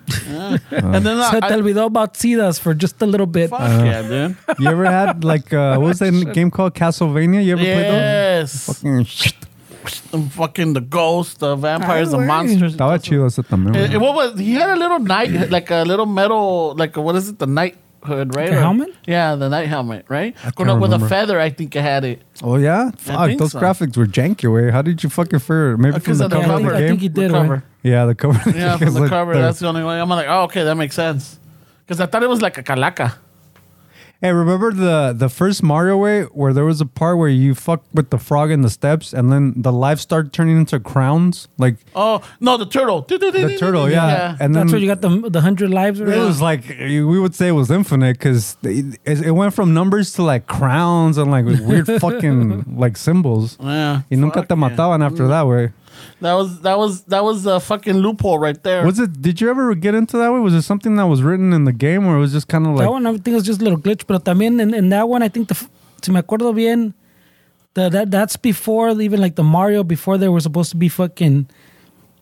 [SPEAKER 2] And then uh,
[SPEAKER 4] Se
[SPEAKER 2] I,
[SPEAKER 4] te
[SPEAKER 2] I,
[SPEAKER 4] olvidó about Sidas for just a little bit.
[SPEAKER 2] fuck yeah, dude.
[SPEAKER 3] You ever had like uh, what was that game called Castlevania? You ever
[SPEAKER 2] Yes.
[SPEAKER 3] played those?
[SPEAKER 2] the fucking the ghost, the vampires, the
[SPEAKER 4] Ay, güey.
[SPEAKER 2] monsters.
[SPEAKER 3] Estaba chido ese también.
[SPEAKER 2] Eh, eh,
[SPEAKER 3] güey.
[SPEAKER 2] what was he had a little knight, like a little metal, like what is it, the knight hood, right?
[SPEAKER 4] Like a
[SPEAKER 2] Or-
[SPEAKER 4] helmet?
[SPEAKER 2] Yeah, the knight helmet, right?
[SPEAKER 3] can't
[SPEAKER 2] With a- with a
[SPEAKER 3] remember.
[SPEAKER 2] feather, I think I had it.
[SPEAKER 3] Oh yeah, fuck
[SPEAKER 2] think
[SPEAKER 3] those
[SPEAKER 2] so.
[SPEAKER 3] graphics were janky. Way, how did you fucking figure? it? Maybe from
[SPEAKER 2] Because
[SPEAKER 3] the
[SPEAKER 2] of the
[SPEAKER 3] cover
[SPEAKER 4] I,
[SPEAKER 2] cover.
[SPEAKER 4] think,
[SPEAKER 3] of the
[SPEAKER 4] I think he
[SPEAKER 3] game.
[SPEAKER 4] did.
[SPEAKER 2] The
[SPEAKER 4] right?
[SPEAKER 2] cover.
[SPEAKER 3] Yeah, the cover.
[SPEAKER 2] Yeah, from
[SPEAKER 3] Because,
[SPEAKER 2] the
[SPEAKER 3] like,
[SPEAKER 2] cover.
[SPEAKER 3] the-
[SPEAKER 2] That's the only way. I'm like, oh, okay, that makes sense. Because I thought it was like a calaca.
[SPEAKER 3] Hey, remember the the first Mario way where there was a part where you fucked with the frog and the steps, and then the life started turning into crowns, like
[SPEAKER 2] Oh no, the turtle.
[SPEAKER 3] the turtle, yeah. And then
[SPEAKER 4] That's where you got the the hundred lives.
[SPEAKER 3] it
[SPEAKER 4] right?
[SPEAKER 3] was like we would say it was infinite because it, it went from numbers to like crowns and like weird fucking like symbols.
[SPEAKER 2] Yeah,
[SPEAKER 3] Y nunca
[SPEAKER 2] fuck
[SPEAKER 3] te
[SPEAKER 2] yeah.
[SPEAKER 3] mataban after that way.
[SPEAKER 2] That was that was that was a fucking loophole right there.
[SPEAKER 3] Was it? Did you ever get into that way? Was it something that was written in the game, or it was just kind of
[SPEAKER 4] That
[SPEAKER 3] like?
[SPEAKER 4] one, I think it was just a little glitch, but también in, in that one, I think the, f- si me acuerdo bien, the, that that's before even like the Mario, before they were supposed to be fucking,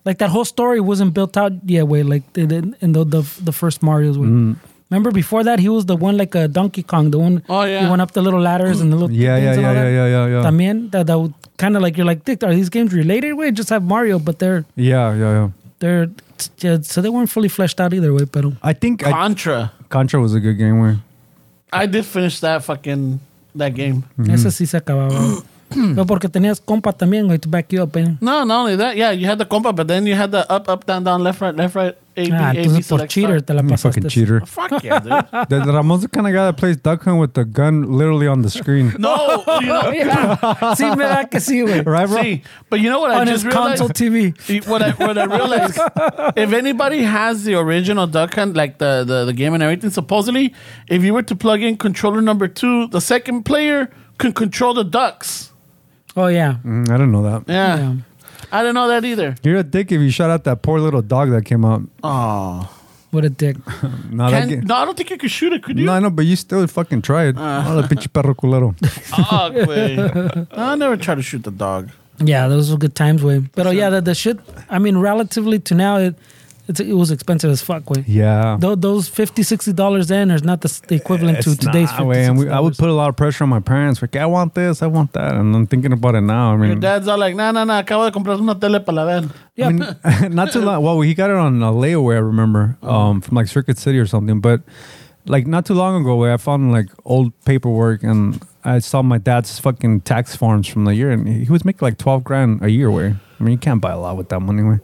[SPEAKER 4] like that whole story wasn't built out yet, way, like they didn't- in the, the, the first Mario's way.
[SPEAKER 3] Mm.
[SPEAKER 4] Remember before that, he was the one like a Donkey Kong, the one,
[SPEAKER 2] Oh, yeah.
[SPEAKER 4] he went up the little ladders and the little
[SPEAKER 3] Yeah, yeah,
[SPEAKER 4] things and all
[SPEAKER 3] yeah, yeah,
[SPEAKER 4] that.
[SPEAKER 3] yeah, yeah, yeah.
[SPEAKER 4] También, that, that kind of like, you're like, "Dick, are these games related? We just have Mario, but they're,
[SPEAKER 3] yeah, yeah, yeah.
[SPEAKER 4] they're, yeah, so they weren't fully fleshed out either way, pero.
[SPEAKER 3] I think I,
[SPEAKER 2] Contra.
[SPEAKER 3] Contra was a good game. Where
[SPEAKER 2] I did finish that fucking that game.
[SPEAKER 3] Mm-hmm.
[SPEAKER 4] Ese sí se acababa. güey. Pero porque tenías compa también, güey, to back you up, eh.
[SPEAKER 2] No, not only that. Yeah, you had the compa, but then you had the up, up, down, down, left, right, left, right. A, B,
[SPEAKER 4] Ah,
[SPEAKER 2] A, B,
[SPEAKER 4] entonces por
[SPEAKER 2] select,
[SPEAKER 4] cheater te la
[SPEAKER 3] I'm a
[SPEAKER 4] pasaste.
[SPEAKER 3] Mm, fucking cheater.
[SPEAKER 2] start. Fuck yeah, dude.
[SPEAKER 3] The, the Ramon's the kind of guy that plays Duck Hunt with the gun literally on the screen.
[SPEAKER 2] No, you know,
[SPEAKER 4] Yeah. sí, verdad que sí, güey.
[SPEAKER 3] right, bro?
[SPEAKER 2] see, but you know what I
[SPEAKER 4] On his
[SPEAKER 2] just
[SPEAKER 4] console
[SPEAKER 2] realized?
[SPEAKER 4] TV.
[SPEAKER 2] What I, what I realized, if anybody has the original Duck Hunt, like the, the, the game and everything, supposedly, if you were to plug in controller number two, the second player can control the ducks.
[SPEAKER 4] Oh, yeah.
[SPEAKER 3] Mm, I don't know that.
[SPEAKER 2] Yeah.
[SPEAKER 4] Yeah.
[SPEAKER 2] I didn't know that either.
[SPEAKER 3] You're a dick if you shot at that poor little dog that came out.
[SPEAKER 2] Oh.
[SPEAKER 4] What a dick.
[SPEAKER 3] No, that
[SPEAKER 2] Can,
[SPEAKER 3] game.
[SPEAKER 2] no, I don't think you could shoot it, could you? Uh.
[SPEAKER 3] No, no, but you still fucking tried. oh, the pinche perro culero.
[SPEAKER 2] Fuck, güey. no, I never try to shoot the dog.
[SPEAKER 4] Yeah, those were good times, güey. Pero yeah, the, the shit, I mean, relatively to now, it, it's, it was expensive as fuck, way.
[SPEAKER 3] Yeah.
[SPEAKER 4] Tho- those 50 60 dollars then is not the, s- the equivalent to
[SPEAKER 3] It's
[SPEAKER 4] today's
[SPEAKER 3] not, way, and we, I would
[SPEAKER 4] $56.
[SPEAKER 3] put a lot of pressure on my parents. Like, I want this, I want that, and I'm thinking about it now. I
[SPEAKER 2] Your
[SPEAKER 3] mean,
[SPEAKER 2] dad's all like, nah, nah, nah, acabo de comprar una tele para la ver.
[SPEAKER 4] yeah,
[SPEAKER 3] I mean, not too long. Well, he got it on a layaway, I remember, um, from like Circuit City or something. But like not too long ago, where I found like old paperwork and I saw my dad's fucking tax forms from the year, and he was making like twelve grand a year. Where I mean, you can't buy a lot with that money. Where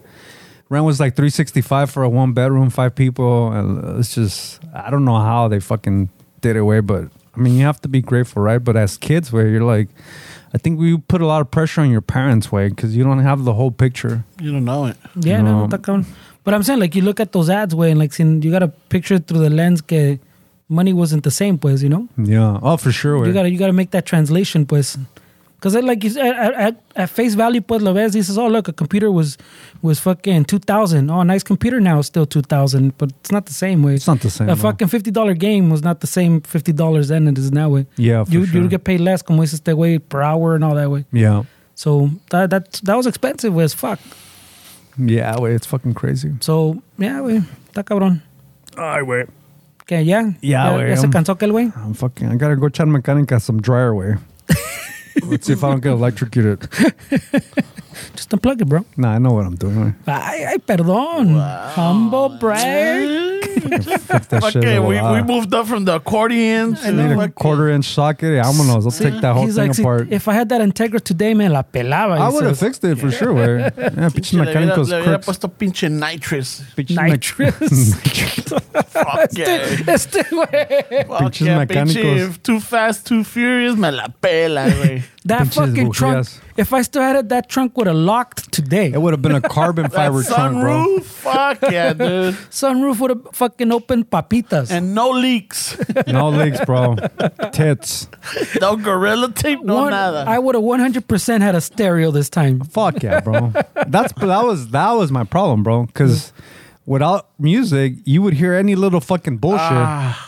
[SPEAKER 3] rent was like three sixty five for a one bedroom, five people. And it's just I don't know how they fucking did it. Where, but I mean, you have to be grateful, right? But as kids, where you're like. I think we put a lot of pressure on your parents, way, because you don't have the whole picture.
[SPEAKER 2] You don't know it.
[SPEAKER 4] yeah, no,
[SPEAKER 3] No.
[SPEAKER 4] está cabrón. But I'm saying, like, you look at those ads, way, and like, sin- you got to picture through the lens que money wasn't the same, pues, you know?
[SPEAKER 3] Yeah. Oh, for sure.
[SPEAKER 4] You
[SPEAKER 3] güey.
[SPEAKER 4] gotta you gotta make that translation, pues. Cause it, like you said, at, at, at face value, pues Levez, he says, "Oh look, a computer was was fucking two thousand. Oh, a nice computer now is still two thousand, but it's not the same way.
[SPEAKER 3] It's not the same,
[SPEAKER 4] A
[SPEAKER 3] no.
[SPEAKER 4] fucking fifty dollar game was not the same fifty dollars then it is now. Way.
[SPEAKER 3] Yeah, for
[SPEAKER 4] you
[SPEAKER 3] sure.
[SPEAKER 4] you get paid less, como dices, este way per hour and all that way.
[SPEAKER 3] Yeah.
[SPEAKER 4] So that that that was expensive way as fuck.
[SPEAKER 3] Yeah, wait, it's fucking crazy.
[SPEAKER 4] So yeah, way, está cabrón.
[SPEAKER 3] I wait.
[SPEAKER 4] Que ya,
[SPEAKER 3] Yeah,
[SPEAKER 4] ya,
[SPEAKER 3] güey,
[SPEAKER 4] ya se
[SPEAKER 3] um,
[SPEAKER 4] cansó aquel way.
[SPEAKER 3] I'm fucking. I gotta go echar mecánica some dryer way. Let's see if I don't get electrocuted.
[SPEAKER 4] Just unplug it, bro.
[SPEAKER 3] Nah, I know what I'm doing. güey.
[SPEAKER 4] Ay, ay, perdón. Humble brag.
[SPEAKER 3] Fuck that shit.
[SPEAKER 2] Okay, we,
[SPEAKER 3] voila.
[SPEAKER 2] we moved up from the accordion to
[SPEAKER 3] Need a
[SPEAKER 2] fucking-
[SPEAKER 3] quarter inch socket. Yeah, Vámonos. Let's take that whole
[SPEAKER 4] He's
[SPEAKER 3] thing
[SPEAKER 4] like, "See,
[SPEAKER 3] apart.
[SPEAKER 4] if I had that Integra today, man, la pelaba.
[SPEAKER 3] I
[SPEAKER 4] He
[SPEAKER 3] would have
[SPEAKER 4] says,
[SPEAKER 3] fixed it for sure. Way. Yeah, pinche
[SPEAKER 2] Le hubiera,
[SPEAKER 3] mecánicos
[SPEAKER 2] le hubiera
[SPEAKER 3] crooks.
[SPEAKER 2] puesto pinche nitrous.
[SPEAKER 3] Pinches mec-
[SPEAKER 4] nitrous.
[SPEAKER 2] Fuck yeah.
[SPEAKER 4] este güey.
[SPEAKER 2] Fuck
[SPEAKER 3] Pinches
[SPEAKER 2] yeah,
[SPEAKER 3] mecánicos.
[SPEAKER 2] pinche Too fast, too furious, me la pela, güey.
[SPEAKER 4] That
[SPEAKER 3] Pinches
[SPEAKER 4] fucking trunk.
[SPEAKER 3] bujías.
[SPEAKER 4] If I still had it, that trunk would have locked today.
[SPEAKER 3] It would have been a carbon
[SPEAKER 2] That
[SPEAKER 3] fiber trunk, bro.
[SPEAKER 2] sunroof, fuck yeah, dude.
[SPEAKER 4] Sunroof would have fucking opened papitas.
[SPEAKER 2] And no leaks,
[SPEAKER 3] No leaks, bro. Tits.
[SPEAKER 2] no gorilla tape, no
[SPEAKER 4] One-
[SPEAKER 2] nada.
[SPEAKER 4] I would have 100% had a stereo this time.
[SPEAKER 3] Fuck yeah, bro. That's that was that was my problem, bro. Because without music, you would hear any little fucking bullshit,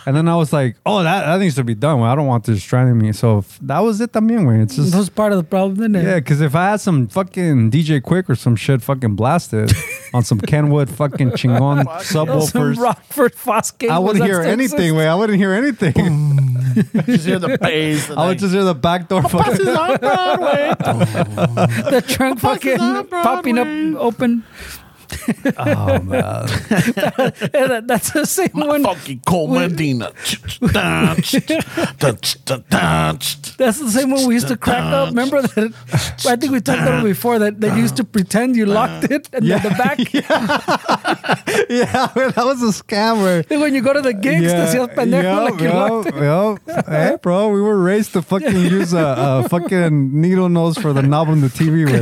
[SPEAKER 3] and then I was like, "Oh, that, that needs to be done. Well, I don't want this stranding me." So f- that was it. También, way. It's
[SPEAKER 4] That was
[SPEAKER 3] just
[SPEAKER 4] part of the problem, didn't
[SPEAKER 3] yeah.
[SPEAKER 4] it?
[SPEAKER 3] Because if I had some fucking DJ Quick or some shit, fucking blasted on some Kenwood fucking chingon
[SPEAKER 4] Some
[SPEAKER 3] subwoofers.
[SPEAKER 4] Rockford Fosgate.
[SPEAKER 3] I wouldn't hear anything, way. I wouldn't hear anything.
[SPEAKER 2] just hear the bass. and
[SPEAKER 3] I
[SPEAKER 2] like,
[SPEAKER 3] would just hear the back door fucking.
[SPEAKER 2] This is on Broadway.
[SPEAKER 4] The trunk
[SPEAKER 2] fuck
[SPEAKER 4] fucking
[SPEAKER 2] is that,
[SPEAKER 4] popping up
[SPEAKER 2] Broadway?
[SPEAKER 4] open.
[SPEAKER 3] Oh man,
[SPEAKER 4] Yeah, that- that's the same one.
[SPEAKER 2] Funky Cole Medina.
[SPEAKER 4] That's the same one we used to crack up. Remember that? I think we talked about it before that they used to pretend you locked it and then the back.
[SPEAKER 3] yeah, that was a scam. Where
[SPEAKER 4] When you go to the gigs, te hacías pendejo like you locked it.
[SPEAKER 3] yep. Hey, Eh, bro, we were raised to fucking use a, a fucking needle nose for the knob on the TV with.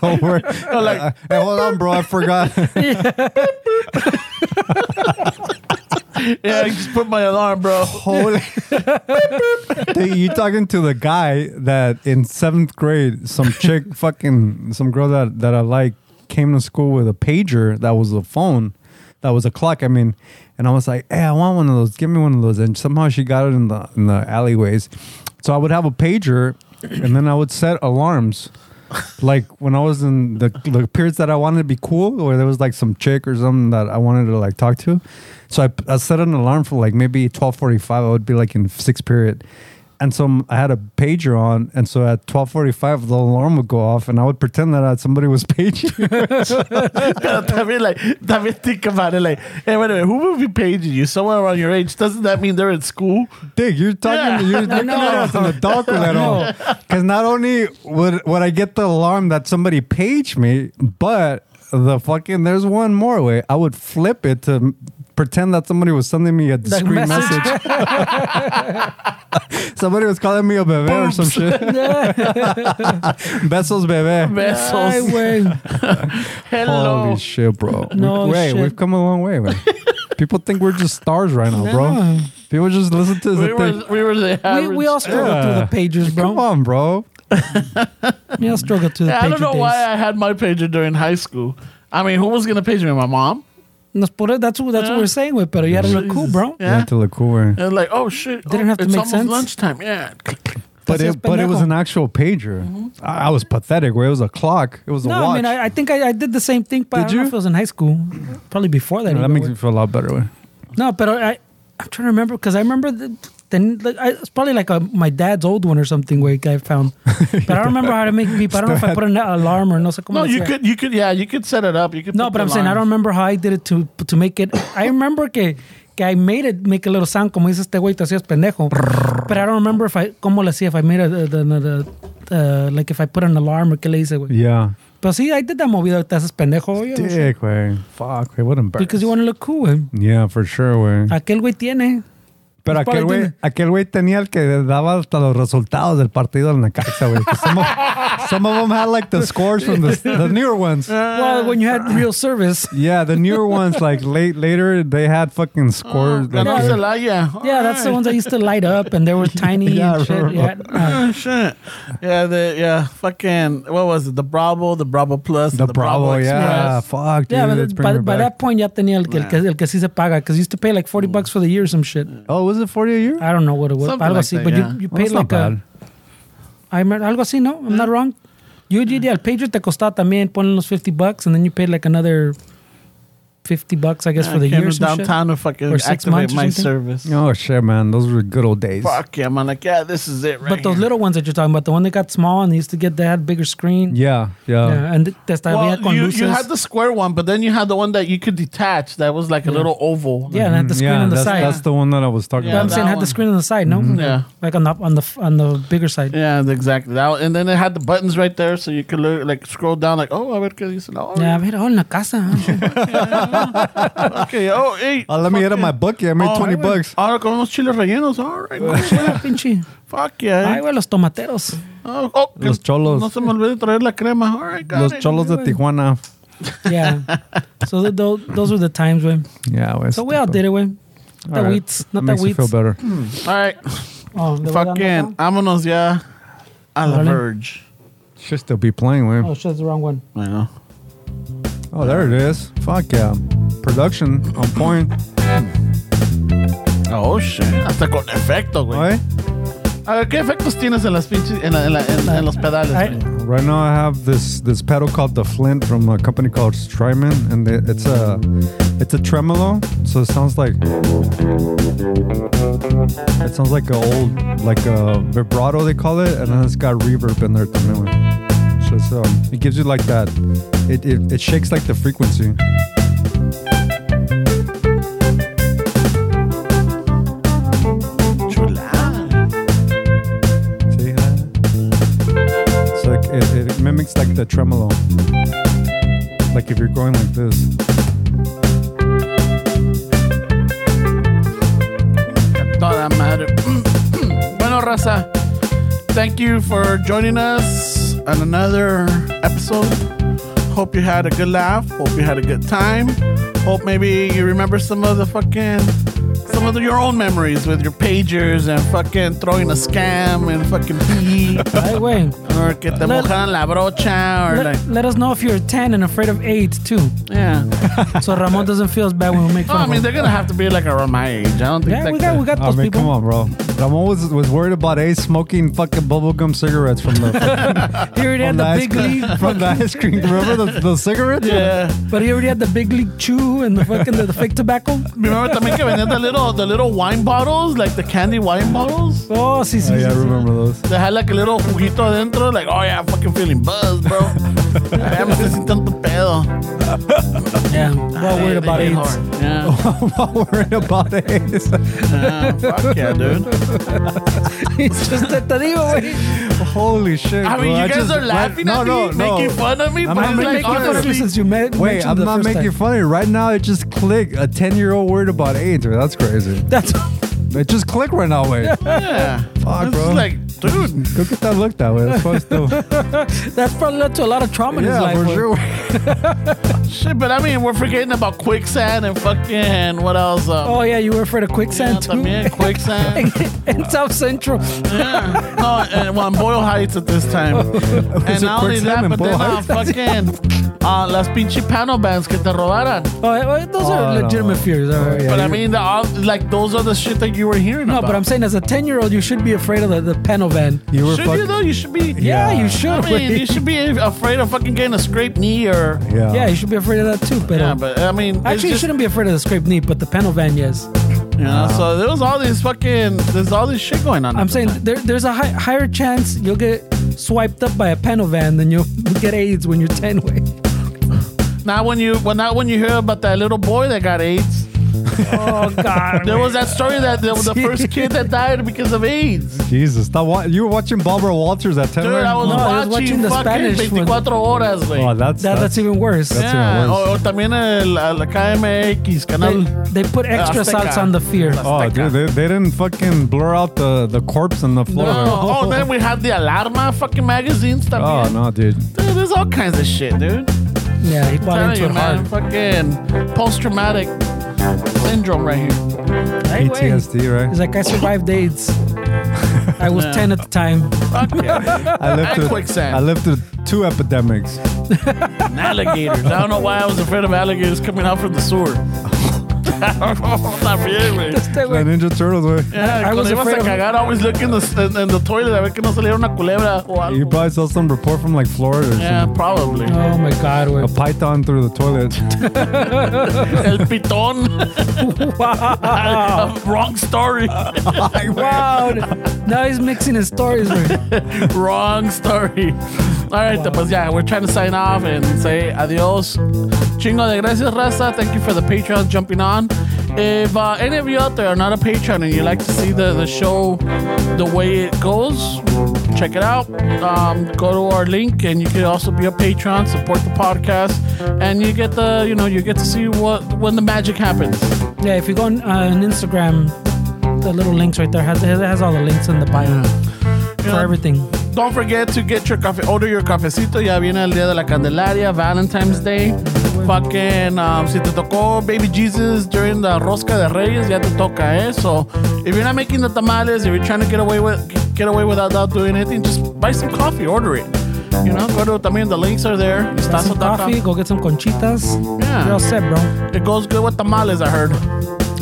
[SPEAKER 3] so we're, uh, hey, hold on, bro, I forgot.
[SPEAKER 2] yeah, I just put my alarm, bro.
[SPEAKER 3] Holy, Dude, you talking to the guy that in seventh grade, some chick, fucking, some girl that that I like, came to school with a pager that was a phone, that was a clock. I mean, and I was like, hey, I want one of those. Give me one of those. And somehow she got it in the in the alleyways. So I would have a pager, and then I would set alarms. like when I was in the, the periods that I wanted to be cool, or there was like some chick or something that I wanted to like talk to, so I, I set an alarm for like maybe twelve forty five. I would be like in sixth period, and so m- I had a pager on, and so at twelve forty five the alarm would go off, and I would pretend that I, somebody was paging.
[SPEAKER 2] Pero también, like, también think about it. Like, hey, wait a minute, who would be paging you? Someone around your age? Doesn't that mean they're in school?
[SPEAKER 3] Dig, you're talking,
[SPEAKER 2] Yeah.
[SPEAKER 3] you're looking at us an adult with that all. Because not only would would I get the alarm that somebody paged me, but the fucking there's one more way. I would flip it to m- pretend that somebody was sending me a discreet
[SPEAKER 4] message.
[SPEAKER 3] message. somebody was calling me a bebe or some shit. Besos bebe.
[SPEAKER 4] Ay,
[SPEAKER 2] Vessels.
[SPEAKER 4] güey.
[SPEAKER 2] Hello.
[SPEAKER 3] Holy shit, bro.
[SPEAKER 4] No
[SPEAKER 3] We- Wait,
[SPEAKER 4] shit.
[SPEAKER 3] we've come a long way, man. People think we're just stars right now, bro. People just listen to this.
[SPEAKER 2] we,
[SPEAKER 3] and think,
[SPEAKER 2] were, we were the
[SPEAKER 4] We, we
[SPEAKER 2] average-
[SPEAKER 4] all struggle through the pagers,
[SPEAKER 3] Come
[SPEAKER 4] bro.
[SPEAKER 3] on, bro.
[SPEAKER 4] We all struggle through the
[SPEAKER 2] Yeah,
[SPEAKER 4] pager
[SPEAKER 2] I don't know
[SPEAKER 4] days.
[SPEAKER 2] why I had my pager during high school. I mean, who was gonna page me? My mom.
[SPEAKER 4] Nos pone- that's what, that's what we're saying, with Pero you had to look cool, bro.
[SPEAKER 3] Yeah,
[SPEAKER 2] Yeah.
[SPEAKER 3] to look cool.
[SPEAKER 2] And like, oh shit,
[SPEAKER 4] Didn't
[SPEAKER 2] oh,
[SPEAKER 4] have to
[SPEAKER 2] it's
[SPEAKER 4] make
[SPEAKER 2] almost
[SPEAKER 4] sense.
[SPEAKER 2] lunchtime. Yeah,
[SPEAKER 3] But
[SPEAKER 4] Así es,
[SPEAKER 3] it, but it was
[SPEAKER 4] pendejo.
[SPEAKER 3] an actual pager. I, I was pathetic. Where it was a clock. It was a
[SPEAKER 4] No,
[SPEAKER 3] watch.
[SPEAKER 4] I mean, I, I think I, I did the same thing, but I
[SPEAKER 3] Did
[SPEAKER 4] don't know
[SPEAKER 3] you?
[SPEAKER 4] if it was in high school. Probably before that.
[SPEAKER 3] Yeah, that
[SPEAKER 4] even,
[SPEAKER 3] makes
[SPEAKER 4] but-
[SPEAKER 3] me feel a lot better. way.
[SPEAKER 4] No, but I, I'm trying to remember because I remember the, then like, I, it's probably like a, my dad's old one or something where I found. But I don't remember how to make beep. I don't know if I put an alarm or no. sé cómo
[SPEAKER 2] No, you
[SPEAKER 4] decía.
[SPEAKER 2] could, you could, yeah, you could set it up. You could.
[SPEAKER 4] No,
[SPEAKER 2] put
[SPEAKER 4] but
[SPEAKER 2] the
[SPEAKER 4] I'm saying I
[SPEAKER 2] alarms.
[SPEAKER 4] don't remember how I did it to to make it. I remember que, que I made it make a little sound como dice este güey, te hacías pendejo. but I don't remember if I cómo le hacía if I made a, the, the, the, uh, like if I put an alarm or qué le hice güey.
[SPEAKER 3] Yeah.
[SPEAKER 4] Pero sí, I did that movida te haces pendejo güey. no sé.
[SPEAKER 3] Dick, way. Fuck, way. What embarrassing.
[SPEAKER 4] Because you want to look cool güey.
[SPEAKER 3] Yeah, for sure, way.
[SPEAKER 4] Aquel güey tiene.
[SPEAKER 3] Pero aquel
[SPEAKER 4] probably
[SPEAKER 3] güey,
[SPEAKER 4] tiene-
[SPEAKER 3] aquel güey tenía el que daba hasta los resultados del partido en la casa, güey. 'Cause Some of, some of them had like the scores from the, the newer ones.
[SPEAKER 2] Ah.
[SPEAKER 4] Well, when you had real service.
[SPEAKER 3] Yeah, the newer ones, like late later, they had fucking scores. like,
[SPEAKER 2] Ganó
[SPEAKER 3] uh,
[SPEAKER 2] Celaya. All
[SPEAKER 4] Yeah, that's the
[SPEAKER 2] right.
[SPEAKER 4] ones that used to light up, and they were tiny
[SPEAKER 3] Yeah, I
[SPEAKER 4] and shit. Yeah,
[SPEAKER 3] remember.
[SPEAKER 4] Uh,
[SPEAKER 2] Oh, shit. Yeah, the yeah, fucking what was it? The Bravo, the Bravo Plus,
[SPEAKER 3] the, Bravo, yeah. Fuck, dude.
[SPEAKER 4] yeah,
[SPEAKER 3] that's
[SPEAKER 4] but by,
[SPEAKER 3] bringing it
[SPEAKER 4] by
[SPEAKER 3] back.
[SPEAKER 4] that point, ya tenía el que, el que, el que sí se paga, because you used to pay like 40 bucks for the year or some shit.
[SPEAKER 3] Oh, was it 40 a year?
[SPEAKER 4] I don't know what it was,
[SPEAKER 2] Something
[SPEAKER 4] algo
[SPEAKER 2] like
[SPEAKER 4] así,
[SPEAKER 2] that,
[SPEAKER 4] but
[SPEAKER 2] yeah.
[SPEAKER 4] you, you
[SPEAKER 3] Well,
[SPEAKER 4] paid
[SPEAKER 3] that's not
[SPEAKER 4] like
[SPEAKER 3] bad.
[SPEAKER 4] a, I remember, algo así, no? I'm not wrong. You did, yeah, el pager te costaba también, ponen los 50 bucks, and then you paid like another 50 bucks, I guess, for the
[SPEAKER 2] I came
[SPEAKER 4] year or some shit.
[SPEAKER 2] downtown to fucking
[SPEAKER 4] Or six
[SPEAKER 2] activate
[SPEAKER 4] months or
[SPEAKER 2] my
[SPEAKER 4] something.
[SPEAKER 2] service.
[SPEAKER 3] Oh, shit, man. Those were good old days.
[SPEAKER 2] Fuck yeah, man. Like, yeah, this is it right
[SPEAKER 4] But those
[SPEAKER 2] here.
[SPEAKER 4] little ones that you're talking about, the one that got small and they used to get, they had bigger screen.
[SPEAKER 3] Yeah, yeah.
[SPEAKER 4] Yeah, and te estaba
[SPEAKER 2] well,
[SPEAKER 4] con
[SPEAKER 2] you,
[SPEAKER 4] luces.
[SPEAKER 2] you had the square one, but then you had the one that you could detach that was like a little oval.
[SPEAKER 4] yeah, and had the screen
[SPEAKER 3] Mm, yeah,
[SPEAKER 4] on the
[SPEAKER 3] that's,
[SPEAKER 4] side.
[SPEAKER 3] that's the one that I was talking
[SPEAKER 2] Yeah,
[SPEAKER 4] But I'm
[SPEAKER 3] about.
[SPEAKER 2] that-
[SPEAKER 4] saying had
[SPEAKER 2] one. Mm-hmm.
[SPEAKER 4] the screen on the side, no?
[SPEAKER 2] Yeah.
[SPEAKER 4] Like on the on the on the bigger side. Yeah,
[SPEAKER 2] Yeah, exactly. That, one- and then it had the buttons right there, so you could look, like scroll down, like oh, a ver qué dice. Oh,
[SPEAKER 4] a ver, oh, en la casa. huh?
[SPEAKER 2] okay. Oh, hey.
[SPEAKER 3] Oh, let me hit up my book. Yeah, I made
[SPEAKER 2] Oh,
[SPEAKER 3] 20
[SPEAKER 2] hey,
[SPEAKER 3] bucks.
[SPEAKER 2] Ahora con unos chiles rellenos. All right. man.
[SPEAKER 4] Ah, pinche.
[SPEAKER 2] Fuck yeah. eh.
[SPEAKER 4] Ay, güey, los tomateros.
[SPEAKER 2] Oh, oh, que
[SPEAKER 3] Los cholos.
[SPEAKER 2] No se me olvide traer la crema. All right, got
[SPEAKER 3] Los
[SPEAKER 2] it.
[SPEAKER 3] cholos de Tijuana.
[SPEAKER 4] Yeah. so th- tho- those were the times, güey.
[SPEAKER 3] Yeah, güey.
[SPEAKER 4] So we all did it, güey. The
[SPEAKER 3] Alright.
[SPEAKER 4] weeds, not the
[SPEAKER 3] makes me
[SPEAKER 4] weeds.
[SPEAKER 3] feel better.
[SPEAKER 2] All right.
[SPEAKER 4] Oh, the
[SPEAKER 2] Fucking, vámonos ya a la
[SPEAKER 4] Órale.
[SPEAKER 2] verge.
[SPEAKER 3] Should still be playing, man.
[SPEAKER 4] Oh, shit, that's the wrong one.
[SPEAKER 2] I know.
[SPEAKER 3] Oh, there it is. Fuck yeah. Production on point.
[SPEAKER 2] Oh, shit. Hasta con efecto, güey.
[SPEAKER 3] Right?
[SPEAKER 2] A ver, ¿qué efectos tienes en las pinches, en, la- en, la- en- en los pedales,
[SPEAKER 4] Ay.
[SPEAKER 2] güey?
[SPEAKER 3] Right now I have this this pedal called the Flint from a company called Strymon and it- it's a it's a tremolo, so it sounds like it sounds like a old like a vibrato they call it, and then it's got reverb in there también. güey. So it's, um, it gives you like that. It, it it shakes like the frequency.
[SPEAKER 2] Chulada.
[SPEAKER 3] See that? It's like it, it mimics like the tremolo. Like if you're going like this.
[SPEAKER 2] Toda madre. bueno, raza. Thank you for joining us on another episode. Hope you had a good laugh. Hope you had a good time. Hope maybe you remember some of the fucking some of the, your own memories with your pagers and fucking throwing a scam and fucking pee
[SPEAKER 4] Ay, güey.
[SPEAKER 2] or que te
[SPEAKER 4] Let-
[SPEAKER 2] mojaran la brocha or like
[SPEAKER 4] Let, let us know if you're 10 and afraid of AIDS, too.
[SPEAKER 2] yeah.
[SPEAKER 4] So Ramon doesn't feel as bad when we make
[SPEAKER 2] Oh,
[SPEAKER 4] fun
[SPEAKER 2] I
[SPEAKER 4] of
[SPEAKER 2] mean
[SPEAKER 4] him.
[SPEAKER 2] they're gonna have to be like around my age. I don't think
[SPEAKER 4] Yeah,
[SPEAKER 2] that
[SPEAKER 4] we got, we got
[SPEAKER 3] I
[SPEAKER 4] those
[SPEAKER 3] mean,
[SPEAKER 4] people.
[SPEAKER 3] Oh, come on, bro. Ramon was, was worried about Ace smoking fucking bubblegum cigarettes from the
[SPEAKER 4] He already
[SPEAKER 3] from
[SPEAKER 4] had
[SPEAKER 3] the,
[SPEAKER 4] the
[SPEAKER 3] ice,
[SPEAKER 4] big
[SPEAKER 3] cream,
[SPEAKER 4] league.
[SPEAKER 3] from the ice cream. Remember the, the cigarettes?
[SPEAKER 2] yeah.
[SPEAKER 4] But he already had the big league chew and the fucking the, the fake tobacco.
[SPEAKER 2] Remember también que vendían the little the little wine bottles, like the candy wine bottles?
[SPEAKER 4] Oh, sí, sí.
[SPEAKER 3] Oh, yeah, I
[SPEAKER 4] sí, sí.
[SPEAKER 3] remember those.
[SPEAKER 2] They had like a little juguito adentro, like, oh yeah, I'm fucking feeling buzzed, bro. Ay, me estoy sintiendo pedo.
[SPEAKER 4] Yeah, well worried
[SPEAKER 2] They-
[SPEAKER 4] about
[SPEAKER 2] they hit
[SPEAKER 4] AIDS.
[SPEAKER 2] hard. Yeah,
[SPEAKER 3] I'm not worried about Ace.
[SPEAKER 2] yeah, fuck yeah, dude.
[SPEAKER 4] It's just that te digo, güey.
[SPEAKER 3] Holy shit.
[SPEAKER 2] I mean,
[SPEAKER 3] bro.
[SPEAKER 2] you guys
[SPEAKER 3] just
[SPEAKER 2] are
[SPEAKER 3] went-
[SPEAKER 2] laughing
[SPEAKER 3] no,
[SPEAKER 2] at
[SPEAKER 3] no,
[SPEAKER 2] me,
[SPEAKER 3] no.
[SPEAKER 2] making fun of me,
[SPEAKER 3] I'm
[SPEAKER 2] but
[SPEAKER 3] not
[SPEAKER 2] it's like,
[SPEAKER 4] making fun of you
[SPEAKER 2] honestly,
[SPEAKER 4] since you met.
[SPEAKER 3] Wait, I'm not making fun of you. Right now, it just clicked. A 10 year old worried about AIDS. bro. That's crazy.
[SPEAKER 4] That's
[SPEAKER 3] It just clicked right now, wait.
[SPEAKER 2] yeah.
[SPEAKER 3] Fuck,
[SPEAKER 2] It's
[SPEAKER 3] bro.
[SPEAKER 2] just like, dude,
[SPEAKER 3] Go get that look that way. That's probably still.
[SPEAKER 4] that's probably led to a lot of trauma in his
[SPEAKER 3] yeah,
[SPEAKER 4] life.
[SPEAKER 3] for
[SPEAKER 4] güey.
[SPEAKER 3] sure.
[SPEAKER 2] shit, but I mean, we're forgetting about quicksand and fucking, what else? Um,
[SPEAKER 4] Oh yeah, you were afraid of quicksand
[SPEAKER 2] yeah, también,
[SPEAKER 4] too.
[SPEAKER 2] quicksand.
[SPEAKER 4] in South Central,
[SPEAKER 2] Yeah. No, and well, I'm Boyle Heights at this time. and
[SPEAKER 3] it
[SPEAKER 2] not only
[SPEAKER 3] quicksand
[SPEAKER 2] that,
[SPEAKER 3] in
[SPEAKER 2] but
[SPEAKER 3] Boyle
[SPEAKER 2] then uh, fucking uh, las pinche panel bands que te robaran.
[SPEAKER 4] Oh, eh, well, those
[SPEAKER 3] Oh,
[SPEAKER 4] are
[SPEAKER 3] no.
[SPEAKER 4] legitimate fears. all right.
[SPEAKER 3] Yeah,
[SPEAKER 2] but I
[SPEAKER 3] you-
[SPEAKER 2] mean, the, all, like those are the shit that you were hearing
[SPEAKER 4] No,
[SPEAKER 2] about.
[SPEAKER 4] but I'm saying as a 10 year old, you should be afraid of the, the panel van.
[SPEAKER 3] You were
[SPEAKER 2] should
[SPEAKER 3] fuck-
[SPEAKER 2] you though? You should be.
[SPEAKER 4] Yeah, you should.
[SPEAKER 2] I mean, you should be afraid of fucking getting a scraped knee or.
[SPEAKER 3] Yeah.
[SPEAKER 4] yeah, you should be afraid of that too. But,
[SPEAKER 2] Yeah, but I mean, it's
[SPEAKER 4] actually, you
[SPEAKER 2] just-
[SPEAKER 4] shouldn't be afraid of the scraped knee, but the panel van, yes.
[SPEAKER 2] You know, so there was all these fucking, there's all this shit going on. at
[SPEAKER 4] I'm
[SPEAKER 2] the
[SPEAKER 4] saying
[SPEAKER 2] time.
[SPEAKER 4] there, there's a high, higher chance you'll get swiped up by a panel van than you'll get AIDS when you're 10 way.
[SPEAKER 2] not when you, well, not when you hear about that little boy that got AIDS.
[SPEAKER 4] Oh, God.
[SPEAKER 2] There was that story that there was the first kid that died because of AIDS.
[SPEAKER 3] Jesus, stop! Wa- you were watching Barbara Walters at ten.
[SPEAKER 2] Dude, I was,
[SPEAKER 4] No,
[SPEAKER 2] watching,
[SPEAKER 4] I was watching the
[SPEAKER 2] fucking
[SPEAKER 4] Spanish one.
[SPEAKER 2] 24 horas,
[SPEAKER 3] oh,
[SPEAKER 2] güey.
[SPEAKER 3] that's
[SPEAKER 4] that, that's even worse.
[SPEAKER 3] that's
[SPEAKER 2] yeah,
[SPEAKER 3] even worse.
[SPEAKER 2] o, o también el, el KMX, canal.
[SPEAKER 4] They, they put extra
[SPEAKER 2] Azteca.
[SPEAKER 4] salts on the fear.
[SPEAKER 3] oh, dude, they, they didn't fucking blur out the, the corpse on the floor.
[SPEAKER 2] Oh, oh, then we had the Alarma fucking magazines
[SPEAKER 3] Oh,
[SPEAKER 2] también.
[SPEAKER 3] no, dude.
[SPEAKER 2] Dude, there's all kinds of shit, dude.
[SPEAKER 4] Yeah, he bought
[SPEAKER 2] Telling
[SPEAKER 4] into
[SPEAKER 2] you,
[SPEAKER 4] it
[SPEAKER 2] man,
[SPEAKER 4] hard.
[SPEAKER 2] fucking post-traumatic syndrome right here.
[SPEAKER 4] Hey, wait.
[SPEAKER 3] PTSD,
[SPEAKER 4] He's
[SPEAKER 3] right?
[SPEAKER 4] like, I survived AIDS. I was 10 at the time.
[SPEAKER 2] Fuck yeah.
[SPEAKER 3] I lived
[SPEAKER 2] and
[SPEAKER 3] through-
[SPEAKER 2] quicksand.
[SPEAKER 3] I lived through two epidemics.
[SPEAKER 2] alligators. I don't know why I was afraid of alligators coming out from the sewer. Not really.
[SPEAKER 3] The Ninja Turtles. Were,
[SPEAKER 2] Yeah,
[SPEAKER 4] I was
[SPEAKER 2] cuando ibas
[SPEAKER 4] afraid
[SPEAKER 2] a
[SPEAKER 4] of-
[SPEAKER 2] cagar, always look in the, in, in the toilet a ver que no saliera una culebra o
[SPEAKER 3] You
[SPEAKER 2] algo.
[SPEAKER 3] probably saw some report from like Florida. Or
[SPEAKER 2] Yeah,
[SPEAKER 3] something.
[SPEAKER 2] probably.
[SPEAKER 4] Oh my god,
[SPEAKER 3] A
[SPEAKER 4] we're
[SPEAKER 3] python through the toilet.
[SPEAKER 2] El pitón. Wrong story.
[SPEAKER 4] wow. Now he's mixing his stories. man.
[SPEAKER 2] Wrong story. All right, pues yeah, we're trying to sign off and say adios. Chingo de gracias, raza. Thank you for the Patreon jumping on. If uh, any of you out there are not a patron and you like to see the, the show the way it goes, check it out. Um, go to our link and you can also be a patron, support the podcast, and you get the you know you get to see what when the magic happens.
[SPEAKER 4] Yeah, if you go on, uh, on Instagram, the little links right there has it has all the links in the bio for
[SPEAKER 2] Yeah.
[SPEAKER 4] everything.
[SPEAKER 2] Don't forget to get your coffee. Order your cafecito. Ya viene el día de la Candelaria, Valentine's Day. Fucking, um, si te tocó Baby Jesus during the Rosca de Reyes, ya te toca, eh. So, if you're not making the tamales, if you're trying to get away with get away without not doing anything, just buy some coffee, order it. You know, go to también. The links are there.
[SPEAKER 4] Get some
[SPEAKER 2] Istazo.com.
[SPEAKER 4] coffee, go get some conchitas.
[SPEAKER 2] Yeah.
[SPEAKER 4] You're all set, bro.
[SPEAKER 2] It goes good with tamales, I heard.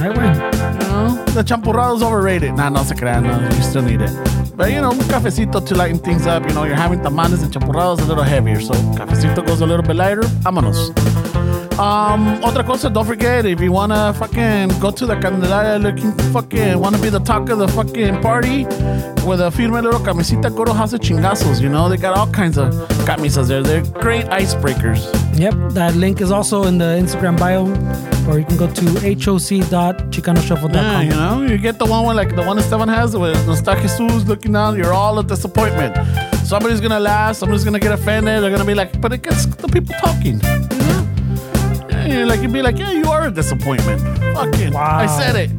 [SPEAKER 4] I win.
[SPEAKER 2] You know, the champurrado's overrated. Nah, no se crean, no, you still need it. But you know, un cafecito to lighten things up. You know, you're having tamales and champurrados a little heavier, so cafecito goes a little bit lighter. Vámonos. Um, otra cosa, don't forget if you wanna fucking go to the Candelaria looking fucking wanna be the talk of the fucking party with a firme little camisita, go to House of Chingazos. You know, they got all kinds of camisas there. They're great icebreakers.
[SPEAKER 4] Yep, that link is also in the Instagram bio, or you can go to hoc.chicanoshuffle.com.
[SPEAKER 2] Yeah, you know, you get the one where like the one Esteban has with the stuck Jesus looking down, you're all a disappointment. Somebody's gonna laugh, somebody's gonna get offended, they're gonna be like, but it gets the people talking. You know? Yeah, you're like you'd be like, yeah, you are a disappointment. Fucking
[SPEAKER 4] Wow.
[SPEAKER 2] I said it.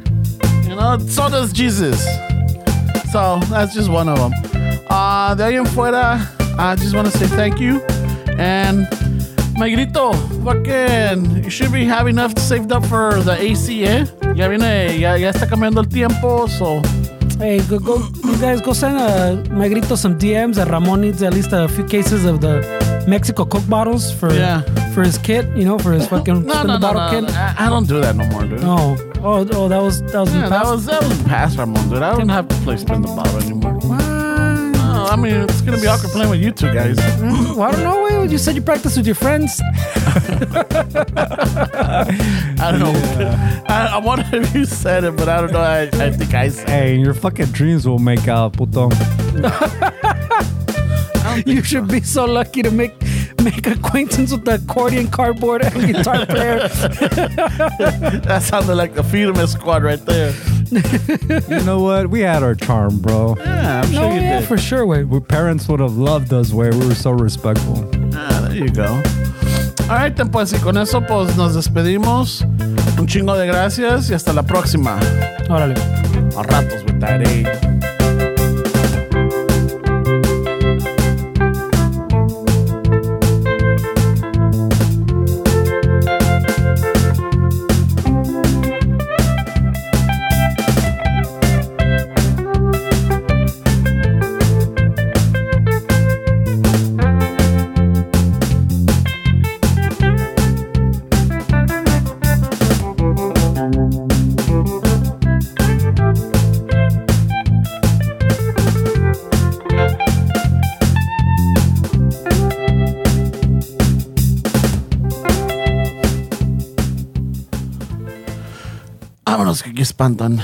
[SPEAKER 2] You know, so does Jesus. So that's just one of them. Uh de ahí en fuera, I just wanna say thank you. And my grito, fucking, you should be having enough saved up for the AC, eh? Ya viene, ya, ya está cambiando el tiempo, so.
[SPEAKER 4] Hey, go, go, you guys, go send uh, Magrito some DMs. That Ramon needs at least a few cases of the Mexico Coke bottles for
[SPEAKER 2] Yeah.
[SPEAKER 4] for his kit. You know, for his fucking
[SPEAKER 2] No,
[SPEAKER 4] spin
[SPEAKER 2] no,
[SPEAKER 4] the
[SPEAKER 2] no,
[SPEAKER 4] bottle
[SPEAKER 2] no.
[SPEAKER 4] kit.
[SPEAKER 2] I, I don't do that no more, dude.
[SPEAKER 4] No, oh, oh, that was that was in
[SPEAKER 2] Yeah, that
[SPEAKER 4] past.
[SPEAKER 2] was that was past Ramon, dude. I don't have to play spin the bottle anymore. No, I mean it's gonna be awkward playing with you two guys.
[SPEAKER 4] Well, I don't know. Wait, you said you practice with your friends.
[SPEAKER 2] I don't know. I, I wonder if you said it, but I don't know. I, I think I said.
[SPEAKER 3] hey, your fucking dreams will make out, puto.
[SPEAKER 4] You should be so lucky to make make acquaintance with the accordion, cardboard, and guitar player.
[SPEAKER 2] That sounded like the Freedom Squad right there.
[SPEAKER 3] you know what? We had our charm, bro.
[SPEAKER 2] Yeah, I'm
[SPEAKER 4] no,
[SPEAKER 2] sure you
[SPEAKER 4] yeah,
[SPEAKER 2] did.
[SPEAKER 4] for sure. Wait,
[SPEAKER 3] We parents would have loved us where we were so respectful.
[SPEAKER 2] Ah, there you go. All right, then, pues, y con eso, pues, nos despedimos. Un chingo de gracias y hasta la próxima.
[SPEAKER 4] órale.
[SPEAKER 2] A ratos, with that eh. Vámonos, que aquí espantan.